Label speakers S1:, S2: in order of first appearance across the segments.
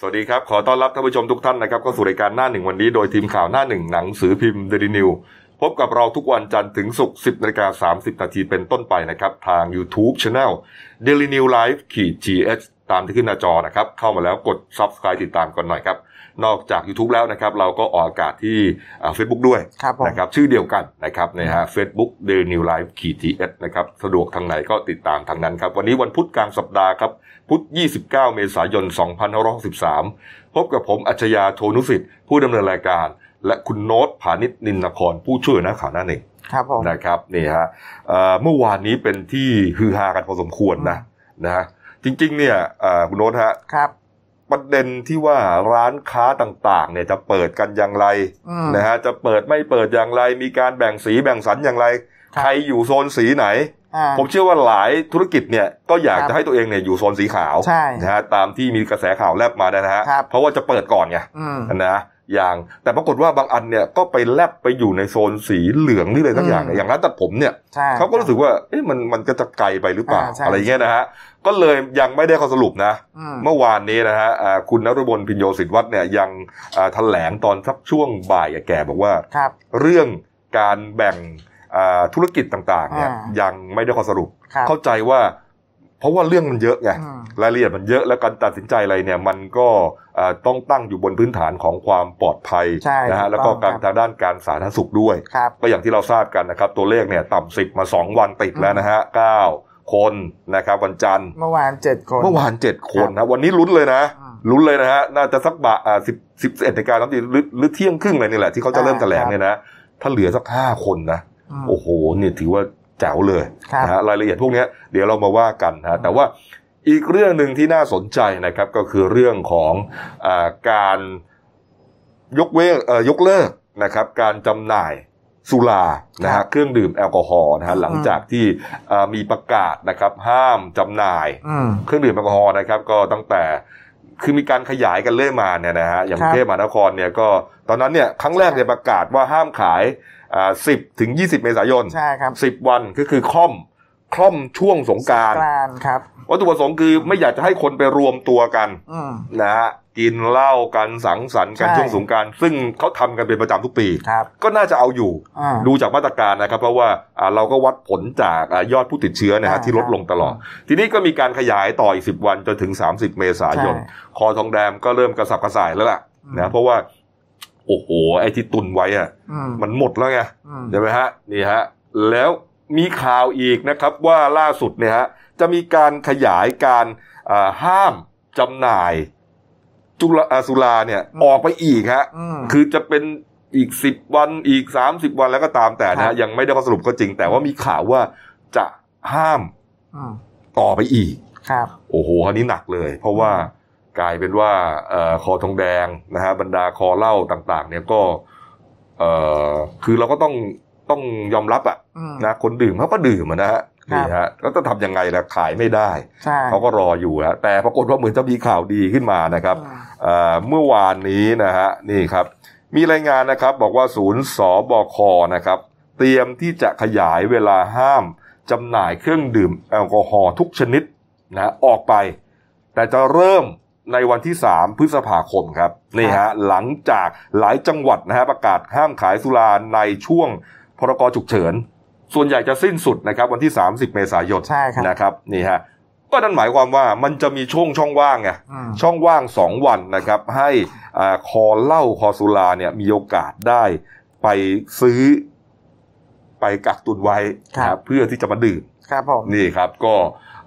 S1: สวัสดีครับ ขอต้อนรับท่านผู้ชมทุกท่านนะครับเข้าสู่รายการหน้าหนึ่งวันนี้โดยทีมข่าวหน้าหนึ่งหนังสือพิมพ์เดลินิวพบกับเราทุกวันจันทร์ถึงศุกร์10นาฬิกา30นาทีเป็นต้นไปนะครับ ทาง YouTube Channel Daily New Life ขีด GX ตามที่ขึ้นหน้าจอนะครับ เข้ามาแล้วกด Subscribe ติดตามกันหน่อยครับ นอกจาก YouTube แล้วนะครับ เราก็ออกอากาศที่เฟซบุ๊กด้วย
S2: ครับผม
S1: นะครับชื่อเดียวกันนะครับนะฮะ Facebook Daily New Life ขีทีเอสนะครับสะดวกทางไหนก็ติดตามทางนั้นครับ วันนี้วันพุธกลางสัปดาห์ครับ พุธ 29 เมษายน 2563 พบกับผมอัจฉริยะโทนุสิทธิ์ ผู้ดำเนินรายการ และคุณโน้ตผานิชนินนครผู้ช่วยหัวหน้าข่าวหน้าหนึ่ง
S2: ครับผม
S1: นะครับนี่ฮะเอ่อเมื่อวานนี้เป็นที่ฮือฮากันพอสมควรนะนะฮะจริงๆเนี่ยเอ่อคุณโน้ตฮะ
S2: ครับ
S1: ประเด็นที่ว่าร้านค้าต่างๆเนี่ยจะเปิดกันอย่างไร
S2: อืม
S1: นะฮะจะเปิดไม่เปิดอย่างไร มีการแบ่งสีแบ่งสันอย่างไร
S2: ครับ
S1: ใครอยู่โซนสีไหน
S2: อ่า
S1: ผมเชื่อว่าหลายธุรกิจเนี่ยก็อยาก
S2: ครับ
S1: จะให้ตัวเองเนี่ยอยู่โซนสีขาว
S2: ใช่
S1: นะฮะตามที่มีกระแสข่าวแลบมานะฮะ
S2: ครับ
S1: เพราะว่าจะเปิดก่อนไง
S2: อืม
S1: นะอย่างแต่ปรากฏว่าบางอันเนี่ยก็ไปแลบไปอยู่ในโซนสีเหลืองนี่เลยทั้งอย่าง
S2: อืม
S1: อย่างร้านตัดผมเนี่ย
S2: ใช่
S1: เขาก็รู้สึกว่าเอ๊ะมันมันก็จะไกลไปหรือเปล่า
S2: อ่าใช่
S1: อะไรเงี้ยนะฮะก็เลยยังไม่ได้ข้อสรุปนะ
S2: อืม
S1: เมื่อวานนี้นะฮะอ่าคุณนรุบลพิญโยศินวัฒน์เนี่ยยังอ่าแถลงตอนสักช่วงบ่ายแก่ๆบอกว่า
S2: ครับ
S1: เรื่องการแบ่งอ่าธุรกิจต่างๆเนี่ย
S2: อ่ายั
S1: ยังไม่ได้ข้อสรุป
S2: ครับ
S1: เข้าใจว่า เพราะว่าเรื่องมันเยอะไง
S2: อืม
S1: รายละเอียดมันเยอะแล้วการตัดสินใจอะไรเนี่ยมันก็อ่าต้องตั้งอยู่บนพื้นฐานของความปลอดภัย
S2: ใช่
S1: นะฮะ
S2: ถูกต้อง
S1: แล้วก็การ
S2: ครับ
S1: ทางด้านการสาธารณสุขด้วย
S2: ครับ
S1: ก็อย่างที่เราทราบกันนะครับ ตัวเลขเนี่ยต่ำสิบมา 2 วันติดแล้วนะฮะ9คนนะครับวันจันทร์
S2: เมื่อวานเจ็ดคน
S1: เมื่อวาน 7 คนนะวันนี้ลุ้นเลยนะ
S2: อืม
S1: ลุ้นเลยนะฮะน่าจะสักบ่าอ่าสิบสิบเอ็ดนาฬิกาสามสิบหรือหรือเที่ยงครึ่งอะไรนี่แหละที่เขาจะเริ่ม
S2: อ่า
S1: แถลง
S2: ครับ
S1: เนี่ยนะถ้าเหลือสักห้าคนนะ
S2: อืม
S1: โอ้โหเนี่ยถือว่าแจ๋วเลย
S2: ครับ
S1: นะฮะรายละเอียดพวกเนี้ยเดี๋ยวเรามาว่ากันนะฮะแต่ว่าอีกเรื่องหนึ่งที่น่าสนใจนะครับก็คือเรื่องของอาการยกเว้นเอ่อยกเลิกนะครับ การจำหน่ายสุรานะฮะเครื่องดื่มแอลกอฮอล์นะฮะหลังจากที่อ่ามีประกาศนะครับ ห้ามจำหน่าย
S2: อืม
S1: เครื่องดื่มแอลกอฮอล์นะครับก็ตั้งแต่คือมีการขยายกันเรื่อยมาเนี่ยนะฮะอย่าง
S2: ค
S1: ก
S2: รับ
S1: รุงเทพมหานครเนี่ยก็ตอนนั้นเนี่ยครั้งแรกเนี่ยประกาศว่าห้ามขายอ่าสิบถึงยี่สิบเมษายน
S2: ใช่ครับ
S1: สิบวันก็คือคล่อมคล่อมช่วงสงกราร
S2: กลานครับ
S1: วัตถุประสงค์คือไม่อยากจะให้คนไปรวมตัวกัน
S2: อืม
S1: นะฮะกินเหล้ากันสังสรรค์กัน
S2: ใช่
S1: ช่วงสงกรารซึ่งเขาทำกันเป็นประจำทุกปี
S2: ครับ
S1: ก็น่าจะเอาอยู่
S2: อ่า
S1: ดูจากมาตรการนะครับ เพราะว่าอ่าเราก็วัดผลจากอ่ายอดผู้ติดเชื้อนะฮะ
S2: อ่า
S1: ที่ลดลงตลอด ทีนี้ก็มีการขยายต่ออีก 10 วันจนถึง 30 เมษายน
S2: ใช่
S1: คอทองแดงก็เริ่มกระสับกระส่ายแล้วล่ะ
S2: อืม
S1: นะเพราะว่า โอ้โห ไอ้ที่ตุนไว้อะ
S2: อืม
S1: มันหมดแล้วไง
S2: อืม
S1: ใช่ไหมฮะนี่ฮะ แล้วมีข่าวอีกนะครับว่าล่าสุดเนี่ยฮะจะมีการขยายการอ่าห้ามจำหน่ายจุลอ่าสุราเนี่ย
S2: อืม
S1: ออกไปอีกฮะ
S2: อืม
S1: คือจะเป็นอีกสิบวันอีกสามสิบวันแล้วก็ตามแต่นะ
S2: ครั
S1: ฮะ
S2: บ
S1: ยังไม่ได้ข้อสรุปก็จริง แต่ว่ามีข่าวว่าจะห้าม
S2: ม
S1: ต่อไปอีก
S2: ครับ
S1: โอ้โหอันนี้หนักเลย เพราะว่ากลายเป็นว่าเออคอทองแดงนะฮะบรรดาคอเหล้าต่าง ๆ เนี่ยก็เออคือเราก็ต้องต้องยอมรับอะ
S2: อืม
S1: นะคนดื่มเขาก็ดื่มอะนะฮะ
S2: ครับ
S1: นี่ฮะก็จะทำยังไงล่ะขายไม่ได้
S2: ใช่
S1: เขาก็รออยู่ฮะแต่ปรากฏว่าเหมือนจะมีข่าวดีขึ้นมานะครับ
S2: อืม
S1: เอ่อเมื่อวานนี้นะฮะนี่ครับ มีรายงานนะครับบอกว่าศูนย์สบคนะครับ เตรียมที่จะขยายเวลาห้ามจำหน่ายเครื่องดื่มแอลกอฮอล์ทุกชนิดนะออกไป แต่จะเริ่มในวันที่ 3 พฤษภาคมครับนี่ฮะหลังจากหลายจังหวัดนะฮะประกาศห้ามขายสุราในช่วงพรกฉุกเฉิน ส่วนใหญ่จะสิ้นสุดนะครับวันที่ 30 เมษายน
S2: ใช่ครับ
S1: นะครับนี่ฮะก็นั่นหมายความว่ามันจะมีช่วงช่องว่างไง
S2: อืม
S1: ช่องว่าง 2 วันนะครับ ให้อาคอเหล้าคอสุราเนี่ยมีโอกาสได้ไปซื้อไปกักตุนไว้
S2: ครับ
S1: นะเพื่อที่จะมาดื่ม
S2: ครับผม
S1: นี่ครับก็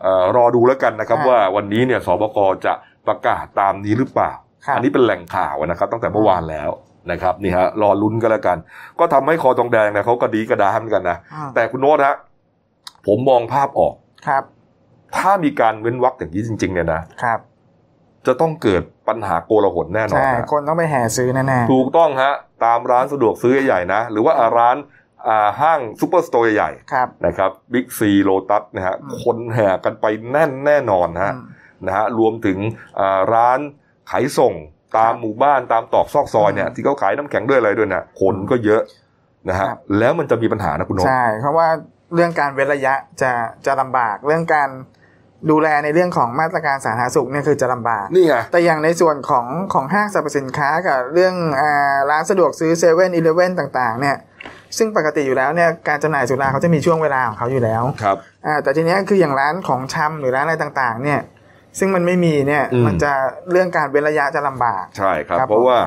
S1: เอ่อรอดูแล้วกันนะครับ
S2: ครับ
S1: ว่าวันนี้เนี่ยสบคจะประกาศตามนี้หรือเปล่า
S2: ครับ
S1: อันี้เป็นแหล่งข่าวนะครับ ตั้งแต่เมื่อวานแล้วนะครับนี่ฮะรอลุ้นก็แล้วกัน ก็ทำให้คอทองแดงเนี่ยเขากระดีกระดาเหมือนกันนะ
S2: อืม
S1: แต่คุณโน้ตฮะผมมองภาพออก
S2: ครับ
S1: ถ้ามีการเว้นวรรคอย่างนี้จริง ๆ เนี่ยนะ
S2: ครับ
S1: จะต้องเกิดปัญหาโกลาหลแน่นอน
S2: ใช่
S1: ฮะ
S2: คนต้องไปแห่ซื้อแน่ๆ
S1: ถูกต้องฮะ ตามร้านสะดวกซื้อใหญ่ๆนะ หรือว่าร้านอ่าห้างซูเปอร์สโตร์ใหญ่
S2: ครับ
S1: ๆนะครับบิ๊กซีโลตัสนะฮะ
S2: อืม
S1: คนแห่กันไปแน่นแน่นอนฮะ
S2: อืม
S1: นะฮะรวมถึงอ่าร้านขายส่งตามหมู่บ้านตามตอกซอกซอยเนี่ย
S2: อืม
S1: ที่เขาขายน้ำแข็งด้วยอะไรด้วยนะคนก็เยอะนะฮะ
S2: ครับ
S1: แล้วมันจะมีปัญหานะคุณนพ
S2: ใช่เพราะว่าเรื่องการเว้นระยะจะจะลำบากเรื่องการ ดูแลในเรื่องของมาตรการสาธารณสุขเนี่ยคือจะลำบาก
S1: นี่ไง
S2: แต่อย่างในส่วนของของห้างสรรพสินค้ากับเรื่องอาร้านสะดวกซื้อเซเว่นอีเลเว่นต่างๆเนี่ยซึ่งปกติอยู่แล้วเนี่ยการจำหน่ายสุราเขาจะมีช่วงเวลาของเขาอยู่แล้ว
S1: ครับ
S2: อ่าแต่ทีเนี้ยคืออย่างร้านของชำหรือร้านอะไรต่างๆเนี่ยซึ่งมันไม่มีเนี่ย
S1: อืม
S2: มันจะเรื่องการเว้นระยะจะลำบาก
S1: ใช่ครับ
S2: ครับ
S1: เพราะว่า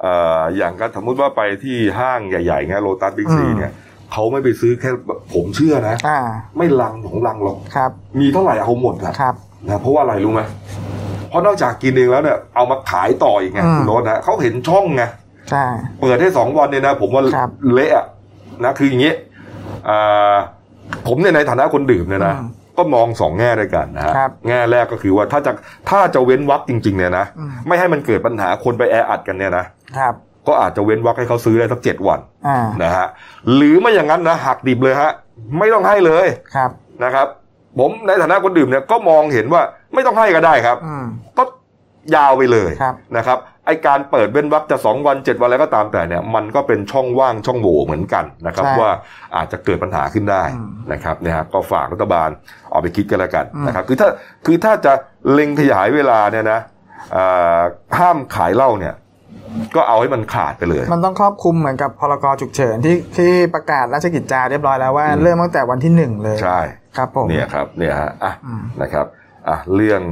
S1: เอ่ออย่างก็สมมติว่าไปที่ห้างใหญ่ๆเงี้ยโลตัสบิ๊กซี
S2: อืม
S1: เนี่ยเขาไม่ไปซื้อแค่ผมเชื่อนะ
S2: อ่า
S1: ไม่ลังของลังหรอก
S2: ครับ
S1: มีเท่าไหร่เอาหมดอะ
S2: ครับ
S1: นะเพราะว่าอะไรรู้ไหมเพราะนอกจากกินเองแล้วเนี่ยเอามาขายต่ออีกไง
S2: อืม
S1: คุณโรถนะเขาเห็นช่องไง
S2: ใช่
S1: เปิดได้สองวันเนี่ยนะ ผมว่า
S2: ครับ
S1: เละอะนะคืออย่างนี้อ่าผมเนี่ยในฐานะคนดื่มเนี่ยนะ
S2: อืม
S1: ก็มองสองแง่ด้วยกันนะฮะ
S2: ครับ
S1: แง่แรกก็คือว่าถ้าจะถ้าจะเว้นวักจริง ๆ เนี่ยนะ
S2: อืม
S1: ไม่ให้มันเกิดปัญหาคนไปแออัดกันเนี่ยนะ
S2: ครับ
S1: ก็อาจจะเว้นวักให้เขาซื้อได้สักเจ็ดวัน
S2: อ่า
S1: นะฮะหรือไม่อย่างนั้นนะหักดิบเลยฮะ ไม่ต้องให้เลย
S2: ครับ
S1: นะครับ ผมในฐานะคนดื่มเนี่ยก็มองเห็นว่าไม่ต้องให้ก็ได้ครับ
S2: อืม
S1: ก็ยาวไปเลย
S2: ครับ
S1: นะครับไอการเปิดเว้นวักจะสองวันเจ็ดวันอะไรก็ตามแต่เนี่ยมันก็เป็นช่องว่างช่องโหว่เหมือนกันนะครับ
S2: ใช่
S1: ว่าอาจจะเกิดปัญหาขึ้นได้
S2: อืม
S1: นะครับเนี่ยฮะก็ฝากรัฐบาลเอาไปคิดกันละกัน
S2: อืม
S1: นะครับคือถ้าคือถ้าจะเล็งขยายเวลาเนี่ยนะอ่าห้ามขายเหล้าเนี่ยก็เอาให้มันขาดไปเลย
S2: มันต้องครอบคลุมเหมือนกับพรกฉุกเฉินที่ที่ประกาศราชกิจจาเรียบร้อยแล้วว่า
S1: อืม
S2: เริ่มตั้งแต่วันที่หนึ่งเลย
S1: ใช่
S2: ครับผม
S1: เนี่ยครับ เนี่ยฮะ อ่ะ
S2: อืม
S1: นะครับ อ่ะ เรื่อง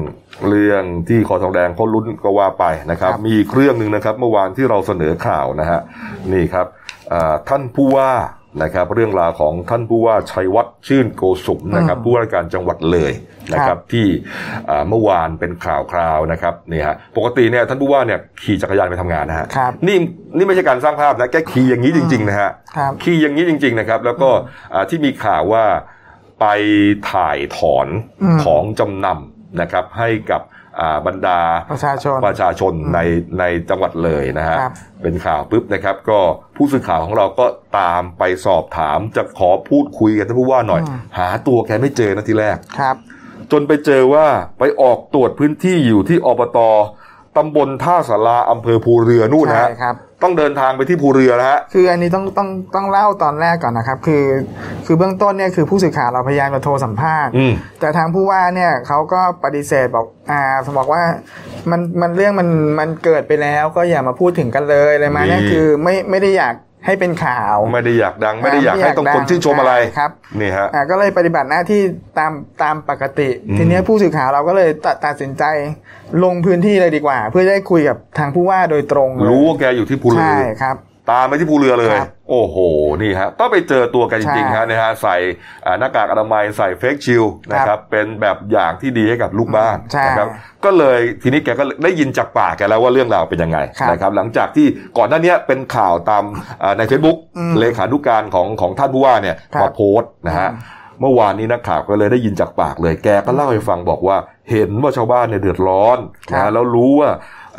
S1: เรื่องที่คอทองแดงเขาลุ้นก็ว่าไปนะครับ
S2: ครับ
S1: มีอีกเรื่องหนึ่งนะครับ เมื่อวานที่เราเสนอข่าวนะฮะ นี่ครับอ่าท่านผู้ว่านะครับ เรื่องราวของท่านผู้ว่าชัยวัฒน์ชื่นโกสุมนะครับ
S2: อืม
S1: ผู้ว่าราชการจังหวัดเลยนะค
S2: ครั
S1: รับ
S2: บ
S1: ที่อ่าเมื่อวานเป็นข่าวคราวนะครับ นี่ฮะ ปกติเนี่ยท่านผู้ว่าเนี่ยขี่จักรยานไปทำงานนะฮะ
S2: ครับ
S1: นี่ นี่ไม่ใช่การสร้างภาพนะ แกขี่อย่างนี้จริง ๆ นะฮะ
S2: ครับ
S1: ขี่อย่างนี้จริง ๆ นะครับ แล้วก็อ่าที่มีข่าวว่าไปถ่ายถอน
S2: อืม
S1: ของจำนำนะครับ ให้กับอ่าบรรดา
S2: ประชาชน
S1: ประชาชนในในจังหวัดเลยนะฮะ
S2: ครับ
S1: เป็นข่าวปุ๊บนะครับ ก็ผู้สื่อข่าวของเราก็ตามไปสอบถามจะขอพูดคุยกับท่านผู้ว่าหน่อย หาตัวแกไม่เจอนะทีแรก
S2: ครับ
S1: จนไปเจอว่าไปออกตรวจพื้นที่อยู่ที่อบตตำบลท่าสาราอำเภอภูเรือนู่นนะ
S2: ใช่
S1: ฮะ
S2: ครับ
S1: ต้องเดินทางไปที่ภูเรือนะฮะ
S2: คืออันนี้ต้องต้องต้องเล่าตอนแรกก่อนนะครับ คือ คือเบื้องต้นเนี่ยคือผู้สื่อข่าวเราพยายามจะโทรสัมภาษณ์
S1: อืม
S2: แต่ทางผู้ว่าเนี่ยเขาก็ปฏิเสธบอกอ่าบอกว่ามันมันเรื่องมันมันเกิดไปแล้วก็อย่ามาพูดถึงกันเลยอะไรมาเนี่ย
S1: นี่
S2: คือไม่ไม่ได้อยากให้เป็นข่าว
S1: ไม่ได้อยากดังไม่ได้อยากให้ต้องคนชื่นชมอะไร
S2: ครับ
S1: นี่ฮะ
S2: อ่ะก็เลยปฏิบัติหน้าที่ตามตามปกติ
S1: อืม
S2: ทีเนี้ยผู้สื่อข่าวเราก็เลยตัดตัดสินใจลงพื้นที่เลยดีกว่า เพื่อได้คุยกับทางผู้ว่าโดยตรงเลย
S1: รู้ว่าแกอยู่ที่ภูเรื
S2: ใช่
S1: อ
S2: ครับ
S1: ตามไปที่ภูเรือเลย
S2: ครับ
S1: โอ้โห นี่ฮะต้องไปเจอตัวกันจริงๆ
S2: ใช่
S1: ฮะนะฮะใส่อ่าหน้ากากอนามัยใส่เฟกชิลนะค
S2: ครั
S1: รับบ เป็นแบบอย่างที่ดีให้กับลูกบ้าน
S2: ใช่
S1: นะครับ ก็เลยทีนี้แกก็ได้ยินจากปากแกแล้วว่าเรื่องราวเป็นยังไง
S2: ครับ
S1: นะครับหลังจากที่ก่อนหน้าเนี้ยเป็นข่าวตามอ่าใน Facebook
S2: อืม
S1: เลขานุการของของท่านผู้ว่าเนี่ย
S2: ครับ
S1: มาโพสต์นะฮะ
S2: อืม
S1: เมื่อวานนี้นักข่าวก็เลยได้ยินจากปากเลยแกก็เล่าให้ฟังบอกว่าเห็นว่าชาวบ้านเนี่ยเดือดร้อนนะฮะ แล้วรู้ว่า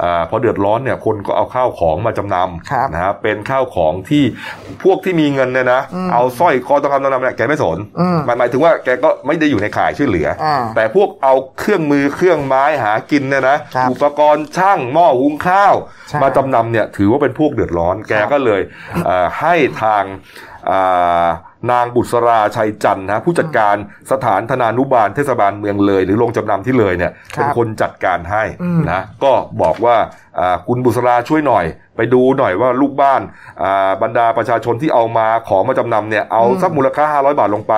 S1: อาพอเดือดร้อนเนี่ยคนก็เอาข้าวของมาจำน
S2: ครับ
S1: ำนะฮะเป็นข้าวของที่พวกที่มีเงินเนี่ยนะ
S2: อืม
S1: เอาสร้อยคอทองคำจำนำเนี่ยแกไม่สน
S2: อืม
S1: มันหมายถึงว่าแกก็ไม่ได้อยู่ในข่ายช่วยเหลืออ
S2: อ่า
S1: แต่พวกเอาเครื่องมือเครื่องไม้หากินเนี่ยนะครับ อุปกรณ์ช่างหม้อหุงข้าว
S2: ใช่
S1: มาจำนำเนี่ยถือว่าเป็นพวกเดือดร้อน แกก็เลยเอ่อให้ทางอ่านางบุษราชัยจันทร์นะผู้จัดการสถานธนานุบาลเทศบาลเมืองเลย หรือโรงจำนำที่เลยเนี่ย
S2: ครับ
S1: เป็นคนจัดการให้
S2: อืม
S1: นะ ก็บอกว่าอ่าคุณบุษราช่วยหน่อย ไปดูหน่อยว่าลูกบ้านอ่าบรรดาประชาชนที่เอามาของมาจำนำเนี่ยเอาสักมูลค่า 500 บาทลงไป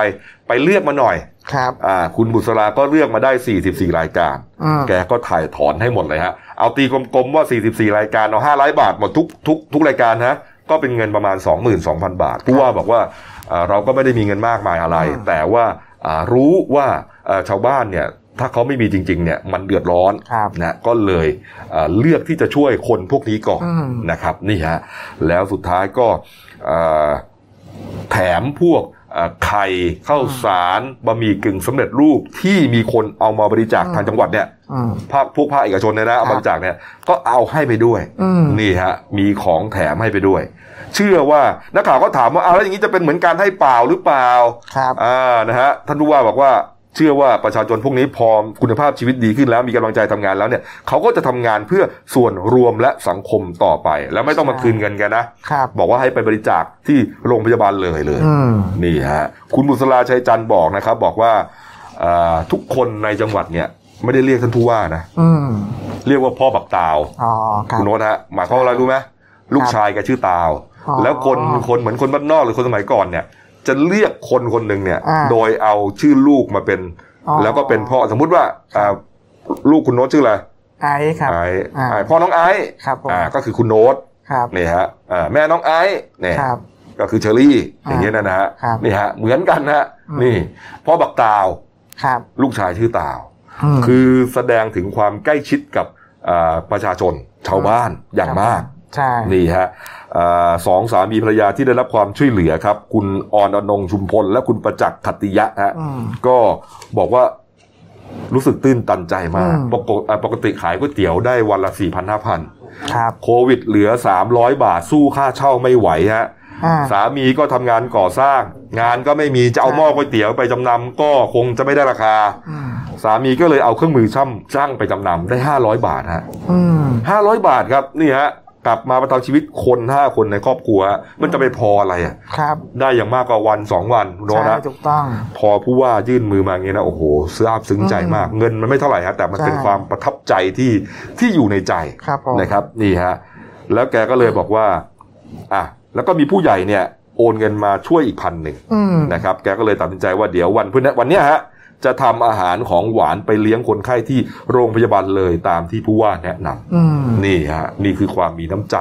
S1: ไปเลือกมาหน่อย
S2: ครับ
S1: อาคุณบุษราก็เลือกมาได้ 44 รายการ
S2: อืม
S1: แกก็ถ่ายถอนให้หมดเลยฮะ เอาตีกลมๆว่า 44 รายการเอา5ล้านบาทหมดทุกทุกทุกรายการฮะ ก็เป็นเงินประมาณ 22,000 บาท ผู้ว่าบอกว่าเอ่อเราก็ไม่ได้มีเงินมากมายอะไร
S2: อืม
S1: แต่ว่าอ่ารู้ว่าเอ่อชาวบ้านเนี่ย ถ้าเขาไม่มีจริงๆเนี่ยมันเดือดร้อน
S2: ครับ
S1: นะก็เลยเอ่อเลือกที่จะช่วยคนพวกนี้ก่อน
S2: อืม
S1: นะครับนี่ฮะแล้วสุดท้ายก็เอ่อ แถมพวกเอ่อไข่ข้าวสารบะหมี่กึ่งสำเร็จรูปที่มีคนเอามาบริจาค
S2: อืม
S1: ทางจังหวัดเนี่ย
S2: อืม
S1: ภาคพวกภาคเอกชนเนี่ยนะเอา
S2: ครับ
S1: มาบริจาคเนี่ยก็เอาให้ไปด้วย
S2: อืม
S1: นี่ฮะมีของแถมให้ไปด้วย เชื่อว่านักข่าวก็ถามว่าเอาแล้วอย่างนี้จะเป็นเหมือนการให้เปล่าหรือเปล่า
S2: ครับ
S1: อ่านะฮะท่านผู้ว่าบอกว่าเชื่อว่าประชาชนพวกนี้พอคุณภาพชีวิตดีขึ้นแล้วมีกำลังใจทำงานแล้วเนี่ยเขาก็จะทำงานเพื่อส่วนรวมและสังคมต่อไป แล้วไม่ต้องมาคืนเงินกันนะ
S2: ครับ
S1: บอกว่าให้ไปบริจาคที่โรงพยาบาลเลยเลย
S2: อืม
S1: นี่ฮะ คุณบุษราชัยจันทร์บอกนะครับ บอกว่า อ่าทุกคนในจังหวัดเนี่ย ไม่ได้เรียกท่านผู้ว่านะ
S2: อืม
S1: เรียกว่าพ่อบักตาว
S2: อ๋อครับ
S1: คุณโน้ตฮะหมายความว่าอะไรรู้ไหมลูกชายแกชื่อตาว
S2: อ๋อ
S1: แล้วคนคนเหมือนคนบ้านนอกหรือคนสมัยก่อนเนี่ย จะเรียกคนคนหนึ่งเนี่ย
S2: อ่า
S1: โดยเอาชื่อลูกมาเป็น
S2: อ๋อ
S1: แล้วก็เป็นพ่อสมมุติว่าอ่าลูกคุณโน้ตชื่ออะไร
S2: ไอซ์ครับ
S1: ไอ้
S2: อ่า
S1: ไอ้พ่อน้องไอซ์
S2: ครับผม
S1: อ่าก็คือคุณโน้ต
S2: ครับ
S1: นี่ฮะอ่าแม่น้องไอซ์เนี่ย
S2: ครับ
S1: ก็คือเชอรี่อ
S2: อ่า
S1: ย่างเงี้ยนะนะฮะ
S2: ครับ
S1: นี่ฮะเหมือนกันนะฮะ
S2: อืม
S1: นี่พ่อบักตาว
S2: ครับ
S1: ลูกชายชื่อตาว
S2: ม
S1: คือแสดงถึงความใกล้ชิดกับอ่าประชาชนชาวบ้านอย่างมาก
S2: ใช่
S1: นี่ฮะอ่าสองสามีภรรยาที่ได้รับความช่วยเหลือครับ คุณออนอนงชุมพลและคุณประจักษ์ขัตติยะฮะ
S2: อืม
S1: ก็บอกว่ารู้สึกตื้นตันใจมาก
S2: อืม
S1: ปกติอ่าปกติขายก๋วยเตี๋ยวได้วันละ4 0 0 0 5,000
S2: ครับ
S1: โควิดเหลือ 300 บาทสู้ค่าเช่าไม่ไหวฮะ
S2: อ่า
S1: สามีก็ทำงานก่อสร้าง งานก็ไม่มีจะเอา
S2: ครั
S1: ห
S2: บ
S1: ม้อก๋วยเตี๋ยวไปจำนำก็คงจะไม่ได้ราคา
S2: อืม
S1: สามีก็เลยเอาเครื่องมือช่างช่างไปจำนำได้ 500 บาทฮะ
S2: อืม
S1: 500 บาทครับนี่ฮะกลับมาประทังชีวิตคน 5 คนในครอบครัว มันจะไปพออะไรอ่ะ
S2: ครับ
S1: ได้อย่างมากกว่าวัน 2 วันโน
S2: ใช่
S1: นะ
S2: ถูกต้อง
S1: พอผู้ว่ายื่นมือมาอย่างนี้นะโอ้โหซาบซึ้งใจมากเงินมันไม่เท่าไหร่ฮะแต่มันเป็น
S2: ใช่
S1: ความประทับใจที่ที่อยู่ในใจ
S2: ครับผม
S1: นะครับนี่ฮะแล้วแกก็เลยบอกว่าอ่ะแล้วก็มีผู้ใหญ่เนี่ยโอนเงินมาช่วยอีกพันหนึ่ง
S2: อืม
S1: นะครับแกก็เลยตัดสินใจว่าเดี๋ยววันพรุ่งนี้วันเนี้ยฮะจะทำอาหารของหวานไปเลี้ยงคนไข้ที่โรงพยาบาลเลยตามที่ผู้ว่าแนะนำ
S2: อืม
S1: นี่ฮะนี่คือความมีน้ำใจ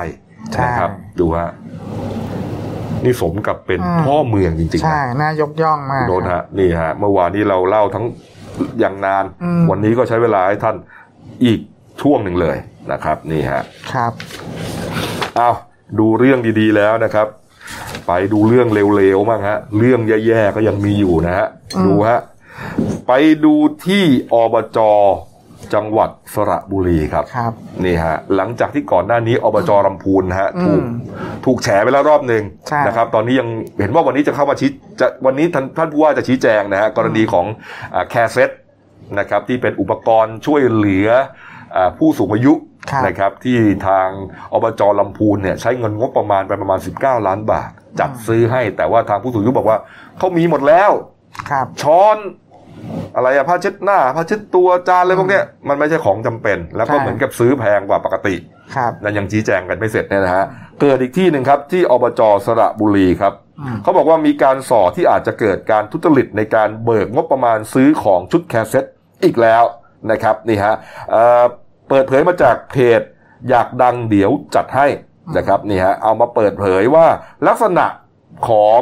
S2: ใช่
S1: นะครับ ดูฮะนี่สมกับเป็น
S2: อืม
S1: พ่อเมืองจริงๆ
S2: ใช่
S1: นะ
S2: น่ายกย่องมาก
S1: โดนฮะนี่ฮะเมื่อวานนี้เราเล่าทั้งอย่างนาน
S2: อืม
S1: วันนี้ก็ใช้เวลาให้ท่านอีกช่วงหนึ่งเลยนะครับ นี่ฮะ
S2: ครับ
S1: เอาดูเรื่องดีๆแล้วนะครับ ไปดูเรื่องเร็วๆบ้างฮะ เรื่องแย่ๆก็ยังมีอยู่นะฮะ
S2: อืม
S1: ดูฮะ ไปดูที่อบจจังหวัดสระบุรีครับ
S2: ครับ
S1: นี่ฮะ หลังจากที่ก่อนหน้านี้อบจลำพูนนะฮะ
S2: อืม
S1: ถูกถูกแฉไปแล้วรอบหนึ่ง
S2: ใช่
S1: นะครับ ตอนนี้ยังเห็นว่าวันนี้จะเข้ามาชี้จะวันนี้ท่านท่านผู้ว่าจะชี้แจงนะฮะ กรณีของแคเซ็ตนะครับ ที่เป็นอุปกรณ์ช่วยเหลืออ่าผู้สูงอายุ
S2: ครับ
S1: นะครับที่ทางอบจลำพูนเนี่ยใช้เงินงบประมาณไปประมาณ 19 ล้านบาท จัดซื้อให้แต่ว่าทางผู้สูงอายุบอกว่าเขามีหมดแล้ว
S2: ครับ
S1: ช้อน อะไรอะผ้าเช็ดหน้าผ้าเช็ดตัวจานอะไรพวกเนี้ยมันไม่ใช่ของจำเป็น แล้วก็
S2: ใช่
S1: เหมือนกับซื้อแพงกว่าปกติ
S2: ครับ
S1: และยังชี้แจงกันไม่เสร็จเนี่ยนะฮะเกิดอีกที่หนึ่งครับที่อบจสระบุรีครับ
S2: อืม
S1: เขาบอกว่ามีการส่อที่อาจจะเกิดการทุจริตในการเบิกงบประมาณซื้อของชุดแคสเซ็ตอีกแล้วนะครับนี่ฮะเอ่อเปิดเผยมาจากเพจอยากดังเดี๋ยวจัดให้นะครับนี่ฮะเอามาเปิดเผยว่าลักษณะของ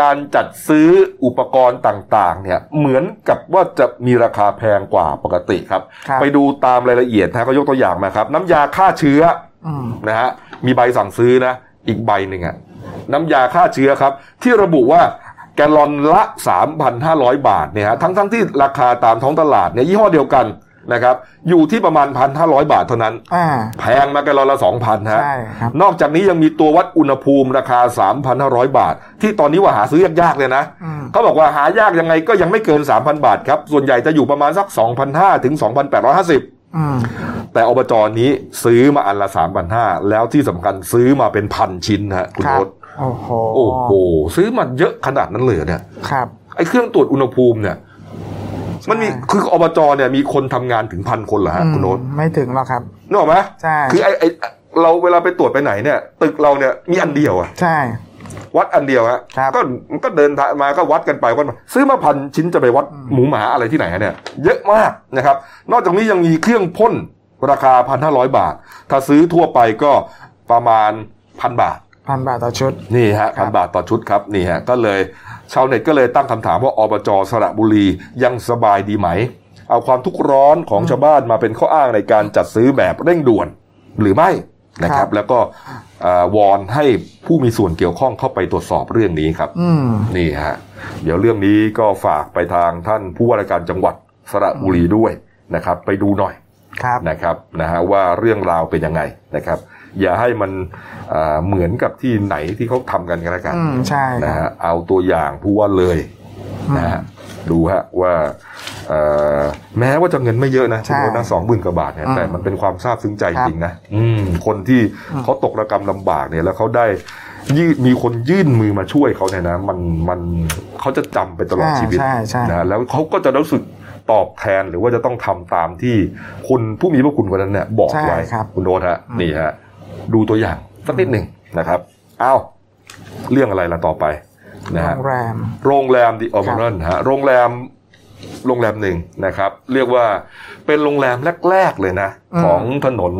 S1: การจัดซื้ออุปกรณ์ต่างๆเนี่ยเหมือนกับว่าจะมีราคาแพงกว่าปกติครับ
S2: ครับ
S1: ไปดูตามรายละเอียดนะฮะก็ยกตัวอย่างมาครับ น้ำยาฆ่าเชื้อ
S2: อืม
S1: นะฮะมีใบสั่งซื้อนะอีกใบหนึ่งอะน้ำยาฆ่าเชื้อครับ ที่ระบุว่าแกลลอนละ 3,500 บาทเนี่ยฮะทั้งทั้งที่ราคาตามท้องตลาดเนี่ยยี่ห้อเดียวกันนะครับอยู่ที่ประมาณ 1,500 บาทเท่านั้น
S2: อ่า
S1: แพงมาแกลลอนละ 2,000ฮะ
S2: ใช่ครับ
S1: นอกจากนี้ยังมีตัววัดอุณหภูมิราคา 3,500 บาท ที่ตอนนี้ว่าหาซื้อยากๆเลยนะ
S2: อืม
S1: เขาบอกว่าหายากยังไงก็ยังไม่เกิน 3,000 บาทครับ ส่วนใหญ่จะอยู่ประมาณสัก 2,500ถึง2,850
S2: อืม
S1: แต่อบจนี้ซื้อมาอันละสามพันห้าแล้วที่สำคัญซื้อมาเป็นพันชิ้นฮะคุณ
S2: ครับ
S1: รส
S2: โอ้โห
S1: โอ้โห ซื้อมาเยอะขนาดนั้นเลยเหรอเนี่ย
S2: ครับ
S1: ไอ้เครื่องตรวจอุณหภูมิเนี่ย มันมี
S2: ใช่
S1: คืออบจเนี่ยมีคนทำงานถึงพันคนเหรอฮะคุณโนต
S2: อืมไม่ถึงหรอกครับ
S1: นึกออกไหม
S2: ใช่
S1: คือไอ้ไอ้เราเวลาไปตรวจไปไหนเนี่ย ตึกเราเนี่ยมีอันเดียวอะ
S2: ใช่
S1: วัดอันเดียวฮะ
S2: ครับ
S1: ก็ก็เดินทางมาก็วัดกันไปวัดมาซื้อมาพันชิ้นจะไปวัดหมูหมาอะไรที่ไหนฮะเนี่ย เยอะมากนะครับ นอกจากนี้ยังมีเครื่องพ่นราคาพันห้าร้อยบาท ถ้าซื้อทั่วไปก็ประมาณพันบาท
S2: พันบาทต่อชุด
S1: นี่ฮะ
S2: ครั
S1: พั
S2: บ
S1: นบาทต่อชุดครับนี่ฮะก็เลยชาวเน็ตก็เลยตั้งคำถามว่าอบจสระบุรียังสบายดีไหม เอาความทุกข์ร้อนของชาวบ้านมาเป็นข้ออ้างในการจัดซื้อแบบเร่งด่วนหรือไม่นะครับ แล้วก็เอ่อวอนให้ผู้มีส่วนเกี่ยวข้องเข้าไปตรวจสอบเรื่องนี้ครับ
S2: อืม
S1: นี่ฮะเดี๋ยวเรื่องนี้ก็ฝากไปทางท่านผู้ว่าราชการจังหวัดสระบุรีด้วยนะครับ ไปดูหน่อย
S2: ครับ
S1: นะครับนะฮะว่าเรื่องราวเป็นยังไงนะครับ อย่าให้มันเอ่อเหมือนกับที่ไหนที่เขาทำกันกันแล้วกัน
S2: อืม ใช่ค
S1: นะ
S2: รับ
S1: ฮะเอาตัวอย่างผู้ว่าเลยนะฮะดูฮะว่าเอ่อแม้ว่าจะเงินไม่เยอะนะคุณโอนนะสองหมื่นกว่าบาทเนี่ยแต่มันเป็นความซาบซึ้งใจจริงนะอืมคนที่เขาตกระกรรมลำบากเนี่ยแล้วเขาได้ ยื่นมีคนยื่นมือมาช่วยเขาเนี่ยนะ มันมันเขาจะจำไปตลอด
S2: อ่า
S1: ชีวิต
S2: ใช่ใช่
S1: นะแล้วเขาก็จะรู้สึกตอบแทนหรือว่าจะต้องทำตามที่คนผู้มีพระคุณคนนั้นเนี่ยบอก
S2: ใช่
S1: ไว้
S2: ครับ
S1: คุณโดนฮะ
S2: อืม
S1: นี่ฮะดูตัวอย่างสักนิดหนึ่งนะครับอ้าวเรื่องอะไรล่ะต่อไปนะ
S2: โร
S1: ฮะ
S2: งแรม
S1: โรงแรมดิออมอนฮะโรงแรมโรงแรมหนึ่งนะครับ เรียกว่าเป็นโรงแรมแรก ๆ เลยนะ
S2: อืม
S1: ของถนน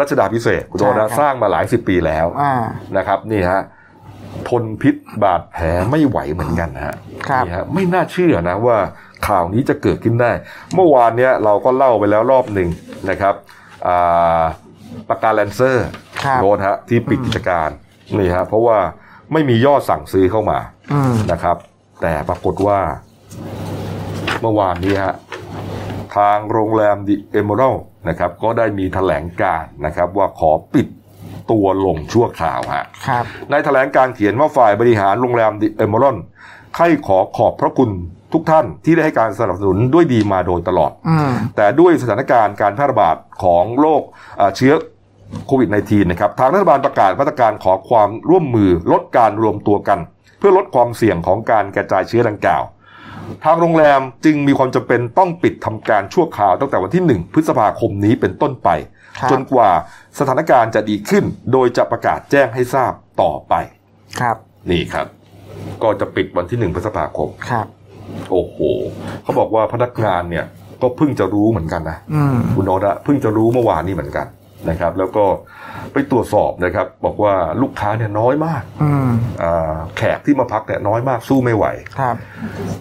S1: รัชดาพิเศษกคุณโจ
S2: ใช่ครั
S1: นะ
S2: บ
S1: สร้างมาหลายสิบปีแล้ว
S2: อ่า
S1: นะครับนี่ฮะทนพิษบาดแผลไม่ไหวเหมือนกันฮะ
S2: ครับ
S1: นี่ฮะไม่น่าเชื่อนะว่าข่าวนี้จะเกิดขึ้นได้ เมื่อวานเนี้ยเราก็เล่าไปแล้วรอบหนึ่งนะครับอ่าปากกาแลนเซอร์
S2: ครับ
S1: โดนฮะที่ปิดกิจการนี่ฮะเพราะว่าไม่มียอดสั่งซื้อเข้ามา
S2: อืม
S1: นะครับแต่ปรากฏว่าเมื่อวานนี้ฮะทางโรงแรมดิเอม r ร l นะครับก็ได้มีแถลงการณ์นะครับว่าขอปิดตัวลงชั่วคราวฮะ
S2: ครับ
S1: ในแถลงการณ์เขียนว่าฝ่ายบริหารโรงแรมดิเอม r ร l ให้ขอขอบพระคุณทุกท่านที่ได้ให้การสนับสนุนด้วยดีมาโดยตลอด
S2: อืม
S1: แต่ด้วยสถานการณ์การแพร่ระบาดของโรคเอ่อเชื้อโควิด -19 นะครับทางรัฐบาลประกาศมาตรการขอความร่วมมือลดการรวมตัวกัน เพื่อลดความเสี่ยงของการกระจายเชื้อดังกล่าว ทางโรงแรมจึงมีความจำเป็นต้องปิดทำการชั่วคราวตั้งแต่วันที่ 1 พฤษภาคมนี้เป็นต้นไป
S2: ครับ
S1: จนกว่าสถานการณ์จะดีขึ้น โดยจะประกาศแจ้งให้ทราบต่อไป
S2: ครับ
S1: นี่ครับ ก็จะปิดวันที่ 1 พฤษภาคม
S2: ครับ
S1: โอ้โหเขาบอกว่าพนักงานเนี่ยก็เพิ่งจะรู้เหมือนกันนะ
S2: อืม
S1: คุณโนตอะเพิ่งจะรู้เมื่อวานนี้เหมือนกันนะครับ แล้วก็ไปตรวจสอบนะครับ บอกว่าลูกค้าเนี่ยน้อยมาก
S2: อืม
S1: อ่าแขกที่มาพักเนี่ยน้อยมากสู้ไม่ไหว
S2: ครับ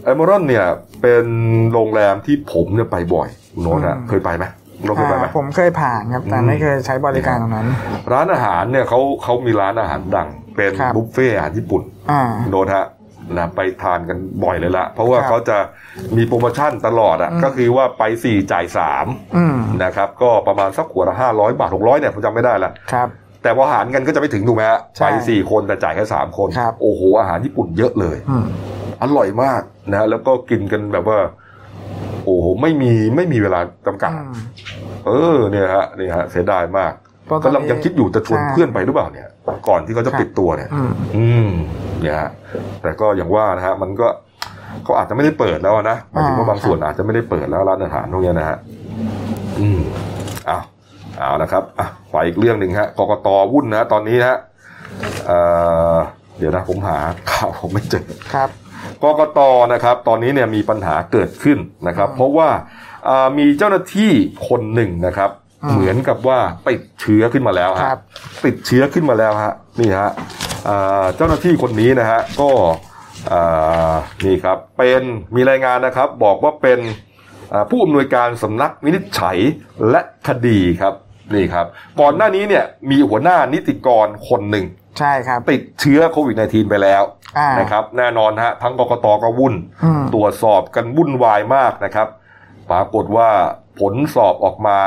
S1: เอมอรอนเนี่ยเป็นโรงแรมที่ผมเนี่ยไปบ่อยคุณโนตอะ
S2: อืม
S1: เคยไปไหมเราเคยไปไหม
S2: อ่าผมเคยผ่านครับแต่
S1: อืม
S2: ไม่เคยใช้บริการตรงนั้น
S1: ร้านอาหารเนี่ยเขาเขามีร้านอาหารดัง เป็น
S2: ครับ
S1: บุฟเฟ่ต์อาหารญี่ปุ่น
S2: อ่า
S1: โนตฮะนะไปทานกันบ่อยเลยละเพราะว่า
S2: ครับ
S1: เขาจะมีโปรโมชั่นตลอดอะ
S2: อืม
S1: ก็คือว่าไปสี่จ่ายสาม
S2: อืม
S1: นะครับ ก็ประมาณสักหัวละห้าร้อยบาทหกร้อยเนี่ยผมจำไม่ได้ละ
S2: ครับ
S1: แต่พอหารกันก็จะไม่ถึงถูกไหมฮะ
S2: ใช่
S1: ไปสี่คนแต่จ่ายแค่สามคน
S2: ครับ
S1: โอ้โห อาหารญี่ปุ่นเยอะเลย
S2: อืม
S1: อร่อยมากนะ แล้วก็กินกันแบบว่า โอ้โห ไม่มีไม่มีเวลาจำกัด
S2: อืม
S1: เออเนี่ยฮะนี่ฮะเสียดายมาก
S2: เพราะตอน
S1: กำ
S2: นี้
S1: ลังยังคิดอยู่จะชวน
S2: ใช่
S1: เพื่อนไปหรือเปล่าเนี่ย ก่อนที่เขาจะ
S2: ครับ
S1: ปิดตัวเนี่ย
S2: อืม
S1: อืมเนี่ยฮะแต่ก็อย่างว่านะฮะ มันก็เขาอาจจะไม่ได้เปิดแล้วนะหมายถึงว่า
S2: อ่า
S1: บางส่วนอาจจะไม่ได้เปิดแล้วร้านอาหารพวกเนี้ยนะฮะอืมเอาเอานะครับอ่ะไปอีกเรื่องหนึ่งฮะกกตวุ่นนะตอนนี้นะฮะเอ่อเดี๋ยวนะผมหาข่าวผมไม่เจอ
S2: ครับ
S1: กกตนะครับ ตอนนี้เนี่ยมีปัญหาเกิดขึ้นนะครับ เพราะว่าอ่ามีเจ้าหน้าที่คนหนึ่งนะครับ
S2: อืม
S1: เหมือนกับว่าติดเชื้อขึ้นมาแล้วฮะ
S2: ครับ
S1: ติดเชื้อขึ้นมาแล้วฮะนี่ฮะอ่าเจ้าหน้าที่คนนี้นะฮะก็อ่านี่ครับเป็นมีรายงานนะครับ บอกว่าเป็นอ่าผู้อำนวยการสำนักวินิจฉัยและคดีครับนี่ครับก่อนหน้านี้เนี่ยมีหัวหน้านิติกรคนหนึ่ง
S2: ใช่ครับ
S1: ติดเชื้อโควิด -19 ไปแล้ว
S2: อ่าน
S1: นะครับแน่นอนฮะทั้งกกตก็วุ่น
S2: อืม
S1: ตรวจสอบกันวุ่นวายมากนะครับ ปรากฏว่าผลสอบออกมา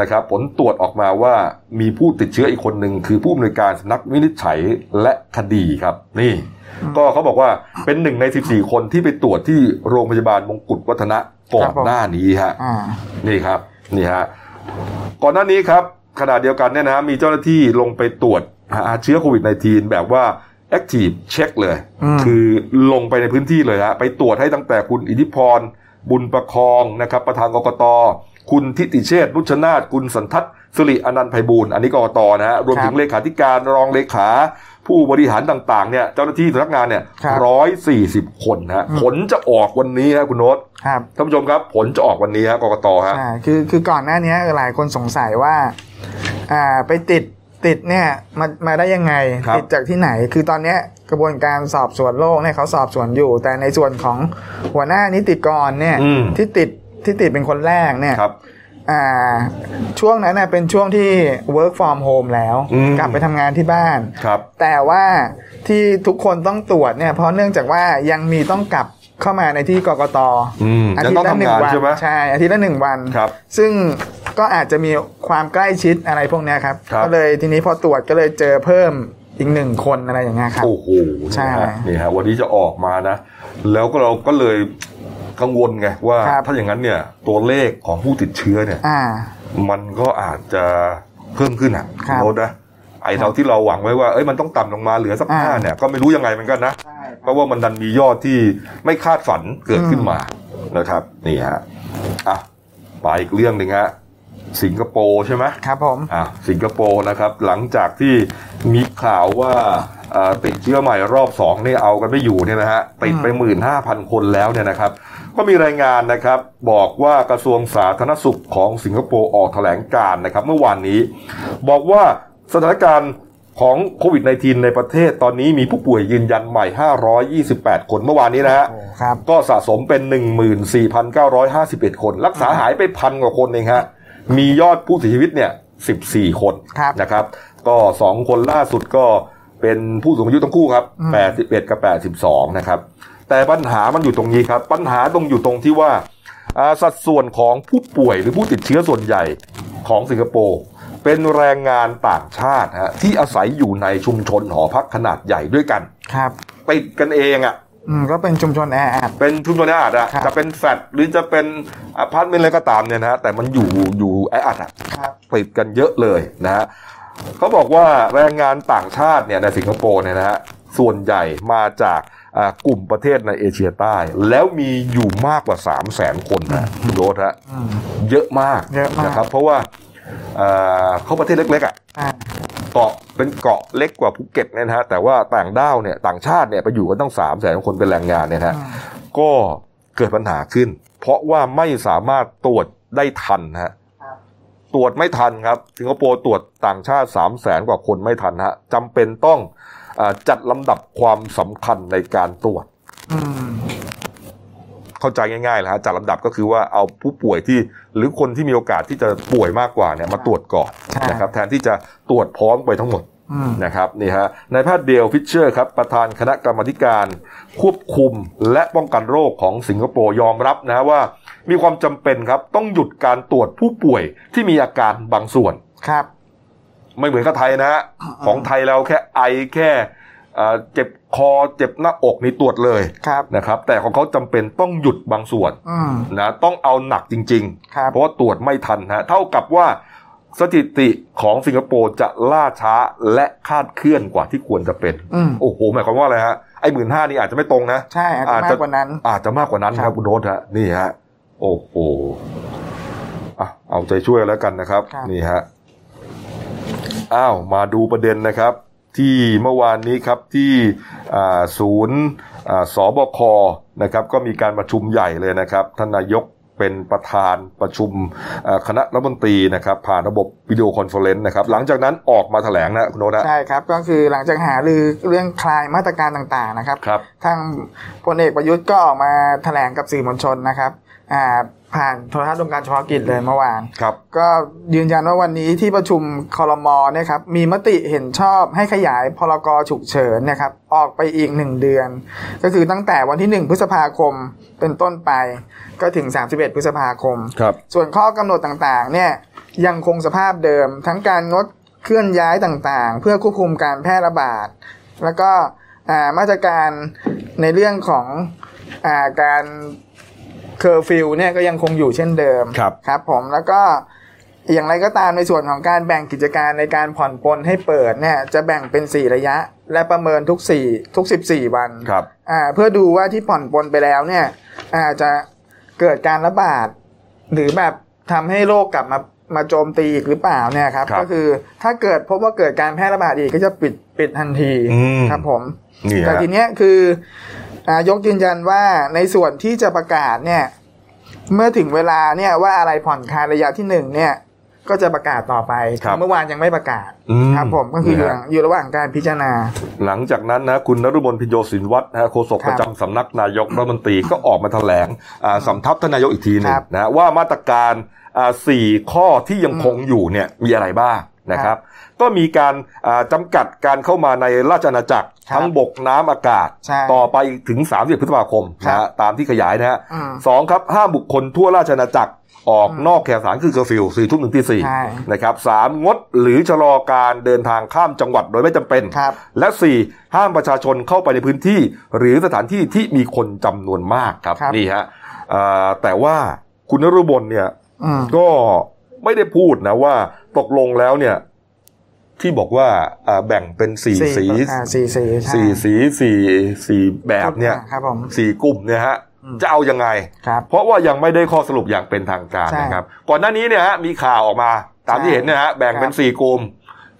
S1: นะครับ ผลตรวจออกมาว่ามีผู้ติดเชื้ออีกคนหนึ่งคือผู้อำนวยการสำนักวินิจฉัยและคดีครับ นี่
S2: อืม
S1: ก็เขาบอกว่าเป็นหนึ่งใน 14 คนที่ไปตรวจที่โรงพยาบาลมงกุฎวัฒนะก่อ
S2: ครั
S1: น
S2: บผม
S1: หน้านี้ฮะ
S2: อ่า
S1: นี่ครับนี่ฮะก่อนหน้านี้ครับขณะเดียวกันเนี่ยนะฮะมีเจ้าหน้าที่ลงไปตรวจหาเชื้อโควิด -19 แบบว่า Active Check เลย
S2: อืม
S1: คือลงไปในพื้นที่เลยฮะไปตรวจให้ตั้งแต่คุณอิทธิพร บุญประคองนะครับ ประธานกกต คุณทิติเชษฐ์นุชนาธคุณสันทัศน์สิริอนันต์ไพบูลย์อันนี้กกตนะฮะรวมถึงเลขาธิการรองเลขา ผู้บริหารต่างๆเนี่ยเจ้าหน้าที่สำนักงานเนี่ย
S2: ครับ
S1: ร้อยสี่สิบคนนะฮะ
S2: อืม
S1: ผลจะออกวันนี้ฮะคุณโน้ต
S2: ครับ
S1: ท่านผู้ชมครับผลจะออกวันนี้ฮะกกตฮะ
S2: อ่าคือคือก่อนหน้านี้หลายคนสงสัยว่าอ่าไปติดติดเนี่ยมามาได้ยังไง
S1: ครับ
S2: ติดจากที่ไหน คือตอนเนี้ยกระบวนการสอบสวนโลกเนี่ยเขาสอบสวนอยู่ แต่ในส่วนของหัวหน้านิติกรเนี่ย
S1: อืม
S2: ที่ติดที่ติดเป็นคนแรกเนี่ย
S1: ครับ
S2: อ่าช่วงนั้นเน่ยเป็นช่วงที่ work from home แล้ว
S1: อืม
S2: กลับไปทำงานที่บ้าน
S1: ครับ
S2: แต่ว่าที่ทุกคนต้องตรวจเนี่ยเพราะเนื่องจากว่ายังมีต้องกลับเข้ามาในที่กกต
S1: อืม
S2: อา
S1: ยัง
S2: ทิต
S1: ต้องทำ
S2: ย์ละหนึ่ง
S1: งาน
S2: วัน
S1: ใช่ไหม
S2: ใช่อาทิตย์ละหนึ่งวัน
S1: ครับ
S2: ซึ่งก็อาจจะมีความใกล้ชิดอะไรพวกเนี้ยครับ
S1: ครับ
S2: ก็เลยทีนี้พอตรวจก็เลยเจอเพิ่มอีกหนึ่งคนอะไรอย่างเงี้ยครับ
S1: โอ้โห
S2: ใช่
S1: นี่ฮะนี่ฮะ วันนี้จะออกมานะ แล้วก็เราก็เลยกังวลไงว่า
S2: ครับ
S1: ถ้าอย่างนั้นเนี่ย ตัวเลขของผู้ติดเชื้อเนี่ย
S2: อ่า
S1: มันก็อาจจะเพิ่มขึ้นอ่ะ
S2: ครับ
S1: โนตนะ ไอ้เราที่เราหวังไว้ว่าเอ้ยมันต้องต่ำลงมาเหลือสัก
S2: อ่า
S1: ห้าเนี่ยก็ไม่รู้ยังไงเหมือนกันนะ
S2: ใช่
S1: เพราะว่ามันดันมียอดที่ไม่คาดฝันเกิดขึ้นมานะครับนี่ฮะอ่ะไปอีกเรื่องหนึ่งฮะสิงคโปร์ใช่ไหม
S2: ครับผม
S1: อ่ะสิงคโปร์นะครับหลังจากที่มีข่าวว่าเอ่อติดเชื้อใหม่รอบสองนี่เอากันไม่อยู่เนี่ยนะฮะติดไป 15,000 คนแล้วเนี่ยนะครับ ก็มีรายงานนะครับบอกว่ากระทรวงสาธารณสุขของสิงคโปร์ออกแถลงการณ์นะครับ เมื่อวานนี้ บอกว่าสถานการณ์ของโควิด -19 ในประเทศตอนนี้มีผู้ป่วยยืนยันใหม่ 528 คนเมื่อวานนี้นะฮะ
S2: โอ้ครับ
S1: ก็สะสมเป็น 14,951 คน รักษาหายไปพันกว่าคนเองฮะ มียอดผู้เสียชีวิตเนี่ย 14 คน
S2: ครับ
S1: นะครับ ก็ 2 คนล่าสุดก็เป็นผู้สูงอายุทั้งคู่ครับ 81 กับ 82 นะครับ แต่ปัญหามันอยู่ตรงนี้ครับ ปัญหาตรงอยู่ตรงที่ว่าอ่าสัดส่วนของผู้ป่วยหรือผู้ติดเชื้อส่วนใหญ่ของสิงคโปร์เป็นแรงงานต่างชาติฮะที่อาศัยอยู่ในชุมชนหอพักขนาดใหญ่ด้วยกัน
S2: ครับ
S1: ติดกันเองอ่ะ
S2: อืมก็เป็นชุมชนแออัด
S1: เป็นชุมชนแออัดอะ
S2: ครับ
S1: จะเป็นแฟลตหรือจะเป็นอพาร์ตเมนต์อะไรก็ตามเนี่ยนะฮะแต่มันอยู่อยู่แออัดอะ
S2: ครับ
S1: ติดกันเยอะเลยนะฮะเขาบอกว่าแรงงานต่างชาติเนี่ยในสิงคโปร์เนี่ยนะฮะส่วนใหญ่มาจากอ่ากลุ่มประเทศในเอเชียใต้ แล้วมีอยู่มากกว่า 3 0 0แสนคนนะคุณโดสฮะ
S2: อืม
S1: เยอะมาก
S2: เยอะมาก
S1: นะครับเพราะว่าอ่าเขาประเทศเล็กๆอะ
S2: อ่า
S1: เกาะเป็นเกาะเล็กกว่าภูเก็ตเนี่ยนะฮะแต่ว่าต่างด้าวเนี่ยต่างชาติเนี่ยไปอยู่กันตั้งสามแสนคนเป็นแรงงานเนี่ยนะฮะ
S2: อืม
S1: ก็เกิดปัญหาขึ้น เพราะว่าไม่สามารถตรวจได้ทันฮะตรวจไม่ทันครับสิงคโปร์ตรวจต่างชาติสามแสนกว่าคนไม่ทันฮะจำเป็นต้องอาจัดลำดับความสำคัญในการตรวจ
S2: อืม
S1: เข้าใจง่ายๆเลยฮะจัดลำดับก็คือว่าเอาผู้ป่วยที่หรือคนที่มีโอกาสที่จะป่วยมากกว่าเนี่ยมาตรวจก่อน
S2: ใช่
S1: นะครับแทนที่จะตรวจพร้อมไปทั้งหมด
S2: อืม
S1: นะครับนี่ฮะนายแพทย์เดลฟิชเชอร์ครับประธานคณะกรรมาธิการควบคุมและป้องกันโรคของสิงคโปร์ยอมรับนะฮะว่า มีความจำเป็นครับต้องหยุดการตรวจผู้ป่วยที่มีอาการบางส่วน
S2: ครับ
S1: ไม่เหมือนกับไทยนะฮะของไทยเราแค่ไอแค่เอ่อเจ็บคอเจ็บหน้าอกนี่ตรวจเลย
S2: ครับ
S1: นะครับแต่ของเขาจำเป็นต้องหยุดบางส่วน
S2: อืม
S1: นะต้องเอาหนักจริง ๆ
S2: ครับ
S1: เพราะว่าตรวจไม่ทันฮะเท่ากับว่าสถิติของสิงคโปร์จะล่าช้าและคาดเคลื่อนกว่าที่ควรจะเป็น
S2: อืม
S1: โอ้โห หมายความว่าอะไรฮะไอ้หมื่นห้านี่อาจจะไม่ตรงนะ
S2: ใช่อาจจะ
S1: อาจ
S2: มา
S1: จะ
S2: กกว่านั้น
S1: อาจจะมากกว่านั้นค
S2: ครั
S1: รับบ คุณโนตฮะนี่ฮะโอ้โหอ่ะเอาใจช่วยแล้วกันนะครับ นี่ฮะอ้าวมาดูประเด็นนะครับ ที่เมื่อวานนี้ครับที่อ่าศูนย์อ่าสบคนะครับ ก็มีการประชุมใหญ่เลยนะครับท่านนายกเป็นประธานประชุมอ่าคณะรัฐมนตรีนะครับ ผ่านระบบวิดีโอคอนเฟอเรนซ์นะครับ หลังจากนั้นออกมาแถลงนะคุณโนตนะ
S2: ใช่ครับ ก็คือหลังจากหารือเรื่องคลายมาตรการต่างๆนะครับ
S1: ครับ
S2: ทางพลเอกประยุทธ์ก็ออกมาแถลงกับสื่อมวลชนนะครับอ่าผ่านโทรทัศน์องค์การเฉพาะกิจเลยเมื่อวาน
S1: ครับ
S2: ก็ยืนยันว่าวันนี้ที่ประชุมคอรมอเนี่ยครับมีมติเห็นชอบให้ขยายพรกฉุกเฉินเนะครับออกไปอีก 1 เดือน ก็คือตั้งแต่วันที่ 1 พฤษภาคมเป็นต้นไป ก็ถึง 31 พฤษภาคม
S1: ครับ
S2: ส่วนข้อกำหนดต่างๆเนี่ยยังคงสภาพเดิม ทั้งการงดเคลื่อนย้ายต่างๆ เพื่อควบคุมการแพร่ระบาด แล้วก็อ่ามาตรการในเรื่องของอาการเคอร์ฟิวเนี่ยก็ยังคงอยู่เช่นเดิม
S1: ครับ
S2: ครับผมแล้วก็อย่างไรก็ตามในส่วนของการแบ่งกิจการในการผ่อนปลนให้เปิดเนี่ยจะแบ่งเป็น 4 ระยะ และประเมินทุก 4 ทุก 14 วัน
S1: ครับ
S2: อ่าเพื่อดูว่าที่ผ่อนปลนไปแล้วเนี่ยอาจจะเกิดการระบาด หรือแบบทำให้โรคกลับมามาโจมตีอีกหรือเปล่าเนี่ยครับ
S1: ครับ
S2: ก็คือถ้าเกิดพบว่าเกิดการแพร่ระบาดอีกก็จะปิดปิดทันที
S1: อืม
S2: ครับผม
S1: นี่
S2: แต่
S1: ฮะ
S2: ทีเนี้ยคืออายกยืนยันว่าในส่วนที่จะประกาศเนี่ย เมื่อถึงเวลาเนี่ยว่าอะไรผ่อนคลายระยะที่หนึ่งเนี่ย ก็จะประกาศต่อไป
S1: ครับ
S2: เมื่อวานยังไม่ประกาศ
S1: อืม
S2: ครับ ผมก็คืออยู่
S1: นะฮะ
S2: อยู่ระหว่างการพิจารณา
S1: หลังจากนั้นนะคุณนรุมนพิญโยศินวัฒน์นะฮะโฆษก
S2: ครับ
S1: ประจำสำนักนายกรัฐมนตรีก็ออกมาแถลงอ่าสำทับท่านนายกอีกทีหนึง
S2: ครับ
S1: นะฮะว่ามาตรการอ่าสี่ข้อที่ยังคงอยู่เนี่ยมีอะไรบ้างนะค
S2: ครั
S1: รั
S2: บบ
S1: ก็มีการอ่าจำกัดการเข้ามาในราชอาณาจักร
S2: ครับ
S1: ทั้งบกน้ำอากาศ
S2: ใช่
S1: ต่อไปอีกถึง 30 พฤษภาคมนะ
S2: ครั
S1: ฮะ
S2: บ
S1: ตามที่ขยายนะฮะ
S2: อืม
S1: สองครับห้ามบุคคลทั่วราชอาณาจักรออกนอกแขสารคือเคอร์ฟิวสี่ทุ่มถึงตีสี่
S2: ใช่
S1: นะครับสามงดหรือชะลอการเดินทางข้ามจังหวัดโดยไม่จำเป็น
S2: ครับ
S1: และ 4. ห้ามประชาชนเข้าไปในพื้นที่ หรือสถานที่ที่มีคนจำนวนมากครับ
S2: ครับ
S1: นี่ฮะอ่าแต่ว่าคุณนรุบลเนี่ย
S2: อืม
S1: ก็ไม่ได้พูดนะว่าตกลงแล้วเนี่ย ที่บอกว่าอ่าแบ่งเป็นสี่สี
S2: อ่าสี่สีใช่
S1: สี่สีสี่สี่แบบเนี่ย
S2: อ่าครับผม
S1: สี่กลุ่มเนี่ยฮะ
S2: อืม
S1: จะเอายังไง
S2: ครับ
S1: เพราะว่ายังไม่ได้ข้อสรุปอย่างเป็นทางการ
S2: ใช่
S1: นะครับ ก่อนหน้านี้เนี่ยฮะมีข่าวออกมา ตามที่เห็นเนะฮะแบ่งเป็น
S2: ครับ
S1: สี่กลุ่ม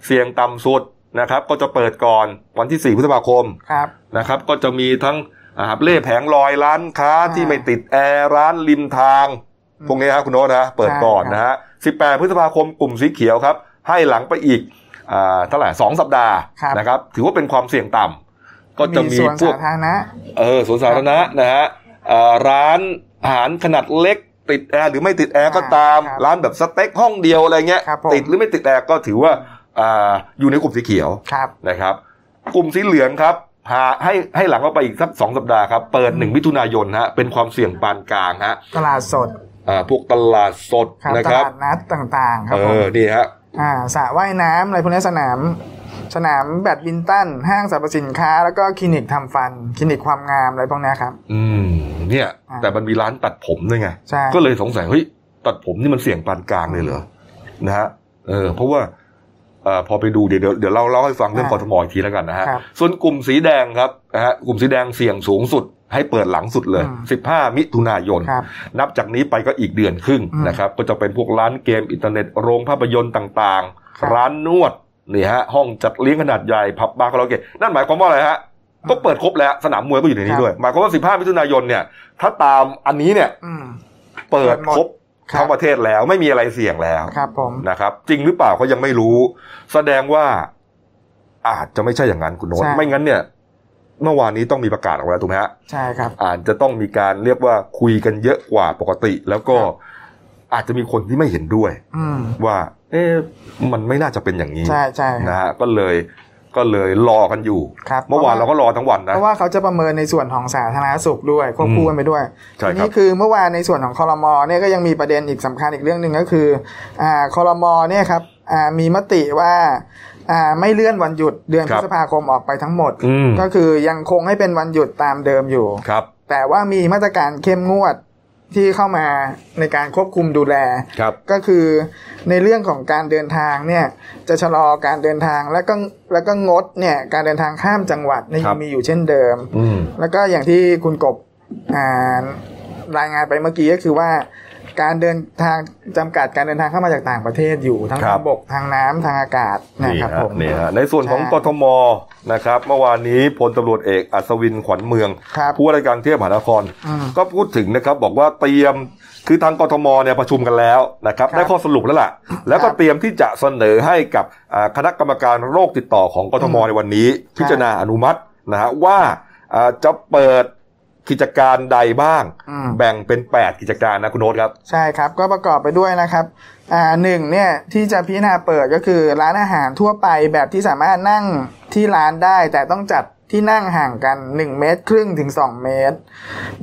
S1: เสี่ยงต่ำสุดนะครับ ก็จะเปิดก่อนวันที่ 4 พฤษภาคม
S2: ครับ
S1: นะครับ ก็จะมีทั้งอาหารเล่แผงลอยร้านค้า
S2: อ่า
S1: ที่ไม่ติดแอร์ร้านริมทาง
S2: อืม
S1: พวกนี้ฮะคุณโน้ตนะเปิดก่อน
S2: ใช่ครับ
S1: นะฮะ18 พฤษภาคมกลุ่มสีเขียวครับ ให้หลังไปอีกอ่าเท่าไหร่สองสัปดาห์นะครับ ถือว่าเป็นความเสี่ยงต่ำก็จะมี
S2: ส่วน
S1: พว
S2: สาก ธารณะ
S1: เออสวนสาธารณะนะฮะเอ่อร้านอาหารขนาดเล็กติดแอร์หรือไม่ติดแอร์ก็ตาม
S2: ครับ
S1: ร้านแบบสเต็กห้องเดียวอะไรเงี้ย
S2: ครับผม
S1: ติดหรือไม่ติดแอร์ก็ถือว่าอ่าอยู่ในกลุ่มสีเขียว
S2: ครับ
S1: นะครับ กลุ่มสีเหลืองครับหาให้ให้หลังเราไปอีกสักสองสัปดาห์ครับ เปิดหนึ่งมิถุนายนฮะเป็นความเสี่ยงปานกลางฮะ
S2: ตลาดสด
S1: อ่าพวกตลาดสด
S2: ครับ
S1: นะ
S2: ต
S1: ครับ
S2: ลาดนัดต่างๆ ครับ
S1: เอ
S2: ผม
S1: อนี่ฮะ
S2: อ่าสระว่ายน้ำอะไรพวกนี้สนาม สนามแบดมินตัน ห้างสรรพสินค้า แล้วก็คลินิกทำฟัน คลินิกความงามอะไรพวกนี้ครับ
S1: อืมเนี่ย
S2: อ่า
S1: แต่มันมีร้านตัดผมด้วยไง
S2: ใช่
S1: ก็เลยสงสัยเฮ้ยตัดผมนี่มันเสี่ยงปานกลางเลยเหรอนะฮะเออเพราะว่าเอ่อพอไปดูเดี๋ยวเดี๋ยวเดี๋ยวเล่าเล่าให้ฟังเรื่องกทมอีกทีแล้วกันนะฮะ
S2: ครับ
S1: ส่วนกลุ่มสีแดงครับนะฮะกลุ่มสีแดงเสี่ยงสูงสุด ให้เปิดหลังสุดเลย
S2: อืม
S1: 15 มิถุนายน
S2: ครับ
S1: นับจากนี้ไปก็อีกเดือนครึ่ง
S2: อืม
S1: นะครับ ก็จะเป็นพวกร้านเกมอินเทอร์เน็ตโรงภาพยนตร์ต่าง
S2: ครับ
S1: ๆ ร้านนวดนี่ฮะห้องจัดเลี้ยงขนาดใหญ่ผับบาร์คาราโอเกะนั่นหมายความว่าอะไรฮะ
S2: อืม
S1: ก็เปิดครบแล้วสนามมวยก็อยู่ใน
S2: ครั
S1: นี้
S2: บ
S1: ด้วย หมายความว่า 15 มิถุนายนเนี่ยถ้าตามอันนี้เนี่ย
S2: อืม
S1: เปิดครบ
S2: ครับ
S1: ทั้งประเทศแล้วไม่มีอะไรเสี่ยงแล้ว
S2: ครับผม
S1: นะครับ จริงหรือเปล่าก็ยังไม่รู้ แสดงว่าอาจจะไม่ใช่อย่างนั้นคุณโน้ต
S2: ใช่
S1: ไม่งั้นเนี่ย เมื่อวานนี้ต้องมีประกาศออกมาแล้วถูกไหมฮะ
S2: ใช่ครับ
S1: อาจจะต้องมีการเรียกว่าคุยกันเยอะกว่าปกติ แล้วก็อาจจะมีคนที่ไม่เห็นด้วย
S2: อืม
S1: ว่า เอ๊ะมันไม่น่าจะเป็นอย่างนี้
S2: ใช่ใช่ครับ
S1: นะฮะก็เลยก็เลยรอกันอยู่
S2: ครับ
S1: เมื่อวานเราก็รอทั้งวันนะ
S2: เพราะว่าเขาจะประเมินในส่วนของสาธารณสุขด้วยควบคู่กันไปด้วย
S1: ใช่ครับ
S2: ทีนี้คือเมื่อวานในส่วนของคอรมอเนี่ยก็ยังมีประเด็นอีกสำคัญอีกเรื่องหนึ่งก็คืออ่าคอรมอเนี่ยครับอ่ามีมติว่าอ่าไม่เลื่อนวันหยุดเดือนพฤษภาคมออกไปทั้งหมด
S1: อืม
S2: ก็คือยังคงให้เป็นวันหยุดตามเดิมอยู่
S1: ครับ
S2: แต่ว่ามีมาตรการเข้มงวดที่เข้ามาในการควบคุมดูแล
S1: ครับ
S2: ก็คือในเรื่องของการเดินทางเนี่ยจะชะลอการเดินทางแล้วก็แล้วก็งดเนี่ยการเดินทางข้ามจังหวัดเนี่ย
S1: ครั
S2: ยั
S1: บ
S2: งมีอยู่เช่นเดิม
S1: อืม
S2: แล้วก็อย่างที่คุณกบอ่ารายงานไปเมื่อกี้ก็คือว่า การเดินทางจำกัดการเดินทางเข้ามาจากต่างประเทศอยู่ทั้ง
S1: ครั
S2: ทา
S1: บ
S2: งบกทางน้ำทางอากาศนะครับผม
S1: นี่ฮะในส่วนของ
S2: ใช่
S1: กทมนะครับ เมื่อวานนี้พลตำรวจเอกอัศวินขวัญเมือง
S2: ครับ
S1: ผู้ว่าราชการกรุงเทพมหานคร
S2: อืม
S1: ก็พูดถึงนะครับบอกว่าเตรียมคือทางกทมเนี่ยประชุมกันแล้วนะครับ
S2: ครับ
S1: ได้ข้อสรุปแล้วล่ะ แล้วก็
S2: ครับ
S1: เตรียมที่จะเสนอให้กับอ่าคณะกรรมการโรคติดต่อของกทม
S2: อืม
S1: ในวันนี้ พิจารณาอนุมัตินะฮะว่าอ่าจะเปิดกิจการใดบ้าง
S2: อืม
S1: แบ่งเป็น 8 กิจการนะคุณโน้ตครับ
S2: ใช่ครับก็ประกอบไปด้วยนะครับอ่าหนึ่งเนี่ยที่จะพิจารณาเปิดก็คือร้านอาหารทั่วไปแบบที่สามารถนั่งที่ร้านได้ แต่ต้องจัดที่นั่งห่างกัน 1 เมตรครึ่งถึง 2 เมตร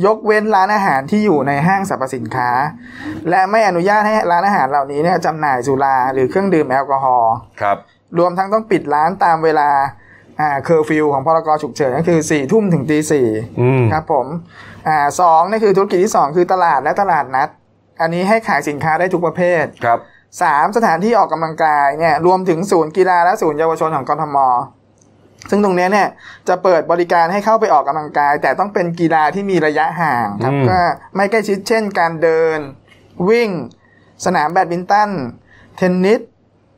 S2: ยกเว้นร้านอาหารที่อยู่ในห้างสรรพสินค้า และไม่อนุญาตให้ร้านอาหารเหล่านี้เนี่ยจำหน่ายสุราหรือเครื่องดื่มแอลกอฮอล์
S1: ครับ
S2: รวมทั้งต้องปิดร้านตามเวลาอ่าเคอร์ฟิวของพรกฉุกเฉินก็คือ4ี่ทุ่มถึงตีสี่
S1: อืม
S2: ครับผมอ่าสองนี่คือธุรกิจที่ 2 คือตลาดและตลาดนัด อันนี้ให้ขายสินค้าได้ทุกประเภท
S1: ครับ
S2: 3. สถานที่ออกกำลังกายเนี่ยรวมถึงศูนย์กีฬาและศูนย์เยาวชนของกทม ซึ่งตรงเนี้ยเนี่ยจะเปิดบริการให้เข้าไปออกกำลังกาย แต่ต้องเป็นกีฬาที่มีระยะห่างครับ
S1: อืม
S2: ก็ไม่ใกล้ชิดเช่น การเดิน วิ่ง สนามแบดมินตัน เทนนิส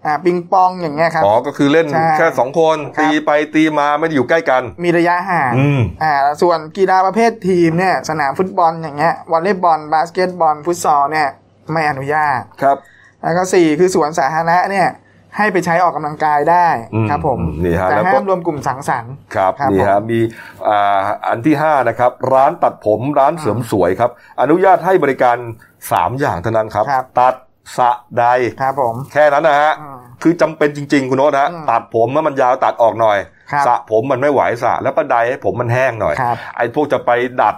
S2: อ่าปิงปองอย่างเงี้ยครับ
S1: อ๋อก็คือเล่น
S2: ใช่
S1: แค่สองคน
S2: ครับ
S1: ตีไปตีมาไม่ได้อยู่ใกล้กัน
S2: มีระยะห่าง
S1: อืม
S2: อ่าส่วนกีฬาประเภททีมเนี่ยสนามฟุตบอลอย่างเงี้ยวอลเลย์บอล บาสเกตบอล ฟุตซอลเนี่ยไม่อนุญาต
S1: ครับ
S2: แล้วก็สี่คือสวนสาธารณะเนี่ยให้ไปใช้ออกกำลังกายได้ครับผม
S1: อืนี่ฮะ
S2: แต่
S1: แล้ว
S2: ห้า
S1: ก็
S2: มรวมกลุ่มสังสรรค์
S1: ครับ
S2: ครับ
S1: นี่ฮะมีอ่าอันที่ห้านะครับ ร้านตัดผมร้านเสริมสวยครับ อนุญาตให้บริการสามอย่างเท่านั้นครับ
S2: ครับ
S1: ตัดสระใด
S2: ครับผม
S1: แค่นั้นนะฮะ
S2: อืม
S1: คือจำเป็นจริง ๆ คุณโน้ตนะ
S2: อืม
S1: ตัดผมแล้วมันยาวตัดออกหน่อย
S2: ครับ
S1: สระผมมันไม่ไหวสระแล้วก็ใดให้ผมมันแห้งหน่อย
S2: ครับ
S1: ไอ้พวกจะไปดัด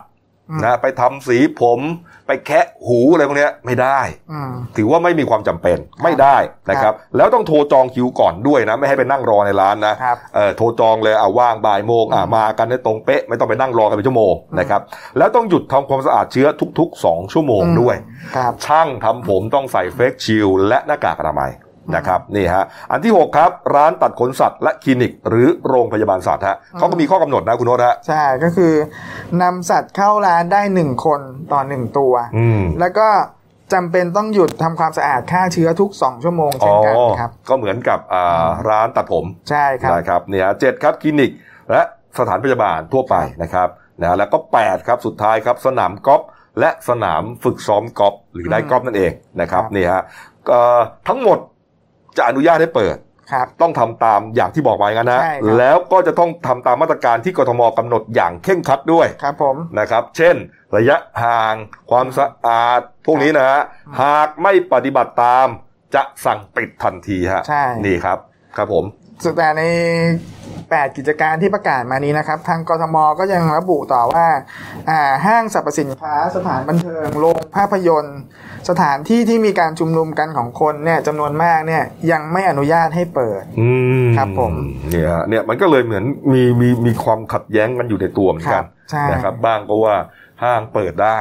S2: อืม
S1: นะไปทำสีผมไปแคะหูอะไรพวกเนี้ยไม่ได้
S2: อืม
S1: ถือว่าไม่มีความจำเป็นไม่ได้นะครับ แล้วต้องโทรจองคิวก่อนด้วยนะ ไม่ให้ไปนั่งรอในร้านนะครับ เอ่อโทรจองเลยเอาว่างบ่ายโมงอ่ะมากันได้ตรงเป๊ะ ไม่ต้องไปนั่งรอกันเป็นชั่วโมงนะครับ แล้วต้องหยุดทำความสะอาดเชื้อทุก ๆ 2 ชั่วโมงด้วย
S2: ครับ
S1: ช่างทำผมต้องใส่เฟกชิลด์และหน้ากากอนามัย นะครับนี่ฮะอันที่ 6 ครับ ร้านตัดขนสัตว์และคลินิก หรือโรงพยาบาลสัตว์ฮะเขาก็มีข้อกำหนดนะคุณโนตฮะ
S2: ใช่ก็คือนำสัตว์เข้าร้านได้หนึ่งคนต่อหนึ่งตัว
S1: อืม
S2: แล้วก็จำเป็นต้องหยุดทำความสะอาดฆ่าเชื้อทุกสองชั่วโมง
S1: อ๋
S2: เช่
S1: อน
S2: กันครับ
S1: ก็เหมือนกับอ่าร้านตัดผม
S2: ใช่ครับ
S1: นะครับเนี่ยเจ็ดครับคลินิกและสถานพยาบาลทั่วไปนะครับนะแล้วก็ 8 ครับสุดท้ายครับสนามกอล์ฟและสนามฝึกซ้อมกอล์ฟหรือได้
S2: อืม
S1: กอล์ฟนั่นเองนะครับ
S2: ครับ
S1: นี่ฮะเอ่อทั้งหมดจะอนุญาตให้เปิด
S2: ครับ
S1: ต้องทำตามอย่างที่บอกไว้กันนะ
S2: ใช่ครับ
S1: แล้วก็จะต้องทำตามมาตรการที่กทมกำหนดอย่างเคร่งครัดด้วย
S2: ครับผม
S1: นะครับ เช่น ระยะห่าง ความสะอาดพวกนี้นะฮะ
S2: ม
S1: หากไม่ปฏิบัติตามจะสั่งปิดทันทีฮะ
S2: ใช่
S1: นี่ครับครับผม
S2: สุดแต่ใน 8 กิจการที่ประกาศมานี้นะครับ ทางกทมก็ยังระบุต่อว่าอ่าห้างสรรพสินค้าสถานบันเทิงโรงภาพยนตร์ สถานที่ที่มีการชุมนุมกันของคนเนี่ยจำนวนมากเนี่ยยังไม่อนุญาตให้เปิด
S1: อืม
S2: ครับผม
S1: เนี่ยฮะเนี่ยมันก็เลยเหมือนมีมีมีความขัดแย้งกันอยู่ในตัวเหมือนกัน
S2: ใช่
S1: นะครับ บ้างก็ว่าห้างเปิดได้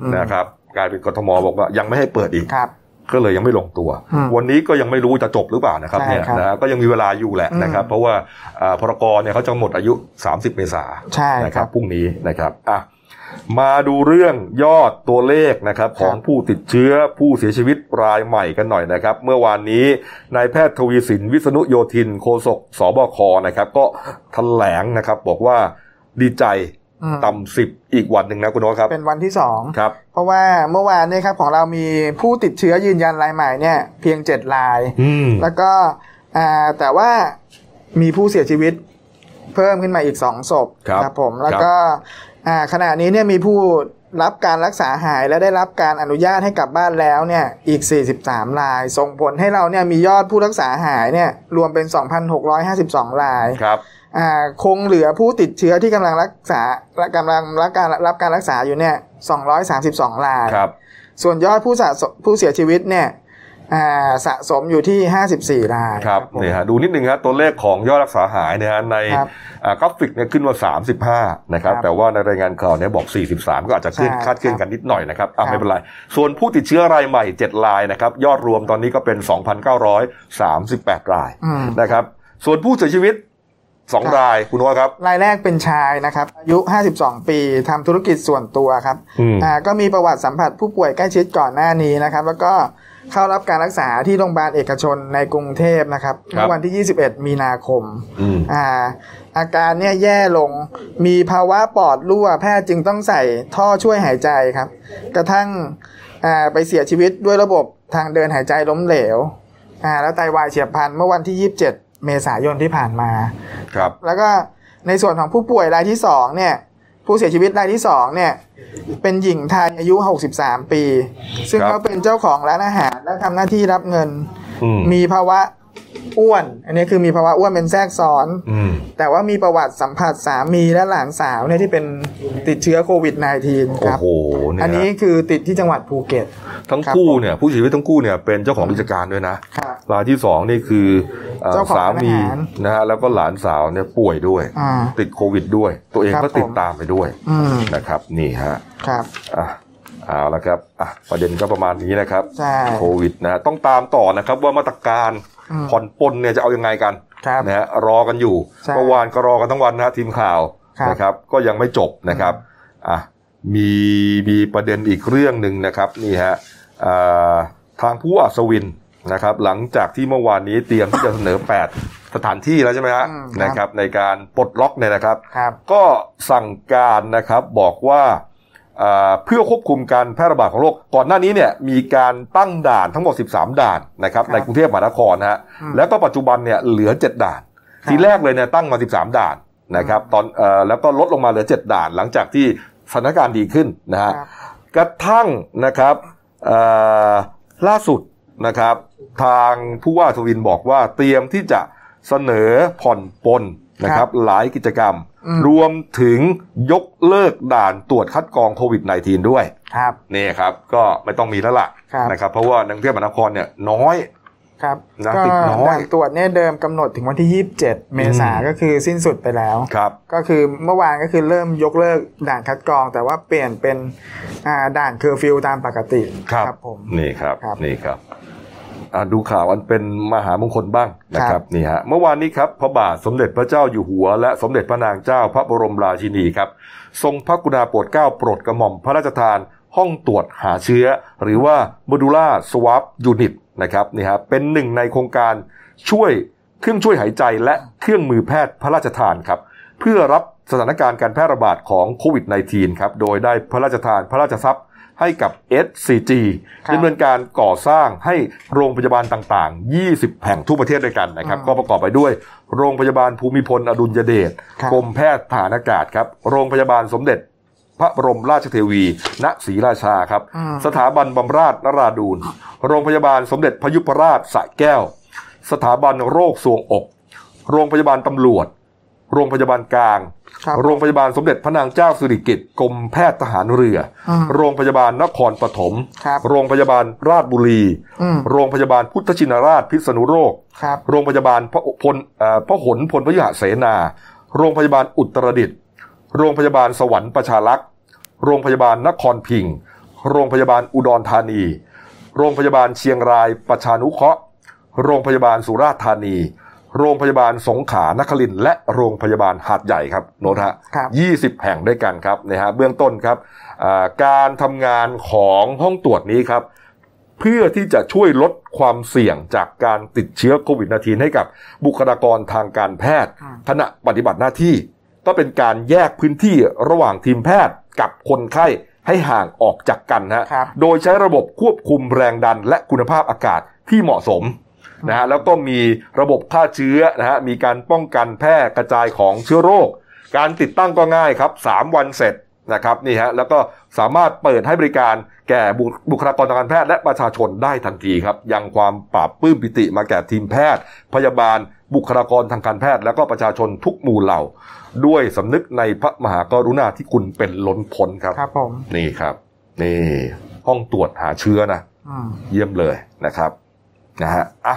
S2: อืม
S1: นะครับ กลายเป็นกทมบอกว่ายังไม่ให้เปิดอีก
S2: ครับ
S1: ก็เลยยังไม่ลงตัว
S2: อืม
S1: วันนี้ก็ยังไม่รู้จะจบหรือเปล่านะครับ
S2: ใช่
S1: เนี่ย
S2: ครับ
S1: นะฮะก็ยังมีเวลาอยู่แหละ
S2: อืม
S1: นะครับ เพราะว่าอ่าพรกรเนี่ยเขาจะหมดอายุ 30 เมษายน
S2: ใช่
S1: นะค
S2: ค
S1: รั
S2: รั
S1: บบ พรุ่งนี้นะครับอ่ะมาดูเรื่องยอดตัวเลขนะครับของผู้ติดเชื้อผู้เสียชีวิตรายใหม่กันหน่อยนะครับ เมื่อวานนี้นายแพทย์ทวีสินวิษณุโยธินโฆษกสบคนะครับ ก็แถลงนะครับบอกว่าดีใจ
S2: อืม
S1: ต่ำสิบอีกวันหนึ่งนะคุณโน้ตครับ
S2: เป็นวันที่สอง
S1: ครับ
S2: เพราะว่าเมื่อวานเนี่ยครับของเรามีผู้ติดเชื้อยืนยันรายใหม่เนี่ยเพียง 7 ราย
S1: อืม
S2: แล้วก็อ่าแต่ว่ามีผู้เสียชีวิตเพิ่มขึ้นมาอีก 2 ศพผมแล้วก็อ่าขณะนี้เนี่ยมีผู้รับการรักษาหายและได้รับการอนุญาตให้กลับบ้านแล้วเนี่ยอีก 43 ราย ส่งผลให้เราเนี่ยมียอดผู้รักษาหายเนี่ยรวมเป็น 2,652 ราย
S1: ครับ
S2: อ่าคงเหลือผู้ติดเชื้อที่กำลังรักษาและกำลังรับการรับการรักษาอยู่เนี่ย 232 ราย
S1: ครับ
S2: ส่วนยอดผู้สะสมผู้เสียชีวิตเนี่ยอ่าสะสมอยู่ที่ 54 ราย
S1: ครับ
S2: ผม
S1: นี่ฮะดูนิดนึงฮะตัวเลขของยอดรักษาหายเนี่ยฮะใน
S2: ครับ
S1: อ่ากราฟิกเนี่ยขึ้นว่า35นะครับ
S2: ครับ
S1: แต่ว่าในรายงานข่าวเนี่ยบอก 43 ก็อาจจะขึ้น
S2: ใช่
S1: คาดเคลื่อนกันนิดหน่อยนะครับอ่ะ
S2: ครับ
S1: ไม่เป็นไร ส่วนผู้ติดเชื้อรายใหม่ 7 รายนะครับยอดรวมตอนนี้ก็เป็น 2,938 ราย
S2: อืม
S1: นะครับ ส่วนผู้เสียชีวิต 2 รายคุณว่าครับ
S2: รายแรกเป็นชายนะครับ อายุ 52 ปีทำธุรกิจส่วนตัวครับ
S1: อืม
S2: อ่าก็มีประวัติสัมผัสผู้ป่วยใกล้ชิดก่อนหน้านี้นะครับ แล้วก็เข้ารับการรักษาที่โรงพยาบาลเอกชนในกรุงเทพนะครับเมื่อวันที่ 21 มีนาคม
S1: อืม
S2: อาอาการเนี่ยแย่ลง มีภาวะปอดรั่ว แพทย์จึงต้องใส่ท่อช่วยหายใจครับ กระทั่งอ่าไปเสียชีวิตด้วยระบบทางเดินหายใจล้มเหลวอ่าแล้วไตวายเฉียบพลันเมื่อวันที่ 27 เมษายนที่ผ่านมา
S1: ครับ
S2: แล้วก็ในส่วนของผู้ป่วยรายที่สองเนี่ย ผู้เสียชีวิตรายที่สองเนี่ย เป็นหญิงไทยอายุ 63 ปี ซึ่งเขาเป็นเจ้าของร้านอาหารและทำหน้าที่รับเงิน
S1: อืม
S2: มีภาวะอ้วน อันนี้คือมีภาวะอ้วนเป็นแทรกซ้อน
S1: อืม
S2: แต่ว่ามีประวัติสัมผัสสามีและหลานสาวเนี่ยที่เป็นติดเชื้อโควิด -19 ค
S1: โอ้
S2: รับ
S1: โหเนี่ย
S2: อันนี้
S1: ฮะ
S2: คือติดที่จังหวัดภูเก็ต
S1: ทั้ง
S2: ครับ
S1: คู่เนี่ยผู้เสียชีวิตทั้งคู่เนี่ยเป็นเจ้าของกิจการด้วยนะ
S2: ครับ
S1: รายที่สองนี่คือเอ่อ
S2: เจ้าของ
S1: สามี
S2: ร้านอาหาร
S1: นะฮะแล้วก็หลานสาวเนี่ยป่วยด้วย
S2: อ่า
S1: ติดโควิดด้วย ตัวเอง
S2: ครับ
S1: ก็ติด
S2: ผม
S1: ตามไปด้วย
S2: อืม
S1: นะครับ นี่ฮะ
S2: ครับ
S1: อ่ะเอาละครับอ่ะประเด็นก็ประมาณนี้นะครับ
S2: ใช่
S1: โควิดนะต้องตามต่อนะครับว่ามาตรการ
S2: อืม
S1: ผ่อนปลนเนี่ยจะเอายังไงกัน
S2: ครับ
S1: นะฮะรอกันอยู่
S2: ใช่
S1: เมื่อวานก็รอกันทั้งวันนะทีมข่าว
S2: ครับ
S1: นะครับ ก็ยังไม่จบนะครับอ่ะมีมีประเด็นอีกเรื่องหนึ่งนะครับนี่ฮะอ่าทางผู้อัศวินนะครับ หลังจากที่เมื่อวานนี้เตรียมที่จะเสนอ 8 สถานที่แล้วใช่ไหมฮะ
S2: อืมครับ
S1: นะครับ ในการปลดล็อกเนี่ยนะครับ
S2: ครับ
S1: ก็สั่งการนะครับบอกว่าอ่าเพื่อควบคุมการแพร่ระบาดของโรคก่อนหน้านี้เนี่ยมีการตั้งด่านทั้งหมด 13 ด่านนะครับในกรุงเทพมหานครนะฮะ
S2: อืม
S1: แล้วก็ปัจจุบันเนี่ยเหลือ 7 ด่าน
S2: ครับ
S1: ทีแรกเลยเนี่ยตั้งมา 13 ด่านนะครับตอนเอ่อแล้วก็ลดลงมาเหลือ 7 ด่าน หลังจากที่สถานการณ์ดีขึ้นนะฮะ
S2: ครับ
S1: กระทั่งนะครับเอ่อล่าสุดนะครับทางผู้ว่าทวินบอกว่าเตรียมที่จะเสนอผ่อนปลนนะครับหลายกิจกรรม
S2: อืม
S1: รวมถึงยกเลิกด่านตรวจคัดกรองโควิด -19 ด้วย
S2: ครับ
S1: นี่ครับก็ไม่ต้องมีแล้วล่ะ
S2: ครับ
S1: นะครับเพราะว่าในกรุงเทพมหานครเนี่ยน้อย
S2: ครับ
S1: นะ
S2: ก็
S1: ติดน้อย
S2: ด่านตรวจเนี่ยเดิมกำหนดถึงวันที่ 27 เมษา
S1: อืม
S2: ก็คือสิ้นสุดไปแล้ว
S1: ครับ
S2: ก็คือเมื่อวานก็คือเริ่มยกเลิกด่านคัดกรอง แต่ว่าเปลี่ยนเป็นอ่าด่านเคอร์ฟิวตามปกติ
S1: ครับ
S2: ผม
S1: นี่ครับ
S2: ครับ
S1: นี่ครับ อ่ะดูข่าวอันเป็นมหามงคลบ้างนะค
S2: ครั
S1: รับบ นี่ฮะเมื่อวานนี้ครับพระบาทสมเด็จพระเจ้าอยู่หัว และสมเด็จพระนางเจ้าพระบรมราชินีครับ ทรงพระกรุณาโปรดเกล้าโปรดกระหม่อมพระราชทานห้องตรวจหาเชื้อ หรือว่าโมดูล่าสว a ปยูนิตนะครับนี่ฮะเป็นหนึ่งในโครงการช่วยเครื่องช่วยหายใจและเครื่องมือแพทย์พระราชทานครับ เพื่อรับสถานการณ์การแพร่ระบาดของโควิด -19 ครับ โดยได้พระราชทานพระราชทรัพย์ให้กับ SCG
S2: ครับ
S1: ดำเนินการก่อสร้างให้โรงพยาบาลต่าง ๆ 20 แห่งทั่วประเทศด้วยกันนะครับ ก็ประกอบไปด้วย โรงพยาบาลภูมิพลอดุลยเดช
S2: ครับ
S1: กรมแพทย์ฐานอากาศครับ โรงพยาบาลสมเด็จ พระบรมราชเทวี ณศรีราชาครับ
S2: อืม
S1: สถาบันบำราศนราดูล โรงพยาบาลสมเด็จพยุพราชสระแก้ว สถาบันโรคสวงอก โรงพยาบาลตำรวจ โรงพยาบาลกลาง
S2: ครับ
S1: โรงพยาบาลสมเด็จพระนางเจ้าสิริกิติ์กรมแพทย์ทหารเรืออ
S2: ม
S1: โรงพยาบาลนครปฐม
S2: ครับ
S1: โรงพยาบาลราชบุรี
S2: อืม
S1: โรงพยาบาลพุทธชินราชพิษณุโลก
S2: ครับ
S1: โรงพยาบาลพระพลเอ่อพระหนพลพยุหเสนา โรงพยาบาลอุตรดิตถ์โรงพยาบาลสวรรค์ประชารักษ์โรงพยาบาลนครพิงค์โรงพยาบาลอุดรธานี โรงพยาบาลเชียงรายประชานุเคราะห์ โรงพยาบาลสุราษฎร์ธานี โรงพยาบาลสงขลานครินทร์และโรงพยาบาลหาดใหญ่ครับโนตฮะ
S2: ครับ
S1: 20 แห่งด้วยกันครับนะฮะเบื้องต้นครับอ่าการทำงานของห้องตรวจนี้ครับ เพื่อที่จะช่วยลดความเสี่ยงจากการติดเชื้อโควิด -19 ให้กับบุคลากรทางการแพทย์
S2: อืม
S1: ขณะปฏิบัติหน้าที่ ก็เป็นการแยกพื้นที่ระหว่างทีมแพทย์กับคนไข้ให้ห่างออกจากกันนะฮะ
S2: ครับ
S1: โดยใช้ระบบควบคุมแรงดันและคุณภาพอากาศที่เหมาะสมนะฮะแล้วก็มีระบบฆ่าเชื้อนะฮะมีการป้องกันแพร่กระจายของเชื้อโรค การติดตั้งก็ง่ายครับ 3 วันเสร็จนะครับนี่ฮะแล้วก็สามารถเปิดให้บริการแก่บุบุคลากรทางการแพทย์และประชาชนได้ทันทีครับ ยังความปราบปลื้มปิติมาแก่ทีมแพทย์ พยาบาล บุคลากรทางการแพทย์ และก็ประชาชนทุกหมู่เหล่า ด้วยสำนึกในพระมหากรุณาธิคุณเป็นล้นพ้นครับ
S2: ครับผม
S1: นี่ครับ นี่ห้องตรวจหาเชื้อนะ
S2: อืม
S1: เยี่ยมเลยนะครับนะฮะอ่ะ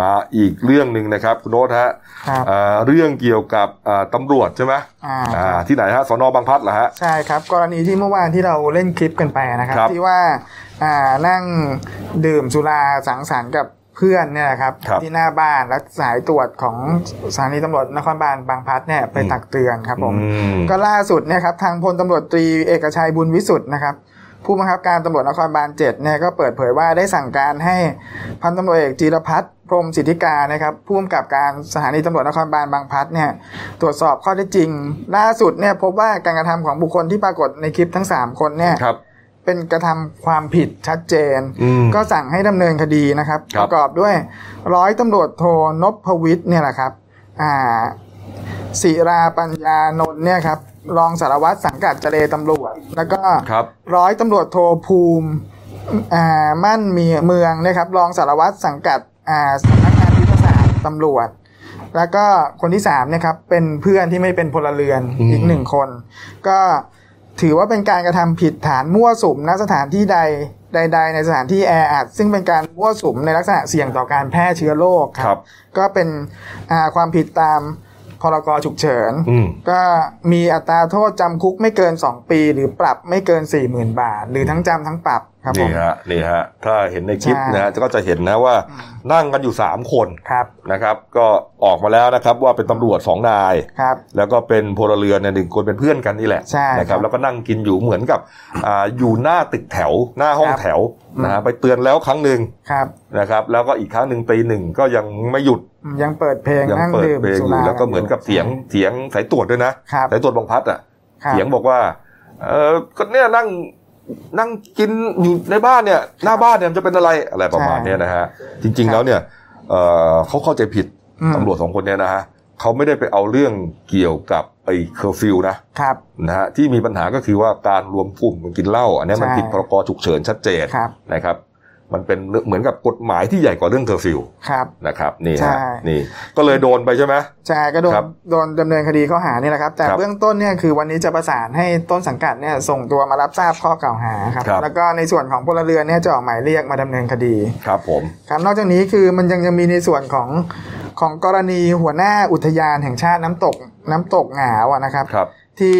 S1: มาอีกเรื่องหนึ่งนะครับ คุณโน้ตฮะ
S2: ครับ
S1: อ่าเรื่องเกี่ยวกับอ่าตำรวจใช่ไหม
S2: อ่า
S1: อ่าที่ไหนฮะสอนอบางพลัดเหรอฮะ
S2: ใช่ครับ กรณีที่เมื่อวานที่เราเล่นคลิปกันไปนะครับ
S1: ครับ
S2: ที่ว่าอ่านั่งดื่มสุราสังสรรค์กับเพื่อนเนี่ยนะครับ
S1: ครับ
S2: ที่หน้าบ้านแล้วสายตรวจของสถานีตำรวจนครบาลบางพลัดเนี่ยไป
S1: อืม
S2: ตักเตือนครับผม
S1: อืม
S2: ก็ล่าสุดเนี่ยครับทางพลตำรวจตรีเอกชัยบุญวิสุทธ์นะครับ ผู้บังคับการตำรวจนครบาลเจ็ดเนี่ยก็เปิดเผยว่าได้สั่งการให้พันตำรวจเอกจีรพัฒน์พรหมสิทธิการนะครับผู้กำกับการสถานีตำรวจนครบาลบางพลัดเนี่ยตรวจสอบข้อเท็จจริง ล่าสุดเนี่ยพบว่าการกระทำของบุคคลที่ปรากฏในคลิปทั้ง 3 คนเนี่ย
S1: ครับ
S2: เป็นกระทำความผิดชัดเจน
S1: อืม
S2: ก็สั่งให้ดำเนินคดีนะครับ
S1: ครั
S2: ป
S1: บ
S2: ระกอบด้วยร้อยตำรวจโทนพวิทย์เนี่ยแหละครับอ่าศิราปัญญานนท์เนี่ยครับรองสารวัตรสังกัดเจรตำรวจ แล้วก็
S1: ครับ
S2: ร้อยตำรวจโทภูมิอ่ามั่นมีเมืองเนะครับรองสารวัตรสังกัดอ่าสำนักงานยุทธศาสตร์ตำรวจ แล้วก็คนที่สามเนะครับเป็นเพื่อนที่ไม่เป็นพลเรือน
S1: อืม
S2: อีกหนึ่งคน ก็ถือว่าเป็นการกระทำผิดฐานมั่วสุมณสถานที่ใดใด ๆ ในสถานที่แออัดซึ่งเป็นการมั่วสุมในลักษณะเสี่ยงต่อการแพร่เชื้อโรค
S1: ค
S2: ค
S1: รั
S2: รับ บ ก็เป็นอ่าความผิดตามพรกฉุกเฉิน
S1: อืม
S2: ก็มีอัตราโทษจำคุกไม่เกิน 2 ปี หรือปรับไม่เกิน 40,000 บาท หรือทั้งจำทั้งปรับครับผ
S1: นี่
S2: ม
S1: ฮะ นี่ฮะ ถ้าเห็นในคลิป
S2: ใช่
S1: นะฮะก็จะเห็นนะว่านั่งกันอยู่ 3 คน
S2: ครับ
S1: นะครับ ก็ออกมาแล้วนะครับว่าเป็นตำรวจ 2 นาย
S2: ครับ
S1: แล้วก็เป็นพลเรือนเนี่ยหนึ่งคนเป็นเพื่อนกันนี่แหละ
S2: ใช่
S1: นะค
S2: ครั
S1: รับบ แล้วก็นั่งกินอยู่เหมือนกับอ่าอยู่หน้าตึกแถว หน้าห้อง
S2: ครับ
S1: แถวนะฮะ
S2: อืม
S1: ไปเตือนแล้วครั้งหนึ่ง
S2: ครับ
S1: นะครับ แล้วก็อีกครั้งหนึ่งตีหนึ่งก็ยังไม่หยุด
S2: อืมยังเปิดเพลง
S1: ยัง
S2: นั่ง
S1: เปิด
S2: ดื่ม
S1: เพลง
S2: สุ
S1: อยู่
S2: รา
S1: แล้วก็เหมือนกับเสียงเสียงสายตรวจด้วยนะครับสายตรวจบางพัดอ่ะ
S2: ครับ
S1: เสียงบอกว่าเออก็เนี่ยนั่งนั่งกินอยู่ในบ้านเนี่ย หน้าบ้านเนี่ยมันจะเป็นอะไรอะไรประมาณเนี้ยนะฮะจริง ๆ แล้วเนี่ยเอ่อเขาเข้าใจผิด
S2: อืม
S1: ตำรวจสองคนเนี่ยนะฮะเขาไม่ได้ไปเอาเรื่องเกี่ยวกับไอ้เคอร์ฟิวนะครับ นะฮะที่มีปัญหาก็คือว่าการรวมกลุ่มกันกินเหล้าอันเนี้ยมัน
S2: ใช่
S1: ผิดพรกฉุกเฉินชัดเจน
S2: ครับ
S1: นะครับ มันเป็นเรื่องเหมือนกับกฎหมายที่ใหญ่กว่าเรื่องเคอร์ฟิว
S2: ครับ
S1: นะครับนี่
S2: ใช่
S1: ฮะนี่ก็เลยโดนไปใช่ไหม
S2: ใช่ก็โดน
S1: ครับ
S2: โดนดำเนินคดีข้อหานี่แหละครับ แต่
S1: ครับ
S2: เบื้องต้นเนี่ยคือวันนี้จะประสานให้ต้นสังกัดเนี่ยส่งตัวมารับทราบข้อกล่าวหาครับ แล้วก็ในส่วนของพลเรือนเนี่ยจะออกหมายเรียกมาดำเนินคดี
S1: ครับผม
S2: ครับนอกจากนี้คือมันยังยังมีในส่วนของของกรณีหัวหน้าอุทยานแห่งชาติน้ำตกน้ำตกหงาวอะนะครับ
S1: ครับ
S2: ที่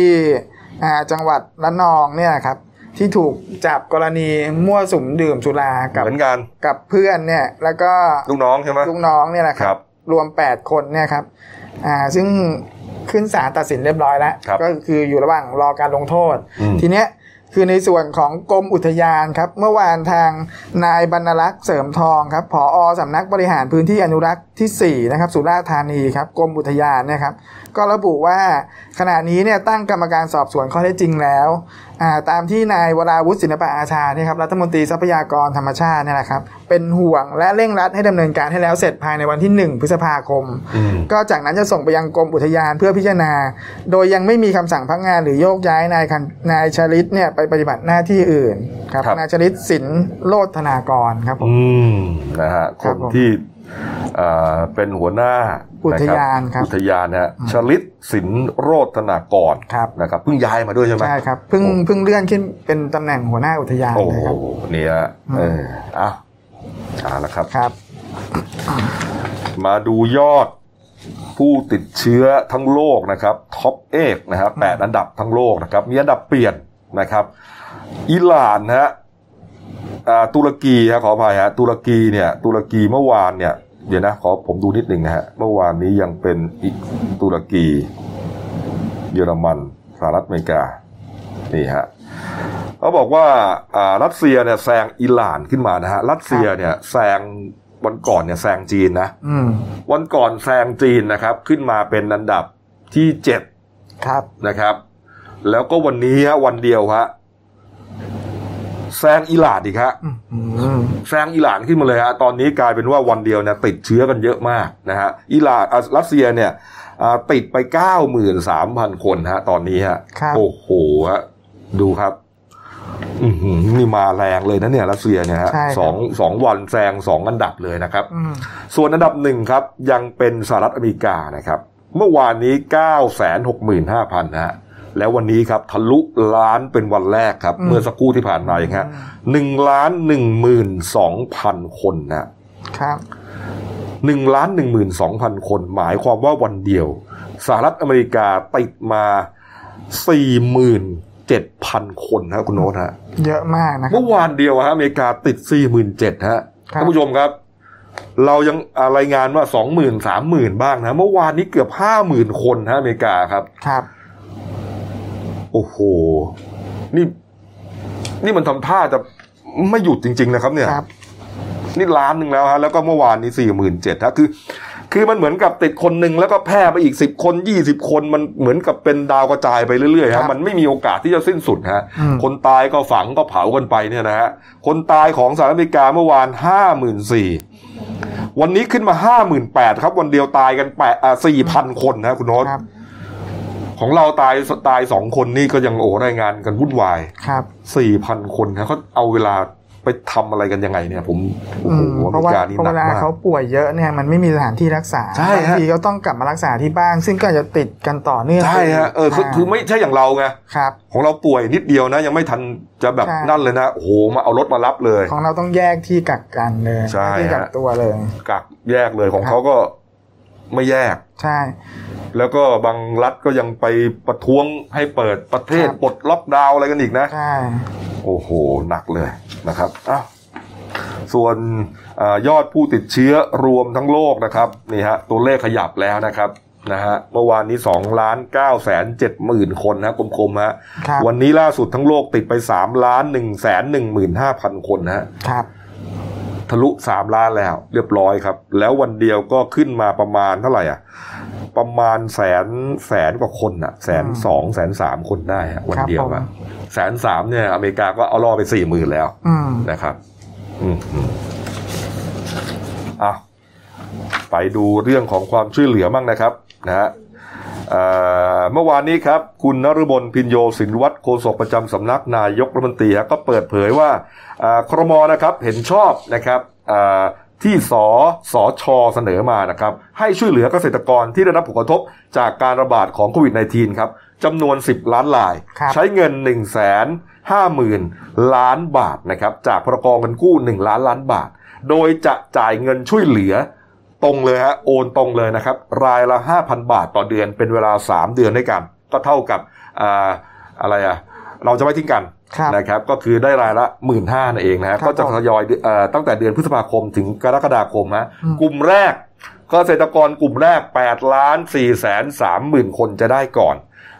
S2: อ่าจังหวัดระนองเนี่ยครับ ที่ถูกจับกรณีมั่วสุมดื่มสุรากับ
S1: เหมือนกัน
S2: กับเพื่อนเนี่ย แล้วก็
S1: ลูกน้องใช่ไหม
S2: ลูกน้องเนี่ยแหละค
S1: ครั
S2: รั
S1: บบ
S2: รวม 8 คนเนี่ยครับอ่าซึ่งขึ้นศาลตัดสินเรียบร้อยแล้ว
S1: ครับ
S2: ก็คืออยู่ระหว่างรอการลงโทษ
S1: อืม
S2: ทีเนี้ยคือในส่วนของกรมอุทยานครับ เมื่อวานทางนายบรรลักษ์เสริมทองครับผอสำนักบริหารพื้นที่อนุรักษ์ทีสี่4นะครับสุราษฎร์ธานีครับกรมอุทยานเนี่ยครับ ก็ระบุว่าขณะนี้เนี่ยตั้งกรรมการสอบสวนข้อเท็จจริงแล้วอ่าตามที่นายวราวุฒิศิลปะอาชาเนี่ยครับรัฐมนตรีทรัพยากรธรรมชาติเนี่ยแหละครับ เป็นห่วงและเร่งรัดให้ดำเนินการให้แล้วเสร็จภายในวันที่ 1 พฤษภาคม
S1: อืม
S2: ก็จากนั้นจะส่งไปยังกรมอุทยานเพื่อพิ จารณา โดยยังไม่มีคำสั่งพักงานหรือโยกย้ายนายคันนายชลิตเนี่ยไปปฏิบัติหน้าที่อื่นครับ
S1: ครับ
S2: นายชลิตสินโลดธนากรครับผม
S1: อืมนะฮะค
S2: ครั
S1: น
S2: บผม
S1: ที่เอ่อเป็นหัวหน้า
S2: อุทยาน
S1: นะ
S2: ครั
S1: อุ
S2: บ
S1: ทยานนะฮะชลิตสินโรธนากร
S2: ครับ
S1: นะครับเพิ่งย้ายมาด้วยใช่ไหม
S2: ใช่ครับเพิ่ง
S1: โอ้
S2: เพิ่งเลื่อนขึ้นเป็นตำแหน่งหัวหน้าอุทยาน
S1: โอ้
S2: เลย
S1: โห
S2: ครับ
S1: เนี่ย
S2: อืม
S1: เอออ่ะเอาละครับ
S2: ครับ
S1: มาดูยอดผู้ติดเชื้อทั้งโลกนะครับท็อปเอกนะครับแปดอันดับทั้งโลกนะครับ มีอันดับเปลี่ยนนะครับ อิหร่านนะฮะอ่าตุรกีฮะขออภัยฮะตุรกีเนี่ยตุรกีเมื่อวานเนี่ยเดี๋ยวนะขอผมดูนิดหนึ่งนะฮะเมื่อวานนี้ยังเป็นอิตุรกี เยอรมันสหรัฐอเมริกานี่ฮะเขาบอกว่าอ่ารัสเซียเนี่ยแซงอิหร่านขึ้นมานะฮะรัสเซียเนี่ยแซงวันก่อนเนี่ยแซงจีนนะ
S2: อืม
S1: วันก่อนแซงจีนนะครับ ขึ้นมาเป็นอันดับที่เจ็ด
S2: ครับ
S1: นะครับ แล้วก็วันนี้ฮะวันเดียวฮะแซงอิหร่านอีกฮะ
S2: อืมอืม
S1: แซงอิหร่านขึ้นมาเลยฮะตอนนี้กลายเป็นว่าวันเดียวเนี่ยติดเชื้อกันเยอะมากนะฮะอิหร่านอ่ะรัสเซียเนี่ยอ่าติดไปเก้าหมื่นสามพันคนฮะ ตอนนี้ฮะ
S2: ครับ
S1: โอ้โหฮะดูครับ อือหือนี่มาแรงเลยนะเนี่ยรัสเซียเนี่ยฮะ
S2: ใช่ครับ
S1: สองสองวันแซงสองอันดับเลยนะครับ
S2: อืม
S1: ส่วนอันดับหนึ่งครับ ยังเป็นสหรัฐอเมริกานะครับ เมื่อวานนี้ 9 6 5 0 0 0นะฮะแล้ววันนี้ครับทะลุล้านเป็นวันแรกครับ เมื่อสักครู่ที่ผ่านมาเองฮะหนึ่งล้านหนึ่งหมื่นสองพันคนนะครับ หนึ่งล้านหนึ่งหมื่นสองพันคน หมายความว่าวันเดียวสหรัฐอเมริกาติดมาสี่หมื่นเจ็ดพันคนนะคุณโน้ตฮะ
S2: เยอะมากนะ
S1: เมื่อวานเดียวฮะอเมริกาติด 47,000ฮะ
S2: ครับ
S1: ท่านผู้ชมครับ เรายังอ่ารายงานว่า 20,000 30,000 บ้างนะ เมื่อวานนี้เกือบ 50,000 คนฮะอเมริกาครับ
S2: ครับ
S1: โอ้โห นี่ นี่มันทำท่าจะไม่หยุดจริง ๆ นะครับ เนี่ย
S2: ครับ
S1: นี่ล้านหนึ่งแล้วฮะแล้วก็เมื่อวานนี้สี่หมื่นเจ็ดฮะคือ คือมันเหมือนกับติดคนหนึ่งแล้วก็แพร่ไปอีกสิบคนยี่สิบคนมันเหมือนกับเป็นดาวกระจายไปเรื่อยๆ
S2: ครั
S1: ฮะ
S2: บ
S1: มันไม่มีโอกาสที่จะสิ้นสุดฮะ
S2: อืม
S1: คนตายก็ฝังก็เผากันไปเนี่ยนะฮะคนตายของสหรัฐอเมริกาเมื่อวานห้าหมื่นสี่วันนี้ขึ้นมาห้าหมื่นแปดครับ วันเดียวตายกันแปดสี่พันคนนะคุณโนต
S2: ครับ
S1: ของเราตายตายสองคนนี่ก็ยังโอ้รายงานกันวุ่นวาย
S2: ครับ
S1: สี่พันคนนะเขาเอาเวลาไปทำอะไรกันยังไงเนี่ย ผมโอ้
S2: อื
S1: โห
S2: ม
S1: อ
S2: เพ
S1: เม
S2: ราะว่าก
S1: ริานี่
S2: เพราะ
S1: ห
S2: เว
S1: นั
S2: ลาม
S1: กาก
S2: เขาป่วยเยอะเนี่ยมันไม่มีสถานที่รักษา
S1: ใช่ฮะ
S2: บางทีก็ต้องกลับมารักษาที่บ้าน ซึ่งก็จะติดกันต่อเนื่อง
S1: ใช่ฮะเออคือคือไม่ใช่อย่างเราไง
S2: ครับ
S1: ของเราป่วยนิดเดียวนะ ยังไม่ทันจะแบบ
S2: ใช่
S1: นั่นเลยนะโอ้โหมาเอารถมารับเลย
S2: ของเราต้องแยกที่กักกันเลย
S1: ใช่ฮะ
S2: ที่กักตัวเลย
S1: กักแยกเลยของ
S2: ครับ
S1: เขาก็ไม่แยก
S2: ใช่
S1: แล้วก็บางรัฐก็ยังไปประท้วงให้เปิดประเทศ
S2: ครับ
S1: ปลดล็อกดาวน์อะไรกันอีกนะ
S2: ใช่
S1: โอ้โห หนักเลยนะครับอ้าวส่วนอายอดผู้ติดเชื้อรวมทั้งโลกนะครับนี่ฮะตัวเลขขยับแล้วนะครับนะฮะเมื่อวานนี้2ล้าน9แสน7หมื่นคนนะกลมๆฮะ
S2: ครับ
S1: วันนี้ล่าสุดทั้งโลกติดไป3ล้าน1แสน1หมื่น5,000 คนนะฮะ
S2: ครับ
S1: ทะลุ 3 ล้านแล้ว เรียบร้อยครับ แล้ววันเดียวก็ขึ้นมาประมาณเท่าไหร่อ่ะประมาณแสนแสนกว่าคนอ่ะแสนสองแสนสามคนได้ฮะวันเดียว
S2: ครั
S1: อ่ะ
S2: บ
S1: แสนสามเนี่ยอเมริกาก็เอาล่อไปสี่หมื่นแล้ว
S2: อืม
S1: นะครับอืมอืมอ่ะไปดูเรื่องของความช่วยเหลือมั่งนะครับนะฮะ เอ่อเมื่อวานนี้ครับ คุณนฤบลพินโยสินวัตรโฆษกประจำสำนักนายกรัฐมนตรีฮะก็เปิดเผยว่าเอ่อครมนะครับเห็นชอบนะครับเอ่อที่สสชเสนอมานะครับ ให้ช่วยเหลือเกษตรกรที่ได้รับผลกระทบจากการระบาดของโควิด -19 ครับจำนวน 10 ล้านราย
S2: ครับ
S1: ใช้เงิน 1 5 0 0 0 0 ล้านบาทนะครับ จากพรกองเงินกู้ 1 ล้านล้านบาท โดยจะจ่ายเงินช่วยเหลือ ตรงเลยฮะโอนตรงเลยนะครับ รายละ 5,000 บาทต่อเดือนเป็นเวลา 3 เดือนด้วยกัน ก็เท่ากับอ่าอะไรอะ เราจะไม่ทิ้งกัน
S2: ครับ
S1: นะครับ ก็คือได้รายละหมื่นห้านั่นเองนะฮะ
S2: ครับ
S1: ก็จะทยอยเดือนเอ่อตั้งแต่เดือนพฤษภาคมถึงกรกฎาคมฮะ
S2: อืม
S1: กลุ่มแรกเกษตรกรกลุ่มแรก8ล้าน4แสน3หมื่นคนจะได้ก่อน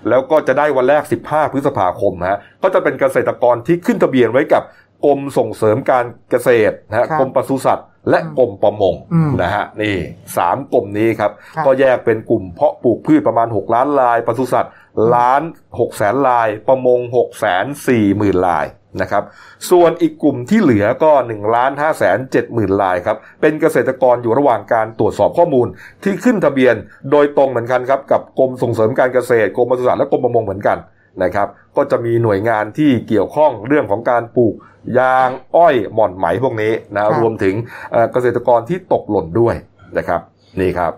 S1: แล้วก็จะได้วันแรก 15 พฤษภาคมฮะก็จะเป็นเกษตรกรที่ขึ้นทะเบียนไว้กับกรมส่งเสริมการเกษตรนะฮะ
S2: ครับ
S1: กรมปศุสัตว์และกรมประมง
S2: อืม
S1: นะฮะนี่สามกลุ่มนี้ครับ
S2: ครับ
S1: ก็แยกเป็นกลุ่มเพาะปลูกพืชประมาณ 6 ล้านลายปศุสัตว์ล้าน6แสนลาย ประมง6แสน4หมื่นลายนะครับ ส่วนอีกกลุ่มที่เหลือก็1ล้าน5แสน7หมื่นลายครับเป็นเกษตรกรอยู่ระหว่างการตรวจสอบข้อมูลที่ขึ้นทะเบียนโดยตรงเหมือนกันครับกับกรมส่งเสริมการเกษตรกรมปศุสัตว์และกรมประมงเหมือนกันนะครับก็จะมีหน่วยงานที่เกี่ยวข้องเรื่องของการปลูกยางอ้อยหม่อนไหมพวกนี้
S2: ครั
S1: นะ
S2: บ
S1: รวมถึงเอ่อเกษตรกรที่ตกหล่นด้วยนะครับนี่ครับ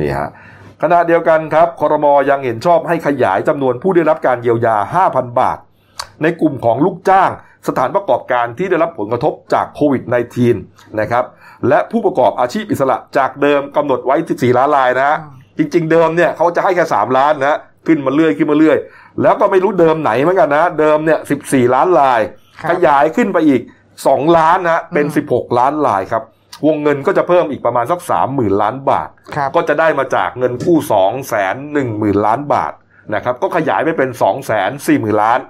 S1: นี่ฮะขณะเดียวกันครับคอรมอยังเห็นชอบให้ขยายจำนวนผู้ได้รับการเยียวยา 5,000 บาท ในกลุ่มของลูกจ้าง สถานประกอบการที่ได้รับผลกระทบจากโควิด -19 นะครับและผู้ประกอบอาชีพอิสระจากเดิมกำหนดไว้ 14 ล้านรายนะฮะจริง ๆ เดิมเนี่ยเขาจะให้แค่ 3 ล้านนะฮะขึ้นมาเรื่อยขึ้นมาเรื่อย แล้วก็ไม่รู้เดิมไหนเหมือนกันนะเดิมเนี่ย 14 ล้านราย
S2: ครับ
S1: ขยายขึ้นไปอีก 2 ล้านนะฮะเป็น
S2: อืม
S1: 16 ล้านรายครับวงเงินก็จะเพิ่มอีกประมาณสัก30,000 ล้านบาท
S2: ครับ
S1: ก็จะได้มาจากเงินกู้2แสน1หมื่นล้านบาทนะครับก็ขยายไปเป็น2แสน4หมื่นล้าน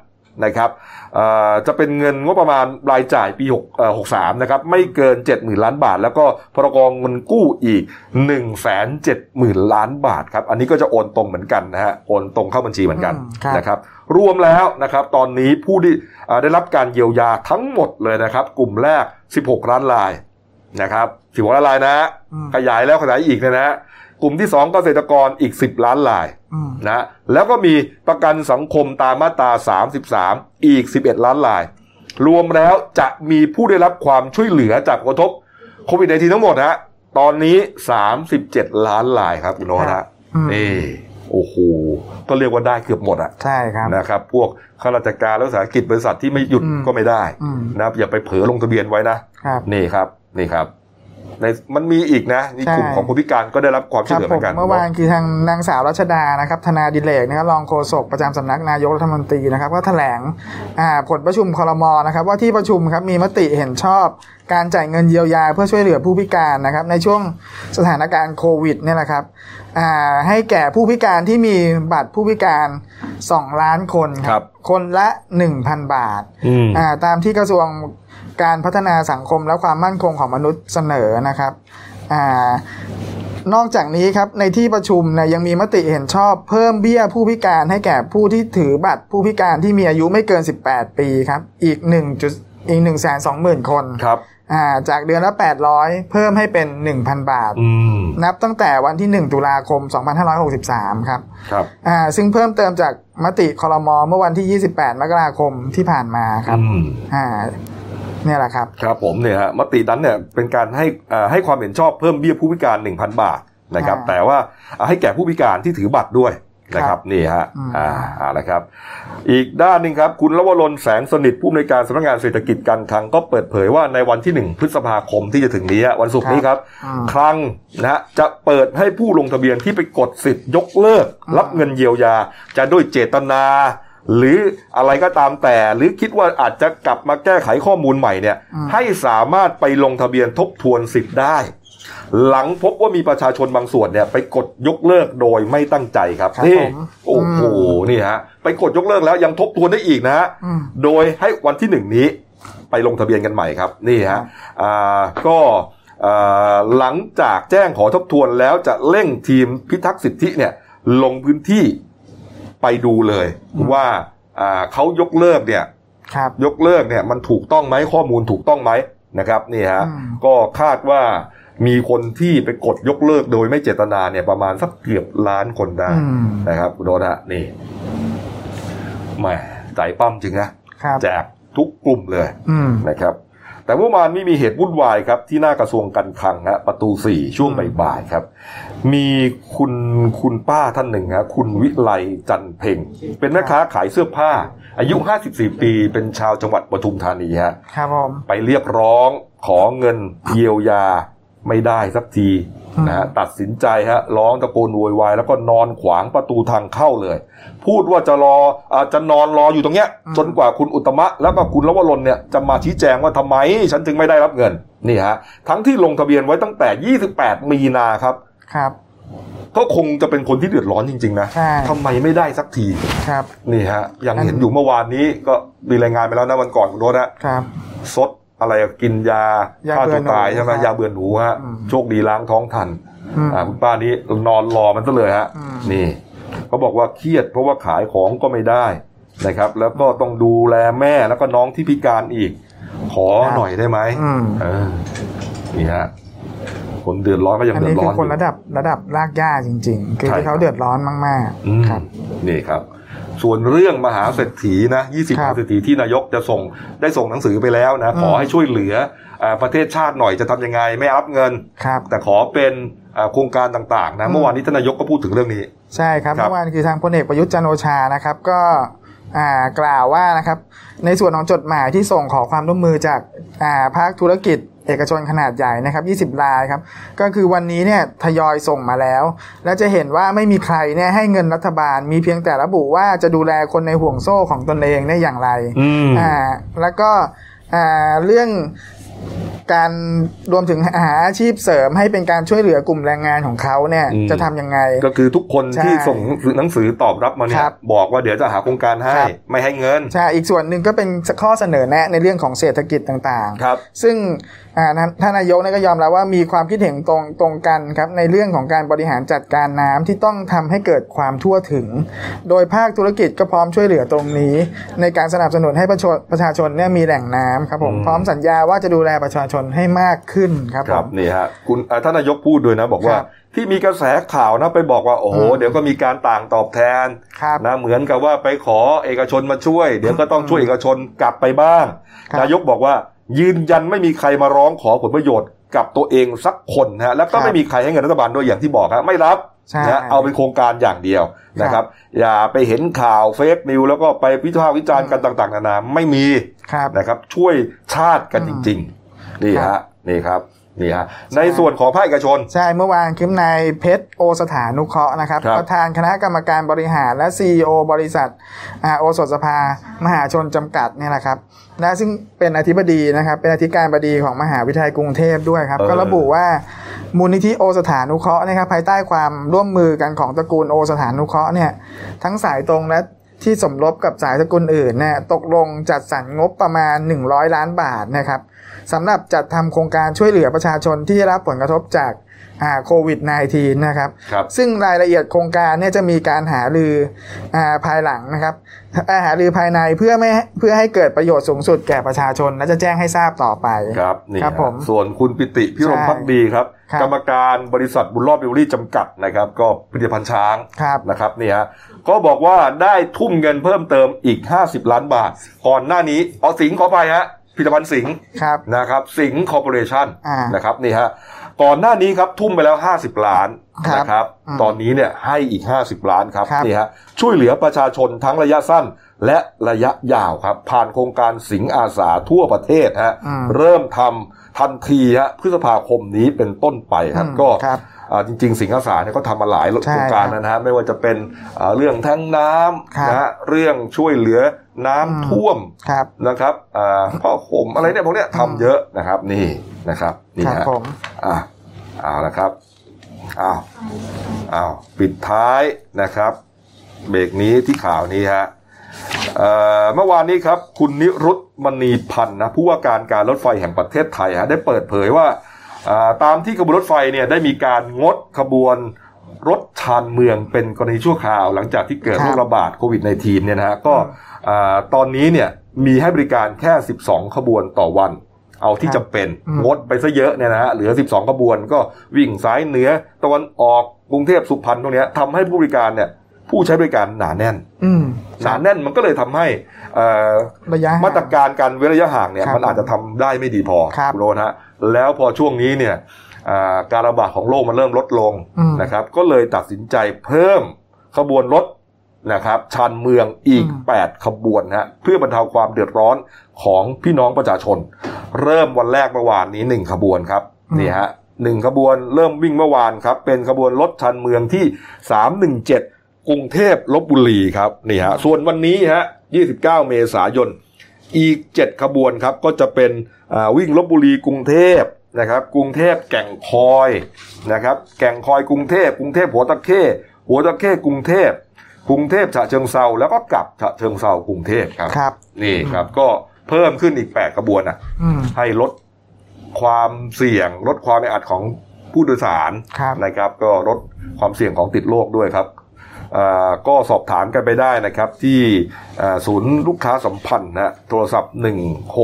S1: นะครับเอ่อจะเป็นเงินงบประมาณรายจ่ายปี6เอ่อ63นะครับไม่เกิน 7 0,000 ล้านบาท แล้วก็พรกองเงินกู้อีก1แสน7หมื่นล้านบาทครับอันนี้ก็จะโอนตรงเหมือนกันนะฮะโอนตรงเข้าบัญชีเหมือนกัน
S2: อืมครับ
S1: นะครับรวมแล้วนะครับตอนนี้ผู้ที่เอ่อได้รับการเยียวยาทั้งหมดเลยนะครับกลุ่มแรก 16 ล้านรายนะครับ16ล้านรายนะฮะ
S2: อืม
S1: ขยายแล้วขยายอีกเนยนะฮะกลุ่มที่ 2 เกษตรกรอีก 10 ล้านราย
S2: อืม
S1: นะฮะแล้วก็มีประกันสังคมตามมาตรา 33 อีก 11 ล้านราย รวมแล้วจะมีผู้ได้รับความช่วยเหลือจากผลกระทบโควิดในทีทั้งหมดนะฮะตอนนี้ 37 ล้านรายครับคุณโนตฮะ
S2: อืม
S1: นี่โอ้โหก็เรียกว่าได้เกือบหมดอะ
S2: ใช่ครับ
S1: นะครับ พวกข้าราชการและสาหกิจบริษัทที่ไม่หยุด
S2: อืม
S1: ก็ไม่ได้
S2: อืม
S1: นะครับอย่าไปเผลอลงทะเบียนไว้นะ
S2: ครับ
S1: นี่ครับนี่ครับในมันมีอีกนะนี่
S2: ใช่
S1: กลุ่มของคนพิการก็ได้รับความ
S2: ค
S1: ช่วย
S2: รับ
S1: เหลือเหมือน
S2: ผม
S1: กัน
S2: เมื่อวานคือทางนางสาวรัชดานะครับธนาดิเลกนะครับรองโฆษกประจำสำนักนายกรัฐมนตรีนะครับก็แถลงอ่าผลประชุมคอรมอนะครับว่าที่ประชุมครับมีมติเห็นชอบ การจ่ายเงินเยียวยาเพื่อช่วยเหลือผู้พิการนะครับในช่วงสถานการณ์โควิดเนี่ยแหละครับอ่าให้แก่ผู้พิการที่มีบัตรผู้พิการ 2 ล้านคนครับคนละ 1,000 บาท
S1: อืม
S2: อ่าตามที่กระทรวงการพัฒนาสังคมและความมั่นคงของมนุษย์เสนอนะครับอานอกจากนี้ครับในที่ประชุมเนยยังมีมติเห็นชอบเพิ่มเบี้ยผู้พิการให้แก่ผู้ที่ถือบัตรผู้พิการที่มีอายุไม่เกิน 18 ปีครับอีก1จุดอีก1 2 0 0 0 0 คน
S1: ครับ
S2: อ่าจากเดือนละ 800 เพิ่มให้เป็น 1,000 บาท
S1: อืม
S2: นับตั้งแต่วันที่ 1 ตุลาคม 2563 ครับ
S1: ครับ
S2: อ่าซึ่งเพิ่มเติมจากมติคอรมอเมื่อวันที่ 28 มกราคมที่ผ่านมาครับ
S1: อืม
S2: อ่าเนี่ยแหละครับ
S1: ครับผมเนี่ยฮะมตินั้นเนี่ยเป็นการให้เอ่อให้ความเห็นชอบเพิ่มเบี้ยผู้พิการ 1,000 บาทนะครับ
S2: อ่า
S1: แต่ว่าเอ่อให้แก่ผู้พิการที่ถือบัตรด้วยนะครับนี่ฮะ
S2: อืม
S1: อ่าเอาละครับ อีกด้านหนึ่งครับ คุณลวรนแสงสนิทผู้อำนวยการสำนักงานเศรษฐกิจการคลังก็เปิดเผยว่าในวันที่หนึ่งพฤษภาคมที่จะถึงนี้ฮะวันศุกร์นี้ครับ
S2: อืม
S1: คลังนะฮะจะเปิดให้ผู้ลงทะเบียนที่ไปกดสิทธิ์ยกเลิก
S2: อืม
S1: รับเงินเยียวยา จะด้วยเจตนา หรืออะไรก็ตามแต่ หรือคิดว่าอาจจะกลับมาแก้ไขข้อมูลใหม่เนี่ย
S2: อืม
S1: ให้สามารถไปลงทะเบียนทบทวนสิทธิ์ได้ หลังพบว่ามีประชาชนบางส่วนเนี่ยไปกดยกเลิกโดยไม่ตั้งใจครับ
S2: ครับ
S1: นี่
S2: ผม
S1: โอ้โห
S2: อืม
S1: นี่ฮะไปกดยกเลิกแล้วยังทบทวนได้อีกนะฮะ
S2: อืม
S1: โดยให้วันที่หนึ่งนี้ไปลงทะเบียนกันใหม่ครับนี่
S2: ครั
S1: ฮะ
S2: บ
S1: อ่าก็อ่าหลังจากแจ้งขอทบทวนแล้วจะเร่งทีมพิทักษ์สิทธิเนี่ยลงพื้นที่ไปดูเลยว่าอ่าเขายกเลิกเนี่ย
S2: ครับ
S1: ยกเลิกเนี่ยมันถูกต้องไหมข้อมูลถูกต้องไหมนะครับนี่ฮะ
S2: อืม
S1: ก็คาดว่ามีคนที่ไปกดยกเลิกโดยไม่เจตนาเนี่ยประมาณสักเกือบล้านคนได้
S2: อืม
S1: นะครับคุณโดนฮะนี่แหมใจปั้มจริงนะ
S2: ครับ
S1: แจกทุกกลุ่มเลย
S2: อืม
S1: นะครับ แต่เมื่อวานไม่มีเหตุวุ่นวายครับ ที่หน้ากระทรวงการคลังฮะประตูสี่ช่วง
S2: อืม
S1: บ่ายๆครับ มีคุณคุณป้าท่านหนึ่งฮะคุณวิไลจันเพ็งเป็นแม่ค้าขายเสื้อผ้า อายุ 54 ปีเป็นชาวจังหวัดปทุมธานีฮะ
S2: ครับผม
S1: ไปเรียกร้องขอเงินเยียวยา ไม่ได้สักทีนะฮะตัดสินใจฮะร้องตะโกนโวยวายแล้วก็นอนขวางประตูทางเข้าเลย พูดว่าจะรออาจะนอนรออยู่ตรงเนี้ย
S2: อืม
S1: จนกว่าคุณอุตตมะแล้วก็คุณลวรนเนี่ยจะมาชี้แจงว่าทำไม ฉันจึงไม่ได้รับเงินนี่ฮะทั้งที่ลงทะเบียนไว้ตั้งแต่ 28 มีนาครับ
S2: ครับ
S1: ก็คงจะเป็นคนที่เดือดร้อนจริง ๆ นะ
S2: ใช่
S1: ทำไมไม่ได้สักที
S2: ครับ
S1: นี่ฮะยัง
S2: อัน
S1: เห็นอยู่เมื่อวานนี้ก็มีรายงานไปแล้วนะวันก่อนคุณโรสนะครับ ซดอะไรกินยาย
S2: า
S1: ฆ่า
S2: เบื่
S1: ตัว
S2: อหนู
S1: ตายใช่ไหม
S2: ครับ
S1: ยาเบื่อหนูฮะ
S2: อืม
S1: โชคดีล้างท้องทัน
S2: อืม
S1: อ่าคุณป้านี้นอนรอมันซะเลยฮะ
S2: อืม
S1: นี่เขาบอกว่าเครียดเพราะว่าขายของก็ไม่ได้นะครับ แล้วก็ต้องดูแลแม่แล้วก็น้องที่พิการอีก ขอหน่อยได้ไหม
S2: อืม
S1: เออนี่ฮะคนเดือดร้อนก็ยัง
S2: อัน
S1: เดือ
S2: นี้
S1: ดร้
S2: คือ อน
S1: อ
S2: คน
S1: ยู่
S2: ระดับระดับรากหญ้าจริง ๆ คือ
S1: ใช่
S2: ที่
S1: ครั
S2: เขา
S1: บ
S2: เดือดร้อนมาก
S1: อืม
S2: ๆ ครับ
S1: นี่ครับ ส่วนเรื่องมหาเศรษฐีนะ20ม
S2: ครับ
S1: หาเศรษฐีที่นายกจะส่งได้ส่งหนังสือไปแล้วนะ ขอ
S2: ม
S1: ให้ช่วยเหลืออาประเทศชาติหน่อยจะทำยังไง ไม่อัพเงิน
S2: ครับ
S1: แต่ขอเป็นอ่าโครงการต่างๆนะเมื่อวานนี้ท่านนายกก็พูดถึงเรื่องนี้
S2: ใช่ครับ
S1: ครับ
S2: เมื่อวานคือทางพลเอกประยุทธ์จันทร์โอชานะครับก็อ่ากล่าวว่านะครับในส่วนของจดหมายที่ส่งขอความร่วมมือจากอ่าภาคธุรกิจ เอกชนขนาดใหญ่นะครับ20รายครับก็คือวันนี้เนี่ยทยอยส่งมาแล้ว และจะเห็นว่าไม่มีใครเนี่ยให้เงินรัฐบาล มีเพียงแต่ระบุว่าจะดูแลคนในห่วงโซ่ของตนเองได้อย่างไร
S1: อืม
S2: อ่าแล้วก็อ่าเรื่องการรวมถึงหาอาชีพเสริมให้เป็นการช่วยเหลือกลุ่มแรงงานของเขาเนี่ย
S1: อืม
S2: จะทำยังไง
S1: ก็คือทุกคน
S2: ใช่
S1: ที่ส่งหนังสือตอบรับมาเนี่
S2: ค
S1: ย
S2: รับ
S1: บอกว่าเดี๋ยวจะหาโครงการให้
S2: ครับ
S1: ไม่ให้เงิน
S2: ใช่อีกส่วนหนึ่งก็เป็นข้อเสนอแนะในเรื่องของเศรษฐกิจต่าง
S1: ครับ
S2: ๆ ซึ่งอ่านั้นท่านนายกเนี่ยก็ยอมรับว่ามีความคิดเห็นตรงตรงกันครับในเรื่องของการบริหารจัดการน้ำที่ต้องทำให้เกิดความทั่วถึง โดยภาคธุรกิจก็พร้อมช่วยเหลือตรงนี้ ในการสนับสนุนให้ประชาประชาชนเนี่ยมีแหล่งน้ำครับผม
S1: อืม
S2: พร้อมสัญญาว่าจะดูแลประชาชนให้มากขึ้นครับ
S1: ค
S2: ผ
S1: รับ
S2: ม
S1: นี่ฮะคุณอ่าท่านนายกพูดด้วยนะบอกว่า
S2: ครับ
S1: ที่มีกระแสข่าวนะไปบอกว่าโอ้โห
S2: อืม
S1: เดี๋ยวก็มีการต่างตอบแทน
S2: ครับ
S1: นะเหมือนกับว่าไปขอเอกชนมาช่วย เดี๋ยวก็ต้องช่วยเอกชนกลับไปบ้าง
S2: ครับ
S1: นายกบอกว่า ยืนยันไม่มีใครมาร้องขอผลประโยชน์กับตัวเองสักคนนะฮะแล้วก็
S2: ครับ
S1: ไม่มีใครให้เงินรัฐบาลด้วยอย่างที่บอกฮะไม่รับ
S2: ใช่
S1: นะฮะเอาเป็นโครงการอย่างเดียวนะครับ อย่าไปเห็นข่าวเฟกนิวแล้วก็ไปวิพากษ์วิจารณ์กันต่าง ๆ นานาไม่มี
S2: ครับ
S1: นะครับช่วยชาติกันจ
S2: อืม
S1: ริงๆนี่
S2: ครั
S1: ฮะ
S2: บ
S1: นี่ครับนี่ฮะ
S2: ใช่
S1: ในส่วนของภาคเอกชน
S2: ใช่เมื่อวานคือนายเพชรโอสถานุเคราะห์นะครับ
S1: ครับ
S2: ประธานคณะกรรมการบริหารและ CEO บริษัทอ่าโอสถสภา มหาชนจำกัดเนี่ยแหละครับและซึ่งเป็นอธิบดีนะครับ เป็นอธิการบดีของมหาวิทยาลัยกรุงเทพด้วยครับ ก็ระบุว่ามูลนิธิโอสถานุเคราะห์นะครับภายใต้ความร่วมมือกันของตระกูลโอสถานุเคราะห์เนี่ยทั้งสายตรงและที่สมรบกับสายตระกูลอื่นเนี่ยตกลงจัดสรรงบประมาณ 100 ล้านบาทนะครับ สำหรับจัดทำโครงการช่วยเหลือประชาชนที่ได้รับผลกระทบจากอ่าโควิด -19 นะครับ
S1: ครับ
S2: ซึ่งรายละเอียดโครงการเนี่ยจะมีการหารืออาภายหลังนะครับอ่าหารือภายในเพื่อไม่เพื่อให้เกิดประโยชน์สูงสุดแก่ประชาชน และจะแจ้งให้ทราบต่อไป
S1: ครับนี่
S2: ครับ
S1: ฮะ
S2: ผม
S1: ส่วนคุณปิติพิรม
S2: ใช่
S1: พักดีครับ
S2: ครับ
S1: กรรมการบริษัทบุญรอบบิวรี่จำกัดนะครับ ก็ผลิตภัณฑ์ช้าง
S2: ครับ
S1: นะครับนี่ฮะก็บอกว่าได้ทุ่มเงินเพิ่มเติมอีก 50 ล้านบาทก่อนหน้านี้อ๋อสิงห์ขอไปฮะผลิตภัณฑ์สิงห์
S2: ครับ
S1: นะครับสิงห์คอร์ปอเรชั่น
S2: อ่าน
S1: นะครับนี่ฮะก่อนหน้านี้ครับทุ่มไปแล้ว 50 ล้าน
S2: ครับ
S1: นะครับ
S2: อืม
S1: ตอนนี้เนี่ยให้อีก 50 ล้านครับ
S2: ครับ
S1: นี่ฮะช่วยเหลือประชาชนทั้งระยะสั้นและระยะยาวครับ ผ่านโครงการสิงห์อาสาทั่วประเทศฮะ
S2: อืม
S1: เริ่มทำทันทีฮะพฤษภาคมนี้เป็นต้นไปครับ
S2: อืม
S1: ก็
S2: ครับ
S1: อ่าจริง ๆ สิงห์อาสาเนี่ยก็ทำมาหลาย
S2: ใช่
S1: โครงการ
S2: ครับ
S1: นะฮะไม่ว่าจะเป็นอ่าเรื่องแท้งน้
S2: ครั
S1: ำ
S2: บ
S1: นะฮะเรื่องช่วยเหลือน้ำ
S2: อืม
S1: ท่วม
S2: ครับ
S1: นะครับอ่าผ้าห่มอะไรเนี่ยพวกเนี้ย
S2: อืม
S1: ทำเยอะนะครับ นี่นะครับนี่
S2: ครับ
S1: ฮะ
S2: ผม
S1: อ่าเอาละครับอ้าวอ้าวปิดท้ายนะครับ เบรกนี้ที่ข่าวนี้ฮะเอ่อเมื่อวานนี้ครับ คุณนิรุตมณีพันธ์นะผู้ว่าการการรถไฟแห่งประเทศไทยฮะได้เปิดเผยว่าอ่าตามที่ขบวนรถไฟเนี่ยได้มีการงดขบวนรถชานเมืองเป็นกรณีชั่วคราว หลังจากที่เกิดโรคระบาดโควิด -19 เนี่ยนะฮะก็อ่าตอนนี้เนี่ยมีให้บริการแค่ 12 ขบวนต่อวัน เอาที่จำเป็น
S2: อืม
S1: งดไปซะเยอะเนี่ยนะฮะเหลือ 12 ขบวนก็วิ่งสายเหนือตะวันออกกรุงเทพสุพรรณตรงเนี้ยทำให้ผู้บริการเนี่ยผู้ใช้บริการหนาแน่น
S2: อืม
S1: หนาแน่นมันก็เลยทำให้เอ่อ
S2: ระยะห่ง
S1: มาตรการการเว้นระยะห่างเนี่ย
S2: ครับ
S1: มันอาจจะทำได้ไม่ดีพอ
S2: ครับ
S1: ณโรนฮะแล้วพอช่วงนี้เนี่ยอ่าการระบาดของโรคมันเริ่มลดลง
S2: อืม
S1: นะครับ ก็เลยตัดสินใจเพิ่มขบวนรถนะครับชานเมืองอีก
S2: อืม
S1: 8 ขบวนฮะเพื่อบรรเทาความเดือดร้อนของพี่น้องประชาชน เริ่มวันแรกเมื่อวานนี้ 1 ขบวนครับ
S2: อืม
S1: นี่ฮะ หนึ่งขบวนเริ่มวิ่งเมื่อวานครับ เป็นขบวนรถชันเมืองที่ 317 กรุงเทพลบบุรีครับนี่ฮะส่วนวันนี้ฮะ 29 เมษายน อีก 7 ขบวนครับก็จะเป็นอ่าวิ่งลบบุรีกรุงเทพนะครับ กรุงเทพแก่งคอยนะครับ แก่งคอยกรุงเทพกรุงเทพหัวตะเข้หัวตะเข้กรุงเทพกรุงเทพฉะเชิงเซาแล้วก็กลับฉะเชิงเซากรุงเทพครับ
S2: ครับ
S1: นี่ครับก็เพิ่มขึ้นอีก 8 ขบวนอ่ะ
S2: อืม
S1: ให้ลดความเสี่ยง ลดความแออัดของผู้โดยสาร
S2: ครับ
S1: นะครับ ก็ลดความเสี่ยงของติดโรคด้วยครับอ่าก็สอบถามกันไปได้นะครับ ที่อ่าศูนย์ลูกค้าสัมพันธ์นะโทรศัพท์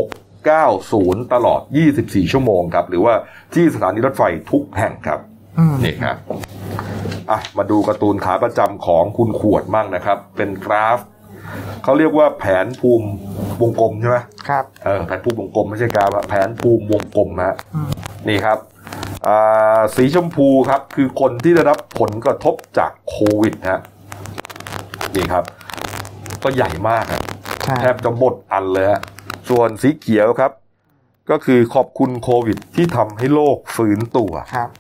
S1: 1690 ตลอด 24 ชั่วโมงครับ หรือว่าที่สถานีรถไฟทุกแห่งครับ
S2: อืม
S1: นี่ครับอ่ะมาดูการ์ตูนขาประจำของคุณขวดบ้างนะครับ เป็นกราฟ เขาเรียกว่าแผนภูมิวงกลมใช่ไหม
S2: ครับ
S1: เออแผนภูมิวงกลมไม่ใช่กราฟอะแผนภูมิวงกลมฮะ
S2: อืม
S1: นี่ครับอ่าสีชมพูครับคือคนที่ได้รับผลกระทบจากโควิดฮะนี่ครับ ก็ใหญ่มากอะ
S2: ใช่
S1: แทบจะหมดอันเลยฮะส่วนสีเขียวครับ ก็คือขอบคุณโควิดที่ทำให้โลกฟื้นตัว
S2: ครับ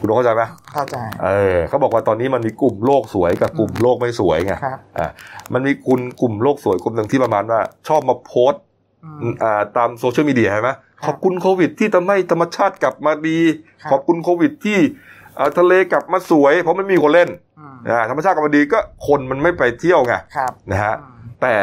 S1: คุณเข้าใจไหม
S2: เข้าใจ
S1: เออเขาบอกว่าตอนนี้มันมีกลุ่มโลกสวยกับกลุ่มโลกไม่สวยไง
S2: ครับ
S1: อ่ะมันมีกลุ่มกลุ่มโลกสวยกลุ่มหนึ่งที่ประมาณว่า ชอบมาโพสต์
S2: อืม
S1: อ่าตามโซเชียลมีเดียใช่ไหม
S2: ครับ
S1: ขอบคุณโควิดที่ทำให้ธรรมชาติกลับมาดี
S2: ครับ
S1: ขอบคุณโควิดที่อ่าทะเลกลับมาสวย เพราะมันมีคนเล่น
S2: อืม
S1: อ่าธรรมชาติกลับมาดีก็คนมันไม่ไปเที่ยวไง
S2: ครับ
S1: นะฮะ
S2: อืม
S1: แต่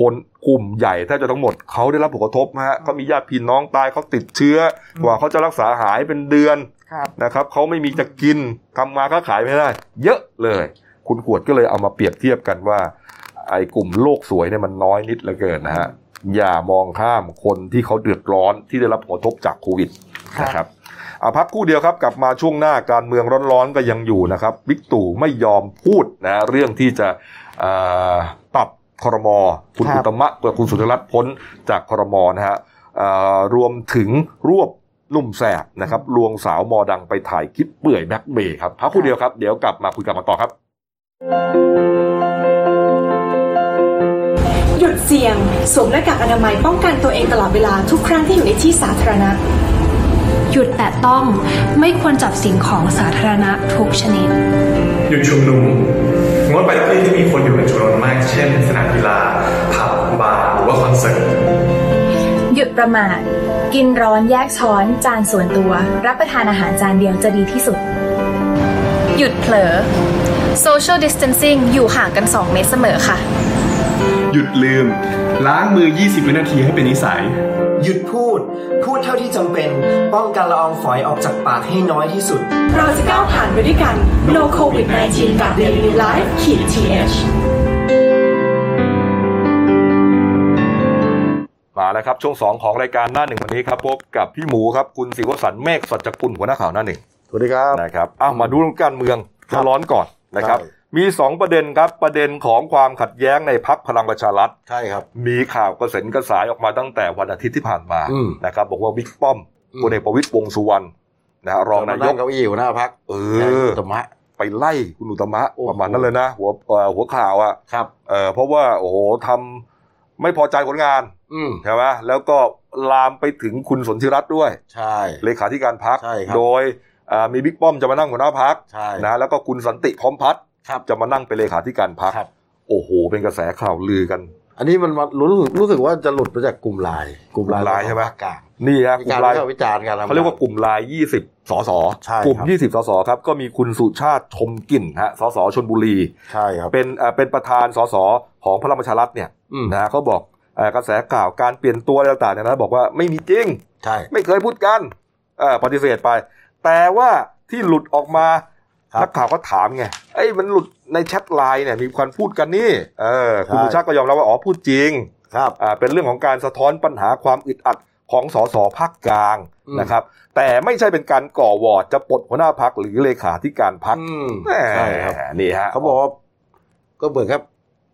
S1: คนกลุ่มใหญ่แทบจะทั้งหมดเขาได้รับผลกระทบฮะเขามีญาติพี่น้องตายเขาติดเชื้ออกว่าเขาจะรักษาหายเป็นเดือน
S2: ครับ
S1: นะครับเขาไม่มีจะกินทำมาค้าขายไม่ได้ เยอะเลย คุณขวดก็เลยเอามาเปรียบเทียบกันว่า ไอ้กลุ่มโลกสวยเนี่ยมันน้อยนิดเหลือเกินนะฮะ อย่ามองข้ามคนที่เขาเดือดร้อนที่ได้รับผลกระทบจากโควิด
S2: ครับ
S1: นะครับเอาพักครู่เดียวครับกลับมาช่วงหน้าการเมืองร้อนๆก็ยังอยู่นะครับบิ๊กตู่ไม่ยอมพูดนะเรื่องที่จะเอ่อปรับครมคุณ
S2: ครับ
S1: อุตมะกับคุณสุธรัตน์พ้นจากครมนะฮะเอ่อรวมถึงรวบหนุ่มแสบนะครับลวงสาวมอดังไปถ่ายคลิปเปื่อยแบ็คเบย์ครับพักครู่เดียวครับเดี๋ยวกลับมาคุยกันมาต่อครับ
S3: หยุดเสี่ยง สวมหน้ากากอนามัยป้องกันตัวเองตลอดเวลาทุกครั้งที่อยู่ในที่สาธารณะ
S4: หยุดแตะต้องไม่ควรจับสิ่งของสาธารณะทุกชนิด
S5: หยุดชุมนุมงดไปที่ที่มีคนอยู่เป็นจำนวนมาก เช่น สนามกีฬาผับบาร์หรือว่าคอนเสิร์ต
S6: หยุดประมาท กินร้อนแยกช้อน จานส่วนตัว รับประทานอาหารจานเดียวจะดีที่สุด หยุดเผลอ social distancing อยู่ห่างกัน 2 เมตรเสมอค่ะ
S7: หยุดลืม ล้างมือ 20 วินาทีให้เป็นนิสัย
S8: หยุดพูด พูดเท่าที่จำเป็น ป้องกันละอองฝอยออกจากปากให้น้อยที่สุด
S3: เราจะก้าวผ่านไปด้วยกัน No COVID 19กับ Daily New Life ขีด th
S1: มาแล้วครับช่วงสองของรายการหน้าหนึ่งวันนี้ครับพบกับพี่หมูครับคุณศิวสันต์เมฆสัจกุลหัวหน้าข่าวหน้าหนึ่ง
S9: สวัสดีครับ
S1: นะครับอ้าวมาดูเรื่องการเมือง
S9: ครับ
S1: ร้อนก่อนนะครับ
S9: ใช่
S1: มีสองประเด็นครับประเด็นของความขัดแย้งในพักพลังประชารัฐ
S9: ใช่ครับ
S1: มีข่าวกระเซ็นกระสายออกมาตั้งแต่วันอาทิตย์ที่ผ่านมา
S9: อืม
S1: นะครับบอกว่าบิ๊กป้อม
S9: อืม
S1: พลเอกประวิตยวงษ์สุวรรณนะฮะรองนายก
S9: เก้าอี้หัวหน้าพัก
S1: เออ
S9: ธรรมะ
S1: ไปไล่คุณอุตมะ
S9: โอ้โห
S1: ประมาณนั้นเลยนะ หัวเอ่อหัวข่าวอ่ะ
S9: ครับ
S1: เออเพราะว่าโอ้โหทำไม่พอใจผลงาน
S9: อืม
S1: ใช่ไหมแล้วก็ลามไปถึงคุณสนธิรัตน์ด้วย
S9: ใช่
S1: เลขาธิการพัก
S9: ใช่ครับ
S1: โดยอ่ามีบิ๊กป้อมจะมานั่งหัวหน้าพัก
S9: ใช่
S1: นะ แล้วก็คุณสันติพร้อมพัฒน์
S9: ครับ
S1: จะมานั่งเป็นเลขาธิการพัก
S9: ครับ
S1: โอ้โห เป็นกระแสข่าวลือกัน
S9: อันนี้มันมารู้สึกรู้สึกว่าจะหลุดมาจากกลุ่มไลน์กลุ่มไลน์
S1: กลุ่มไลน์ใช่ไหม
S9: ของภาคกลาง
S1: นี่ฮะ
S9: มี
S1: กลุ่
S9: การ
S1: มลาย
S9: วิพากษ์วิจารณ์กันนะ
S1: เขาเรียกว่ากลุ่มลาย 20 สส
S9: ใช่ครับ
S1: กลุ่ม 20 สส ครับ ก็มีคุณสุชาติชมกลิ่นฮะ สสชนบุรี
S9: ใช่ครับ
S1: เป็นอ่าเป็นประธานสสของพลังประชารัฐเนี่ย
S9: อืม
S1: นะฮะเขาบอกอ่ากระแสข่าวการเปลี่ยนตัวอะไรต่างๆเนี่ยนะบอกว่าไม่มีจริง
S9: ใช่
S1: ไม่เคยพูดกันเออปฏิเสธไป แต่ว่าที่หลุดออกมา
S9: ครับ
S1: นักข่าวก็ถามไงไอ้ยมันหลุดในแชทไลน์เนี่ยมีการพูดกันนี่เออคุณ
S9: ใช่
S1: บุญชักก็ยอมรับว่าอ๋อพูดจริง
S9: ครับ
S1: อ่าเป็นเรื่องของการสะท้อนปัญหาความอึดอัดของสสพักกลาง
S9: อืม
S1: นะครับ แต่ไม่ใช่เป็นการก่อวอร์ดจะปลดหัวหน้าพักหรือเลขาธิการพัก
S9: อืมใช่ครับ
S1: นี่ฮะ
S9: เขาบอกว่าก็เหมือนครับ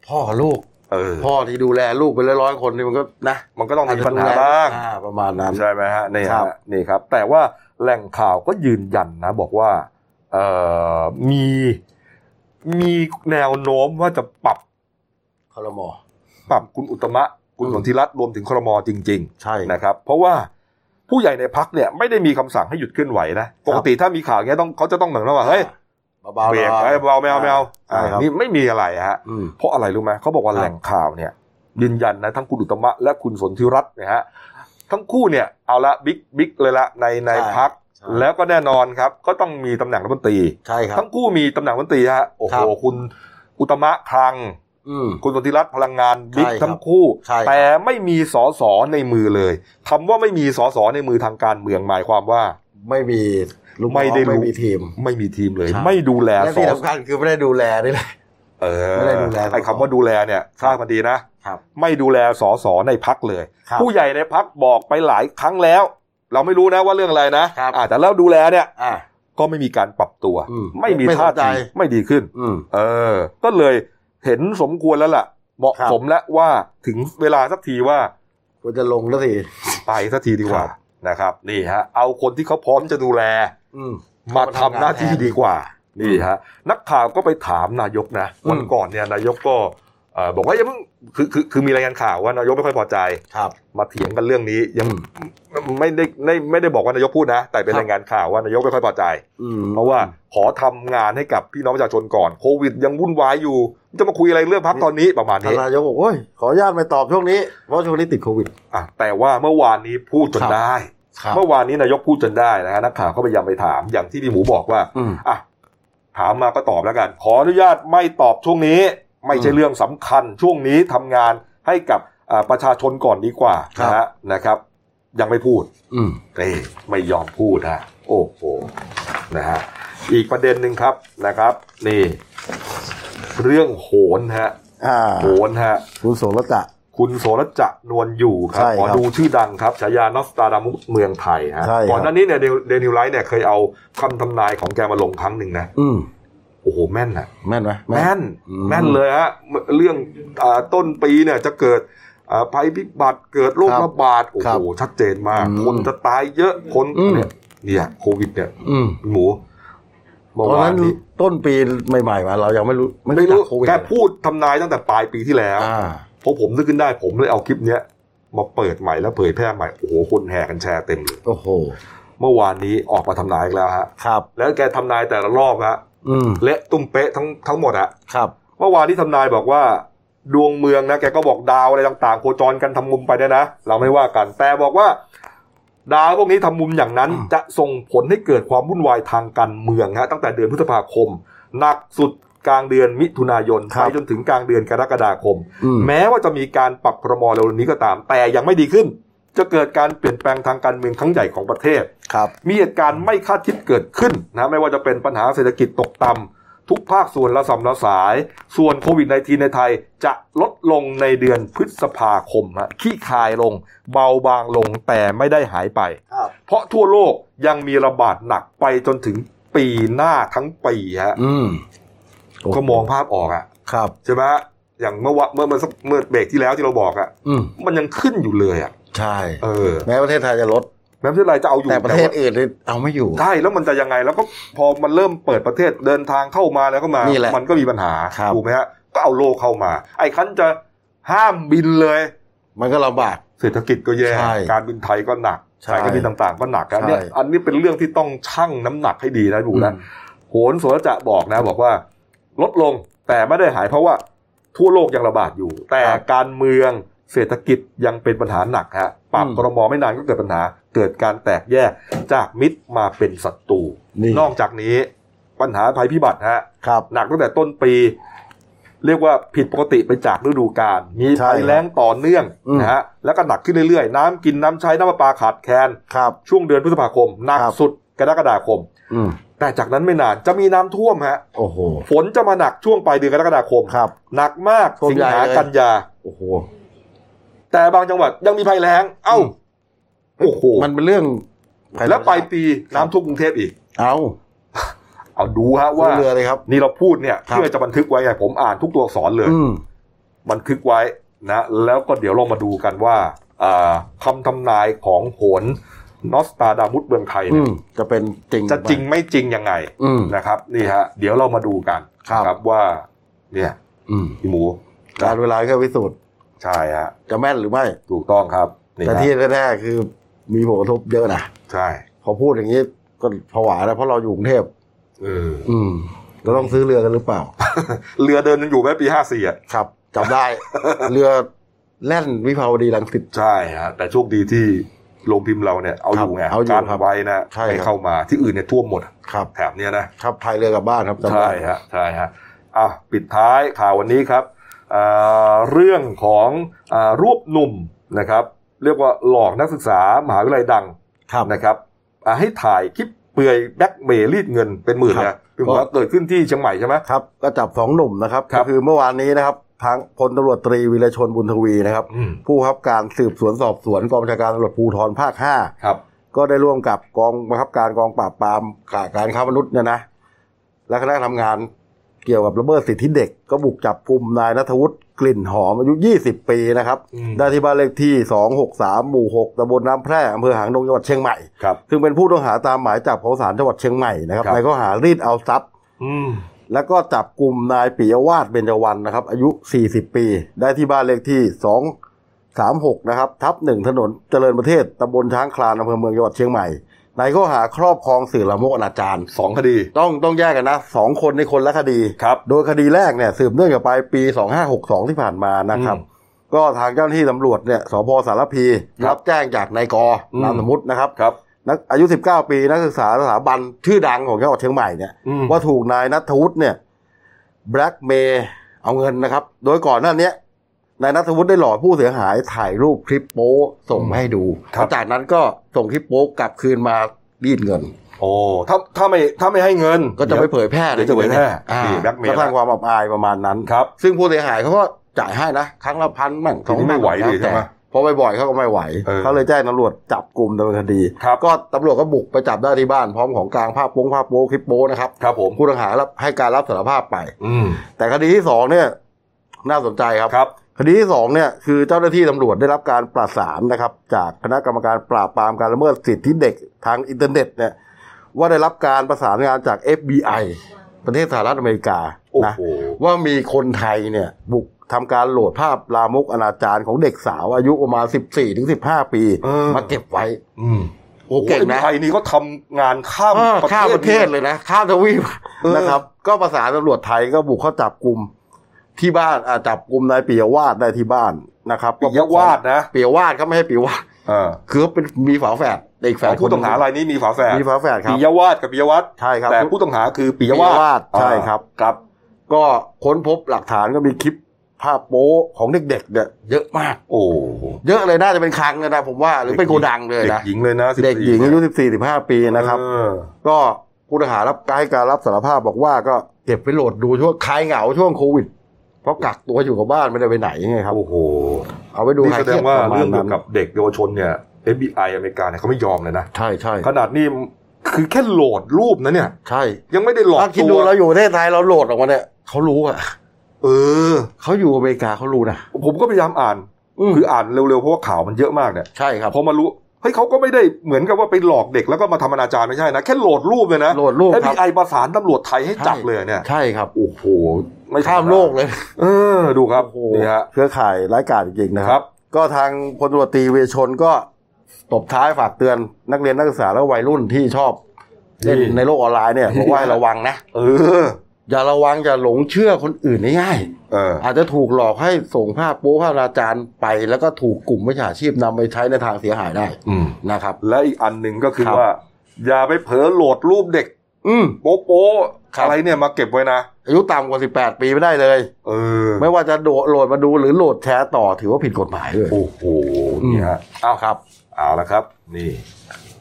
S9: พ่อลูก
S1: เออ
S9: พ่อที่ดูแลลูกเป็นร้อยๆคนนี่มันก็นะ
S1: มันก็ต้องมีปัญหา
S9: อจจะดูแล
S1: บ้าง
S9: อ่ประมาณนั้น
S1: ใช่ไหมฮะนี่
S9: ครั
S1: ฮะ
S9: บ
S1: นี่ครับ แต่ว่าแหล่งข่าวก็ยืนยันนะบอกว่าเอ่อมีมีแนวโน้มว่าจะปรับ
S9: คอรมอ
S1: ปรับคุณอุตตมะ คุณ
S9: อืม
S1: สนธิรัตน์รวมถึงครมจริง
S9: ใช่
S1: ๆ นะครับ เพราะว่า ผู้ใหญ่ในพักเนี่ยไม่ได้มีคำสั่งให้หยุดเคลื่อนไหวนะปกติถ้ามีข่าวอย่างเงี้ยต้องเขาจะต้องเหมือนแล้วว่าเฮ้ย
S9: เบาๆ
S1: เบรก
S9: หน่อย
S1: เฮ้ยเบาๆไม่เอาไม่เอา
S9: ใช่
S1: อ่า
S9: ครับ
S1: นี่ไม่มีอะไรฮะ
S9: อืม
S1: เพราะอะไรรู้ไหมเขาบอกว่า
S9: ครับ
S1: แหล่งข่าวเนี่ยยืนยันนะทั้งคุณอุตมะและคุณสนธิรัตน์เนะฮะทั้งคู่เนี่ยเอาละบิ๊กบิ๊กเลยละในในพักแล้วก็แน่นอนครับ ก็ต้องมีตำแหน่งรัฐมนตรี
S9: ใช่ครับ
S1: ทั้งคู่มีตำแหน่งรัฐมนตรีฮะโอ้
S9: ค
S1: โห
S9: รับ
S1: คุณอุตมะคลัง
S9: อืม
S1: คุณสนธิรัตน์พลังงานบิ๊ก
S9: ใช่ครับ
S1: ทั้งคู่
S9: ใช่ครับ
S1: แต่ไม่มีสอสอในมือเลยคำว่าไม่มีสอสอในมือทางการเมืองหมายความว่า
S9: ไม่มีลูกน้อง
S1: ไม่ได้รู้
S9: ไม่มีทีม
S1: ไม่มีทีมเลย
S9: ใช่
S1: ไม่ดูแล
S9: และ
S1: ส
S9: ที่
S1: อสอ
S9: สำคัญคือไม่ได้ดูแลนี่แหละ
S1: เออ
S9: ไม่ได้ดูแลสอสอ
S1: ไอ้คำว่าดูแลเนี่ยทราบมันดีนะครับ ไม่ดูแลสอสอในพักเลย
S9: ครับ
S1: ผู้ใหญ่ในพักบอกไปหลายครั้งแล้ว เราไม่รู้นะว่าเรื่องอะไรนะครับ อ่าแต่แล้วดูแลเนี่ย
S9: อ่ะ
S1: ก็ไม่มีการปรับตัว
S9: อืม
S1: ไม่มี
S9: ไม่
S1: ท่า
S9: สนใจ
S1: ทีไม่ดีขึ้น
S9: อืม
S1: เออ ก็เลยเห็นสมควรแล้วล่ะ เหมาะ
S9: ครับ
S1: สมแล้วว่าถึงเวลาสักทีว่า
S9: ควรจะลงแล้วสิ
S1: ไปสักทีดีกว่า
S9: ครับ
S1: นะครับ นี่ฮะ เอาคนที่เขาพร้อมจะดูแล
S9: อืม
S1: มาทำหน้าที่
S9: ทำงานแทน
S1: ดีกว่า นี่ฮะ นักข่าวก็ไปถามนายกนะ
S9: อืม
S1: วันก่อนเนี่ยนายกก็เอ่อบอกว่าอย่าเพิ่งคือคือคือมีรายงานข่าวว่านายกไม่ค่อยพอใจ
S9: ครับ
S1: มาเถียงกันเรื่องนี้ยัง
S9: อืม
S1: ไม่ได้ไม่ไม่ได้บอกว่านายกพูดนะ แต่เป็น
S9: ครับ
S1: รายงานข่าวว่านายกไม่ค่อยพอใจ
S9: อืม
S1: เพราะว่าขอทำงานให้กับพี่น้องประชาชนก่อนโควิด ยังวุ่นวายอยู่ จะมาคุยอะไรเรื่องพักตอนนี้ประมาณ
S9: ท่าน
S1: นี้
S9: นายกบอกโอ้ยขออนุญาตไม่ตอบช่วงนี้ เพราะช่วงนี้ติดโควิด
S1: อ่ะแต่ว่าเมื่อวานนี้พูดจน
S9: ครับ
S1: ได้ เมื่อวานนี้นายกพูดจนได้นะฮะนักข่าวก็พยายามไปถามอย่างที่พี่หมูบอกว่า
S9: อืม
S1: อ่ะถามมาก็ตอบแล้วกัน ขออนุญาตไม่ตอบช่วงนี้ ไม่ใช่
S9: อืม
S1: เรื่องสำคัญช่วงนี้ทำงานให้กับอ่าประชาชนก่อนดีกว่า
S9: ครับ
S1: นะฮะนะครับ ยังไม่พูด
S9: อืม
S1: นี่ไม่ยอมพูดฮะโอ้โหนะฮะอีกประเด็นหนึ่งครับนะครับ นี่ เรื่องโหนฮะ
S9: อ่า
S1: โหนฮะ
S9: คุณโสรจะ
S1: คุณโสรจักรนวลอยู่ครับ
S9: ใช่ครับ
S1: หมอดูชื่อดังครับฉายานอสตาดามุสเมืองไทยฮะ
S9: ใช่ครับ
S1: ก่อนหน้านี้เนี่ยเดนิวไลท์เนี่ยเคยเอาคำทำนายของแกมาลงครั้งหนึ่งนะ
S9: อืม
S1: โอ้โหแม่นนะ
S9: แม่นไหม
S1: แม่น
S9: อืม
S1: แม่นเลยฮะเรื่องอ่าต้นปีเนี่ยจะเกิดอ่าภัยพิบัติเกิดโรค
S9: ครับ
S1: ระบาดโอ้
S9: ครั
S1: โห
S9: บ
S1: ชัดเจนมาก
S9: อืม
S1: คนจะตายเยอะคน
S9: อืม
S1: เนี่ยเนี่ยโควิดเนี่ย
S9: อืม
S1: หมู
S9: ต
S1: เมื่อ
S9: อน
S1: วาน
S9: นั้น
S1: นี้
S9: ต้นปีใหม่ๆมาเรายังไม่รู้
S1: ไม่รู้
S9: จัโควิด
S1: แกพูดทำนายตั้งแต่ปลายปีที่แล้ว
S9: อ่า
S1: พอผมนึกขึ้นได้ผมเลยเอาคลิปเนี้ยมาเปิดใหม่แล้วเผยแพร่ใหม่ โอ้โห คนแห่กันแชร์เต็มเลย
S9: โอ้โห
S1: เมื่อวานนี้ออกมาทำนายอีกแล้วฮะ
S9: ครับ
S1: แล้วแกทำนายแต่ละรอบฮะ
S9: อืม
S1: เละตุ้มเป๊ะทั้งทั้งหมดอะ
S9: ครับ
S1: เมื่อวานที่ทำนายบอกว่า ดวงเมืองนะ แกก็บอกดาวอะไรต่างๆ โคจรกันทำมุมไปได้นะ เราไม่ว่ากัน แต่บอกว่า ดาวพวกนี้ทำมุมอย่างนั้น จะส่งผลให้เกิดความวุ่นวายทางการเมืองฮะตั้งแต่เดือนพฤษภาคมหนักสุดกลางเดือนมิถุนายน
S9: ครับ
S1: ไปจนถึงกลางเดือนกรกฎาคม
S9: อืม
S1: แม้ว่าจะมีการปรับครมอเร็วนี้ก็ตาม แต่ยังไม่ดีขึ้น จะเกิดการเปลี่ยนแปลงทางการเมืองครั้งใหญ่ของประเทศ
S9: ครับ
S1: มีเหตุการณ์ไม่คาดคิดเกิดขึ้นนะไม่ว่าจะเป็นปัญหาเศรษฐกิจตกต่ำทุกภาคส่วนละสำละสาย ส่วนโควิด -19 ในไทยจะลดลงในเดือนพฤษภาคมฮะขี้คายลง เบาบางลงแต่ไม่ได้หายไป
S9: ครับ
S1: เพราะทั่วโลกยังมีระบาดหนักไปจนถึงปีหน้าทั้งปีฮะ
S9: อืม
S1: ก็มองภาพออกอะ
S9: ครับ
S1: ใช่ไหมฮะอย่างเมื่อวะเมื่อเมื่อสักเมื่อเบรกที่แล้วที่เราบอกอะ
S9: อืม
S1: มันยังขึ้นอยู่เลยอ่ะ
S9: ใช่
S1: เออ
S9: แม้ประเทศไทยจะลด
S1: แม้ประเทศไรจะเอาอยู่
S9: แต่ประเทศ
S1: ว่า
S9: อื่นนี่เอาไม่อยู่
S1: ใช่แล้วมันจะยังไง แล้วก็พอมันเริ่มเปิดประเทศเดินทางเข้ามาแล้วก็มา
S9: นี่แหละ
S1: มันก็มีปัญหา
S9: ครับ
S1: ถูกไหมฮะ ก็เอาโลกเข้ามา ไอ้คันจะห้ามบินเลย
S9: มันก็ลำบาก
S1: เศรษฐกิจก็แย่
S9: ใช่
S1: การบินไทยก็หนัก
S9: ใช่
S1: สายการบินต่างๆ ก็หนักนะ
S9: ใช่
S1: เนี่ย อันนี้เป็นเรื่องที่ต้องชั่งน้ำหนักให้ดีนะดูนะ
S9: อืม
S1: โหนสวนจะบอกนะ บอกว่า ลดลงแต่ไม่ได้หายเพราะว่าทั่วโลกยังระบาดอยู่ แต่การเมืองเศรษฐกิจยังเป็นปัญหาหนักฮะปรับ
S9: อืม
S1: กรมอไม่นานก็เกิดปัญหา เกิดการแตกแยกจากมิตรมาเป็นศัตรู
S9: นี่
S1: นอกจากนี้ปัญหาภัยพิบัติฮะ
S9: ครับ
S1: หนักตั้งแต่ต้นปี เรียกว่าผิดปกติไปจากฤดูกาลมี
S9: ใช่
S1: ภัยแล้งต่อเนื่อง
S9: อืม
S1: นะฮะแล้วก็หนักขึ้นเรื่อยๆ น้ำกินน้ำใช้น้ำประปาขาดแคลน
S9: ครับ
S1: ช่วงเดือนพฤษภาคมหนัก
S9: ครับ
S1: สุดกรกฎาคม
S9: อืม
S1: แต่จากนั้นไม่นานจะมีน้ำท่วมฮะ
S9: โอ้โห
S1: ฝนจะมาหนักช่วงปลายเดือนกรกฎาคม
S9: ครับ
S1: หนักมาก
S9: ท่วม
S1: สิง
S9: ใหญ่
S1: หา
S9: เลย
S1: กันยา
S9: โอ้โห
S1: แต่บางจังหวัดยังมีภัยแล้ง เอ้า
S9: อืม
S1: โอ้โห
S9: มันเป็นเรื่องภัย
S1: แล้วปลาย
S9: ธรรมชาติ
S1: ปีน้ำท่วมกรุงเทพอีก
S9: เอา
S1: เอาดูฮะ
S9: ว่า
S1: ว่า
S9: เรือเลยครับ
S1: นี่เราพูดเนี่ย
S9: ครับ
S1: เพื่อจะบันทึกไว้ไงผมอ่านทุกตัวอักษรเลย
S9: อืม
S1: บันทึกไว้นะแล้วก็เดี๋ยวเรามาดูกันว่าอ่าคำทำนายของโหนนอสตาดามุสเมืองไทย
S9: อื
S1: เนี่ย
S9: ม จะเป็นจริง
S1: จะจริงไม่จริงยังไง
S9: อืม
S1: นะครับ นี่ฮะ เดี๋ยวเรามาดูกัน
S9: ครับ
S1: ว่า เนี่ย
S9: อืม
S1: พี่หมู
S9: การเวลาแค่พิสูจน์
S1: ใช่ฮะ
S9: จะแม่นหรือไม่
S1: ถูกต้องครับนี่
S9: แต่
S1: ฮะ
S9: ที่แน่ๆคือ มีผลกระทบเยอะนะ
S1: ใช่
S9: พอพูดอย่างนี้ก็ผวาแล้วเพราะเราอยู่กรุงเทพ
S1: เออ
S9: อืมเราต้องซื้อเรือกันหรือเปล่า
S1: เรือเดินยังอยู่ไหมปีห้าสี่อ่ะ
S9: ครับจำได้ เรือแล่นวิภาวดีรังสิต
S1: ใช่ฮะแต่โชคดีที่โรงพิมพ์เราเนี่ยเอาอยู่ไง
S9: ครับเอาอยู่
S1: การ
S9: ครับ
S1: ไว้นะ
S9: ใช่
S1: ไม่
S9: ครับ
S1: เข้ามาที่อื่นเนี่ยท่วมหมด
S9: ครับ
S1: แถบเนี้ยนะ
S9: ครับพายเรือกลับบ้านครับจำ
S1: ใช่
S9: ได้
S1: ฮะใช่ฮะอ่ะปิดท้ายข่าววันนี้ครับอ่าเรื่องของอ่ารูปหนุ่มนะครับ เรียกว่าหลอกนักศึกษามหาวิทยาลัยดัง
S9: ครับ
S1: นะครับอ่าให้ถ่ายคลิปเปลือยแบล็กเมย์รีดเงินเป็นหมื่น
S9: ครั
S1: นะ
S9: บ
S1: เป็นว่าเกิดขึ้นที่เชียงใหม่ใช่ไหม
S9: ครับก็จับสองหนุ่มนะครับ
S1: ครับ
S9: ก็คือเมื่อวานนี้นะครับทางพลตำรวจตรีวีรชนบุญทวีนะครับ
S1: อืม
S9: ผู้บังคับการสืบสวนสอบสวนกองบัญชาการตำรวจภูธรภาค
S1: ครับ
S9: 5 ก็ได้ร่วมกับกองบังคับการกองปราบปรามข่าการค้ามนุษย์เนี่ยนะและคณะทำงานเกี่ยวกับระเบิดสิทธิเด็ก ก็บุกจับกลุ่มนายนัทวุฒิกลิ่นหอมอายุ 20 ปีนะครับ
S1: อืม
S9: ได้ที่บ้านเลขที่ 263 หมู่ 6ตำบลน้ำแพร่อำเภอหางดงจังหวัดเชียงใหม่
S1: ครับ
S9: ซึ่งเป็นผู้ต้องหาตามหมายจับของศาลจังหวัดเชียงใหม่นะครับ
S1: ครับ
S9: ในข้อหารีดเอาทรัพย์
S1: อืม
S9: แล้วก็จับกลุ่มนายปิยวาดเบญจวรรณนะครับ อายุ 40 ปี ได้ที่บ้านเลขที่ 236 นะครับ ทับหนึ่งถนนเจริญประเทศตำบลช้างคลานอำเภอเมืองจังหวัดเชียงใหม่ ในข้อหาครอบครองสื่อละโมกอนาจาร
S1: สองคดี
S9: ต้องต้องแยกกันนะสองคนในคนละคดี
S1: ครับ
S9: โดยคดีแรกเนี่ยสืบเนื่องกับไปลายปี 2562 ที่ผ่านมานะครับ
S1: อืม
S9: ก็ทางเจ้าหน้าที่ตำรวจเนี่ยสพสารพี
S1: ครับ
S9: รับแจ้งจากนายก
S1: อืม
S9: นามสมมตินะครับ
S1: ครับ
S9: นักอายุ 19 ปีนักศึกษาสถาบันชื่อดังของจังหวัดเชียงใหม่เนี่ย
S1: อืม
S9: ว่าถูกนายนัทวุฒิเนี่ยแบล็กเมย์เอาเงินนะครับ โดยก่อนหน้าเนี้ยนายนัทวุฒิได้หลอกผู้เสียหายถ่ายรูปคลิปโป๊ส่งมาให้ดู
S1: ครับ
S9: จากนั้นก็ส่งคลิปโป๊กลับคืนมารีดเงิน
S1: โอ้ถ้าถ้าไม่ถ้าไม่ให้เงิน
S9: ก็จะไม่เผยแพร่
S1: เดี๋ยวจะเผยแพร่
S9: อ่า
S1: นี่ blackmail
S9: ก็สร้างความอับอายประมาณนั้น
S1: ครับ
S9: ซึ่งผู้เสียหายเขาก็จ่ายให้นะ ครั้งละพันมั่งสอง
S1: ทีนี้ไม่
S9: พัน
S1: ไหวดิ
S9: แล้วแต่
S1: ใช่ไหม
S9: เพอบ่อยๆเขาก็ไม่ไหว
S1: เออ
S9: เขาเลยแจ้งตำรวจจับกลุ่มดำเนินคดี
S1: ครับ
S9: ก็ตำรวจก็บุกไปจับได้ที่บ้านพร้อมของกลางภาพโป้งภาพโป๊คลิปโป๊นะครับ
S1: ครับผม
S9: ผู้ต้องหารับให้การรับสารภาพไป
S1: อืม
S9: แต่คดีที่สองเนี่ยน่าสนใจครับ
S1: ครับ
S9: คดีที่สองเนี่ยคือเจ้าหน้าที่ตำรวจได้รับการประสานนะครับ จากคณะกรรมการปราบปรามการละเมิดสิทธิเด็กทางอินเทอร์เน็ตเนี่ยว่าได้รับการประสานงานจาก FBI ประเทศสหรัฐอเมริกา
S1: โอ้
S9: นะ
S1: โห
S9: ว่ามีคนไทยเนี่ยบุกทำการโหลดภาพลามกอนาจารของเด็กสาวอายุประมาณ 14ถึง15 ปี
S1: เออ
S9: มาเก็บไว้
S1: อืม
S9: โอ้เก่งนะ
S1: ไทยนี่ก็ทำงานข้าม
S9: เออ
S1: ประเทศ
S9: ข้ามประเทศเลยนะข้ามทวีป
S1: เออ
S9: นะครับ ก็ประสานตำรวจไทยก็บุกเข้าจับกลุ่มที่บ้านอ่าจับกลุ่มนายปิยวาดได้ที่บ้านนะครับ
S1: ปิยวาดนะ
S9: ปิยวาดเขาไม่ให้ปิยวาด
S1: เออ
S9: คือเขาเป็นมีฝาแฝดเด็กแฝด
S1: ผู้ต้องหารายนี้มีฝาแฝด
S9: มีฝาแฝดครับ
S1: ปิยวาดกับปิยวัฒน์
S9: ใช่ครับ
S1: แต่ผู้ต้องหาคือปิย
S9: ปิยวาว
S1: า
S9: ด
S1: ด
S9: ใช่ครับ
S1: ครับ
S9: ก็ค้นพบหลักฐานก็มีคลิปภาพโป๊ของเด็กๆเนี่ยเยอะมาก
S1: โอ้
S9: เยอะเลยน่าจะเป็นคลังเลยนะผมว่าหรือเป็นโกดังเลย
S1: เด็
S9: นะ
S1: กหญิงเลยนะ14
S9: เด็กหญิงอายุ14 15ปีนะครับ
S1: เออ
S9: ก็ผู้ต้องหารับให้การรับสารภาพบอกว่าก็เก็บไปโหลดดูช่วงคลายเหงาช่วงโควิด เพราะกักตัวอยู่กับบ้านไม่ได้ไปไหนไงครับ
S1: โอ้โห
S9: เอาไปดู
S1: นี่
S9: คลาย
S1: แสด
S9: เครี
S1: ง
S9: ยด
S1: ว่า
S9: ประมา
S1: เรื่อ
S9: ณ
S1: งเกี่
S9: นั้
S1: ยว
S9: น
S1: กับเด็กเยาวชนเนี่ย FBI อเมริกาเนี่ยเขาไม่ยอมเลยนะ
S9: ใช่ใช่
S1: ขนาดนี้คือแค่โหลดรูปนะเนี่ย
S9: ใช่
S1: ยังไม่ได้หลอก
S9: ถ้าคิด
S1: ตั
S9: ดู
S1: ว
S9: เราอยู่ประเทศไทยเราโหลดออกมาเนี่ยเขารู้อ่ะ
S1: เออ
S9: เขาอยู่อเมริกาเขารู้นะ
S1: ผมก็พยายามอ่าน คืออ่านเร็วๆเพราะว่าข่าวมันเยอะมากเนี่ย
S9: ใช่ครับ
S1: พอมารู้เฮ้ยเขาก็ไม่ได้เหมือนกับว่าไปหลอกเด็กแล้วก็มาทำอนาจารไม่ใช่นะแค่โหลดรูปเลยนะ
S9: โหลดรูปครับ
S1: FBI ประสานตำรวจไทยให้จับเลยเนี่ย
S9: ใช่ครับ
S1: โอ้โหไม่ธรรด
S9: ข้ามโลกเลย
S1: เออดูครับ
S9: โอ้โห
S1: นี่ฮะ
S9: เครือข่ายร้ายกาจจริงๆ
S1: ค
S9: นะค
S1: รั
S9: รับ บ ก็ทางพลตำรวจตรีเวชนก็ตบท้ายฝากเตือนนักเรียนนักศึกษาและวัยรุ่นที่ชอบเล่น
S1: นี่
S9: ในโลกออนไลน์เนี่ย บอกว่าให้ระวังนะ
S1: เออ
S9: อย่าระวังอย่าหลงเชื่อคนอื่นง่าย
S1: เออ
S9: ๆอาจจะถูกหลอกให้ส่งภาพโป๊ภาพอนาจารย์ไป แล้วก็ถูกกลุ่มวิชาชีพนำไปใช้ในทางเสียหายได้
S1: อืม
S9: นะครับ
S1: และอีกอันหนึ่งก็คือ
S9: ครับ
S1: ว่า อย่าไปเผลอโหลดรูปเด็ก
S9: อืม
S1: โป๊ะโป๊ะ
S9: ครับ
S1: อะไรเนี่ยมาเก็บไว้นะ
S9: อายุต่ำกว่า 18 ปีไม่ได้เลย
S1: เออ
S9: ไม่ว่าจะโดดโหลดมาดูหรือโหลดแชร์ต่อถือว่าผิดกฎหมายเลย
S1: โอ้โหนี่ฮะเอา
S9: ครับ
S1: เอาละครับ นี่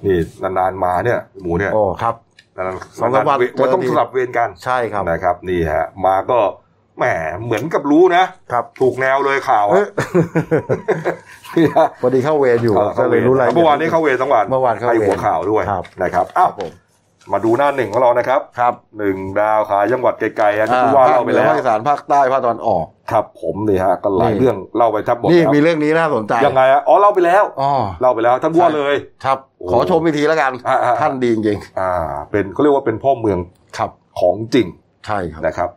S1: นี่นานๆมาเนี่ย หมูเนี่ย
S9: โอ้ครับ
S1: นานๆ
S9: สองสามวัน
S1: เวรมันต้อง
S9: เจอดี
S1: สลับเวรกัน
S9: ใช่ครับ
S1: นะครับนี่ฮะมาก็แหมเหมือนกับรู้นะ
S9: ครับ
S1: ถูกแนวเลยข่าว
S9: เอ้ย
S1: อะนี่ฮะ
S9: พอดีเข้าเวรอยู่
S1: ออ
S9: ก็เลยรู้อะไรายละ
S1: เมื่
S9: ยด
S1: อวานนี้เข้าเวรทั้งวัน
S9: เมื่อวานเข้าเวร
S1: ให้หัวข่าวด้วย
S9: ครับ
S1: นะครับ
S9: ค
S1: อ้า
S9: รั
S1: ว
S9: บผม
S1: มาดูหน้าหนึ่งของเรานะครับ
S9: ครับ
S1: หนึ่งดาวขายจังหวัดไกลๆอะที่ผู้ว่า
S9: ภาค
S1: เล่า
S9: เห
S1: ไป
S9: นือ
S1: แล้ว
S9: ภาคอีสานภาคใต้ภาคตะวันออก
S1: ครับผมนี่ฮะก็หลาย
S9: นี่
S1: เรื่องเล่าไปทับหมด
S9: นี่
S1: แล้ว
S9: มีเรื่องนี้น่าสนใจ
S1: ยังไงอะอ๋อเล่าไปแล้ว
S9: อ๋อ
S1: เล่าไปแล้วท่านผู้ว่า
S9: ใช่
S1: เลย
S9: ครับ ขอชมอีกทีแล้วกัน
S1: อ่าๆ
S9: ท่านดีจริง
S1: อ่า เป็นเขาเรียกว่าเป็นพ่อเมือง
S9: ๆครับ
S1: ของจริง
S9: ใช่ครับ
S1: นะครับ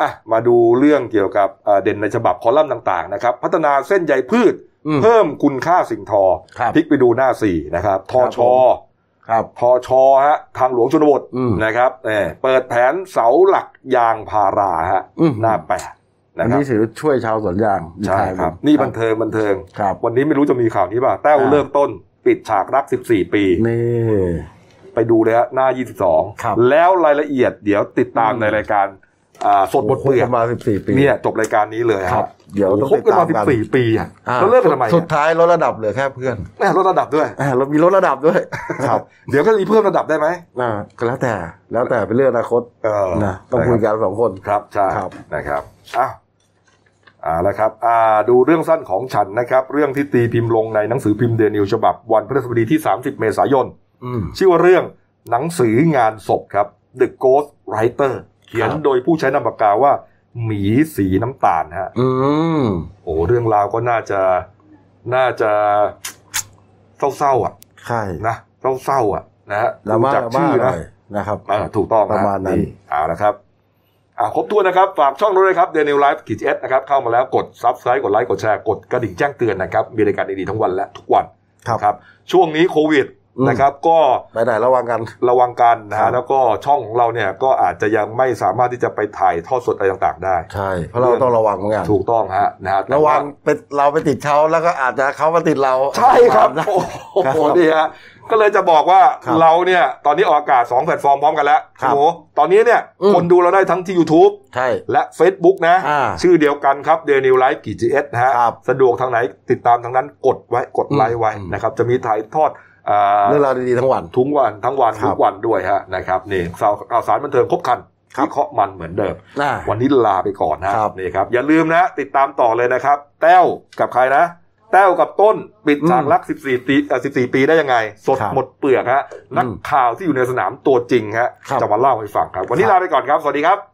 S1: อ่ะ มาดูเรื่องเกี่ยวกับเอ่อเด่นในฉบับคอลัมน์ต่างๆนะครับ พัฒนาเส้นใยพืช
S9: อืม
S1: เพิ่มคุณค่าสิ่งทอ
S9: ครับ
S1: พลิกไปดูหน้าสี่นะครับทอ
S9: ครับ
S1: ช
S9: ผ
S1: อ
S9: ครับ
S1: ทอชอฮะทางหลวงชนบท
S9: อืม
S1: นะครับเอ่อเปิดแผนเสาหลักยางพาราฮะ
S9: อืม
S1: หน้าแปด
S9: อั
S1: นะ
S9: น
S1: ครับ
S9: นี้ถือช่วยชาวสวนยาง
S1: ใช่ครับ
S9: อีกทางหง
S1: นี่บันเทิงบันเทิง
S9: ครับ
S1: วันนี้ไม่รู้จะมีข่าวนี้ป่ะแต้ว
S9: อ่า
S1: เริ่มต้น ปิดฉากรัก 14 ปี
S9: นี่
S1: ไปดูเลยฮะหน้า
S9: ครับ
S1: 22 แล้วรายละเอียดเดี๋ยวติดตามในรายการอ่าสดบท
S9: คุ
S1: เปลื
S9: ย
S1: อก
S9: กันมาสิบสี่ปี
S1: เนี่ยจบรายการนี้เลย
S9: ครับ เดี๋ยว
S1: โอ้
S9: ต้อง
S1: โหคบ
S9: ติด
S1: กั
S9: ตาม
S1: นาม
S9: กัน
S1: 14 ปีอ่ะ
S9: อ่า
S1: แล้วเลิกกันทำไม
S9: สุดท้ายลดระดับเหลือแค่เพื่อน
S1: แม่ลดระดับด้วย
S9: อ่าเรามีลดระดับด้วยครับ
S1: เดี๋ยวก็มีเพิ่มระดับได้ไหม
S9: อ่าก็แล้วแต่แล้วแต่เป็นเรื่องอนาคต
S1: เออ
S9: นะต้อ
S1: ะ
S9: ง
S1: รับ
S9: คุยกันสองคน
S1: ครับใช่
S9: ครับ
S1: นะครับอ้าวอ่าแล้วครับอ่าดูเรื่องสั้นของฉันนะครับ เรื่องที่ตีพิมพ์ลงในหนังสือพิมพ์เดนิวฉบับวันพฤหัสบดีที่ 30 เมษายน
S9: อืม
S1: ชื่อว่าเรื่องหนังสืองานศพครับ The Ghost Writer เขียนโดยผู้ใช้นามปากกาว่า หมีสีน้ำตาลฮะ
S9: อืม
S1: โอ้เรื่องราวก็น่าจะน่าจะเศร้าๆอ่ะ
S9: ใช่
S1: นะเศร้าๆอ่ะนะฮะ
S9: ดราม่า
S1: ดูจาก
S9: ดราม่า
S1: ชื่อ
S9: หน่
S1: นะ
S9: อยนะครับ
S1: อ่าถูกต้อง
S9: ประมาณนั้น
S1: เอาละครับอ่าครบถ้วนนะครับ ฝากช่องเราด้วยครับเดนิวไลฟ์กิจเอสนะครับ เข้ามาแล้วกดซับสไครต์กดไลค์ กดแชร์ กดกระดิ่งแจ้งเตือนนะครับ มีรายการดีๆทั้งวันและทุกวัน
S9: ครับ
S1: ครับ ช่วงนี้โควิด
S9: อืม
S1: นะครับ ก็
S9: ไปไหนระวังกัน
S1: ระวังกันนะ
S9: ครั
S1: ฮะ
S9: บ
S1: แล้วก็ช่องของเราเนี่ย ก็อาจจะยังไม่สามารถที่จะไปถ่ายทอดสดอะไรต่างๆ ได้
S9: ใช่ เพราะเราต้องระวังเหมือนกัน
S1: ถูกต้องฮะนะฮะแต่
S9: ระ
S1: ว่า
S9: วังเป็นเราไปติดเขาแล้วก็อาจจะเขามาติดเรา
S1: ใช่ครับโอ้
S9: ครับ
S1: โหดีฮะก็เลยจะบอกว่า
S9: ครับ
S1: เราเนี่ย ตอนนี้ออกอากาศสองแพลตฟอร์มพร้อมกันแล้ว
S9: ครับ
S1: โอ้โหตอนนี้เนี่ย
S9: อืม
S1: คนดูเราได้ทั้งที่ YouTube
S9: ใช่
S1: และ Facebook นะ
S9: อ่า
S1: ชื่อเดียวกันครับเดนิวไลฟ์กีจีเอสนะฮะ
S9: ครับ
S1: สะดวกทางไหนติดตามทางนั้นกดไว้กดไลค์ไว้
S9: อืม
S1: นะครับ จะมีถ่ายทอดอ่า
S9: เรื่องราวดีๆทั้งวัน
S1: ทุกวันทั้งวัน
S9: ครับ
S1: ทุกวันด้วยฮะนะครับนี่ข่าวข่าวสารบันเทิงครบครัน
S9: ครับ
S1: วิเคราะห์มันเหมือนเดิม
S9: อ่า
S1: วันนี้ลาไปก่อนนะครับ นี่ครับ อย่าลืมนะ ติดตามต่อเลยนะครับ แต้วกับใครนะ แต้วกับต้นปิดฉาก
S9: อืม
S1: รัก 14 ปีเอ่อ14 ปีได้ยังไง สด
S9: ครับ
S1: หมดเปลือกฮะนักข่าวที่อยู่ในสนามตัวจริงฮะ
S9: ครับ
S1: จะมาเล่าให้ฟังครับ วันนี้
S9: ครั
S1: ลา
S9: บ
S1: ไปก่อนครับสวัสดีครับ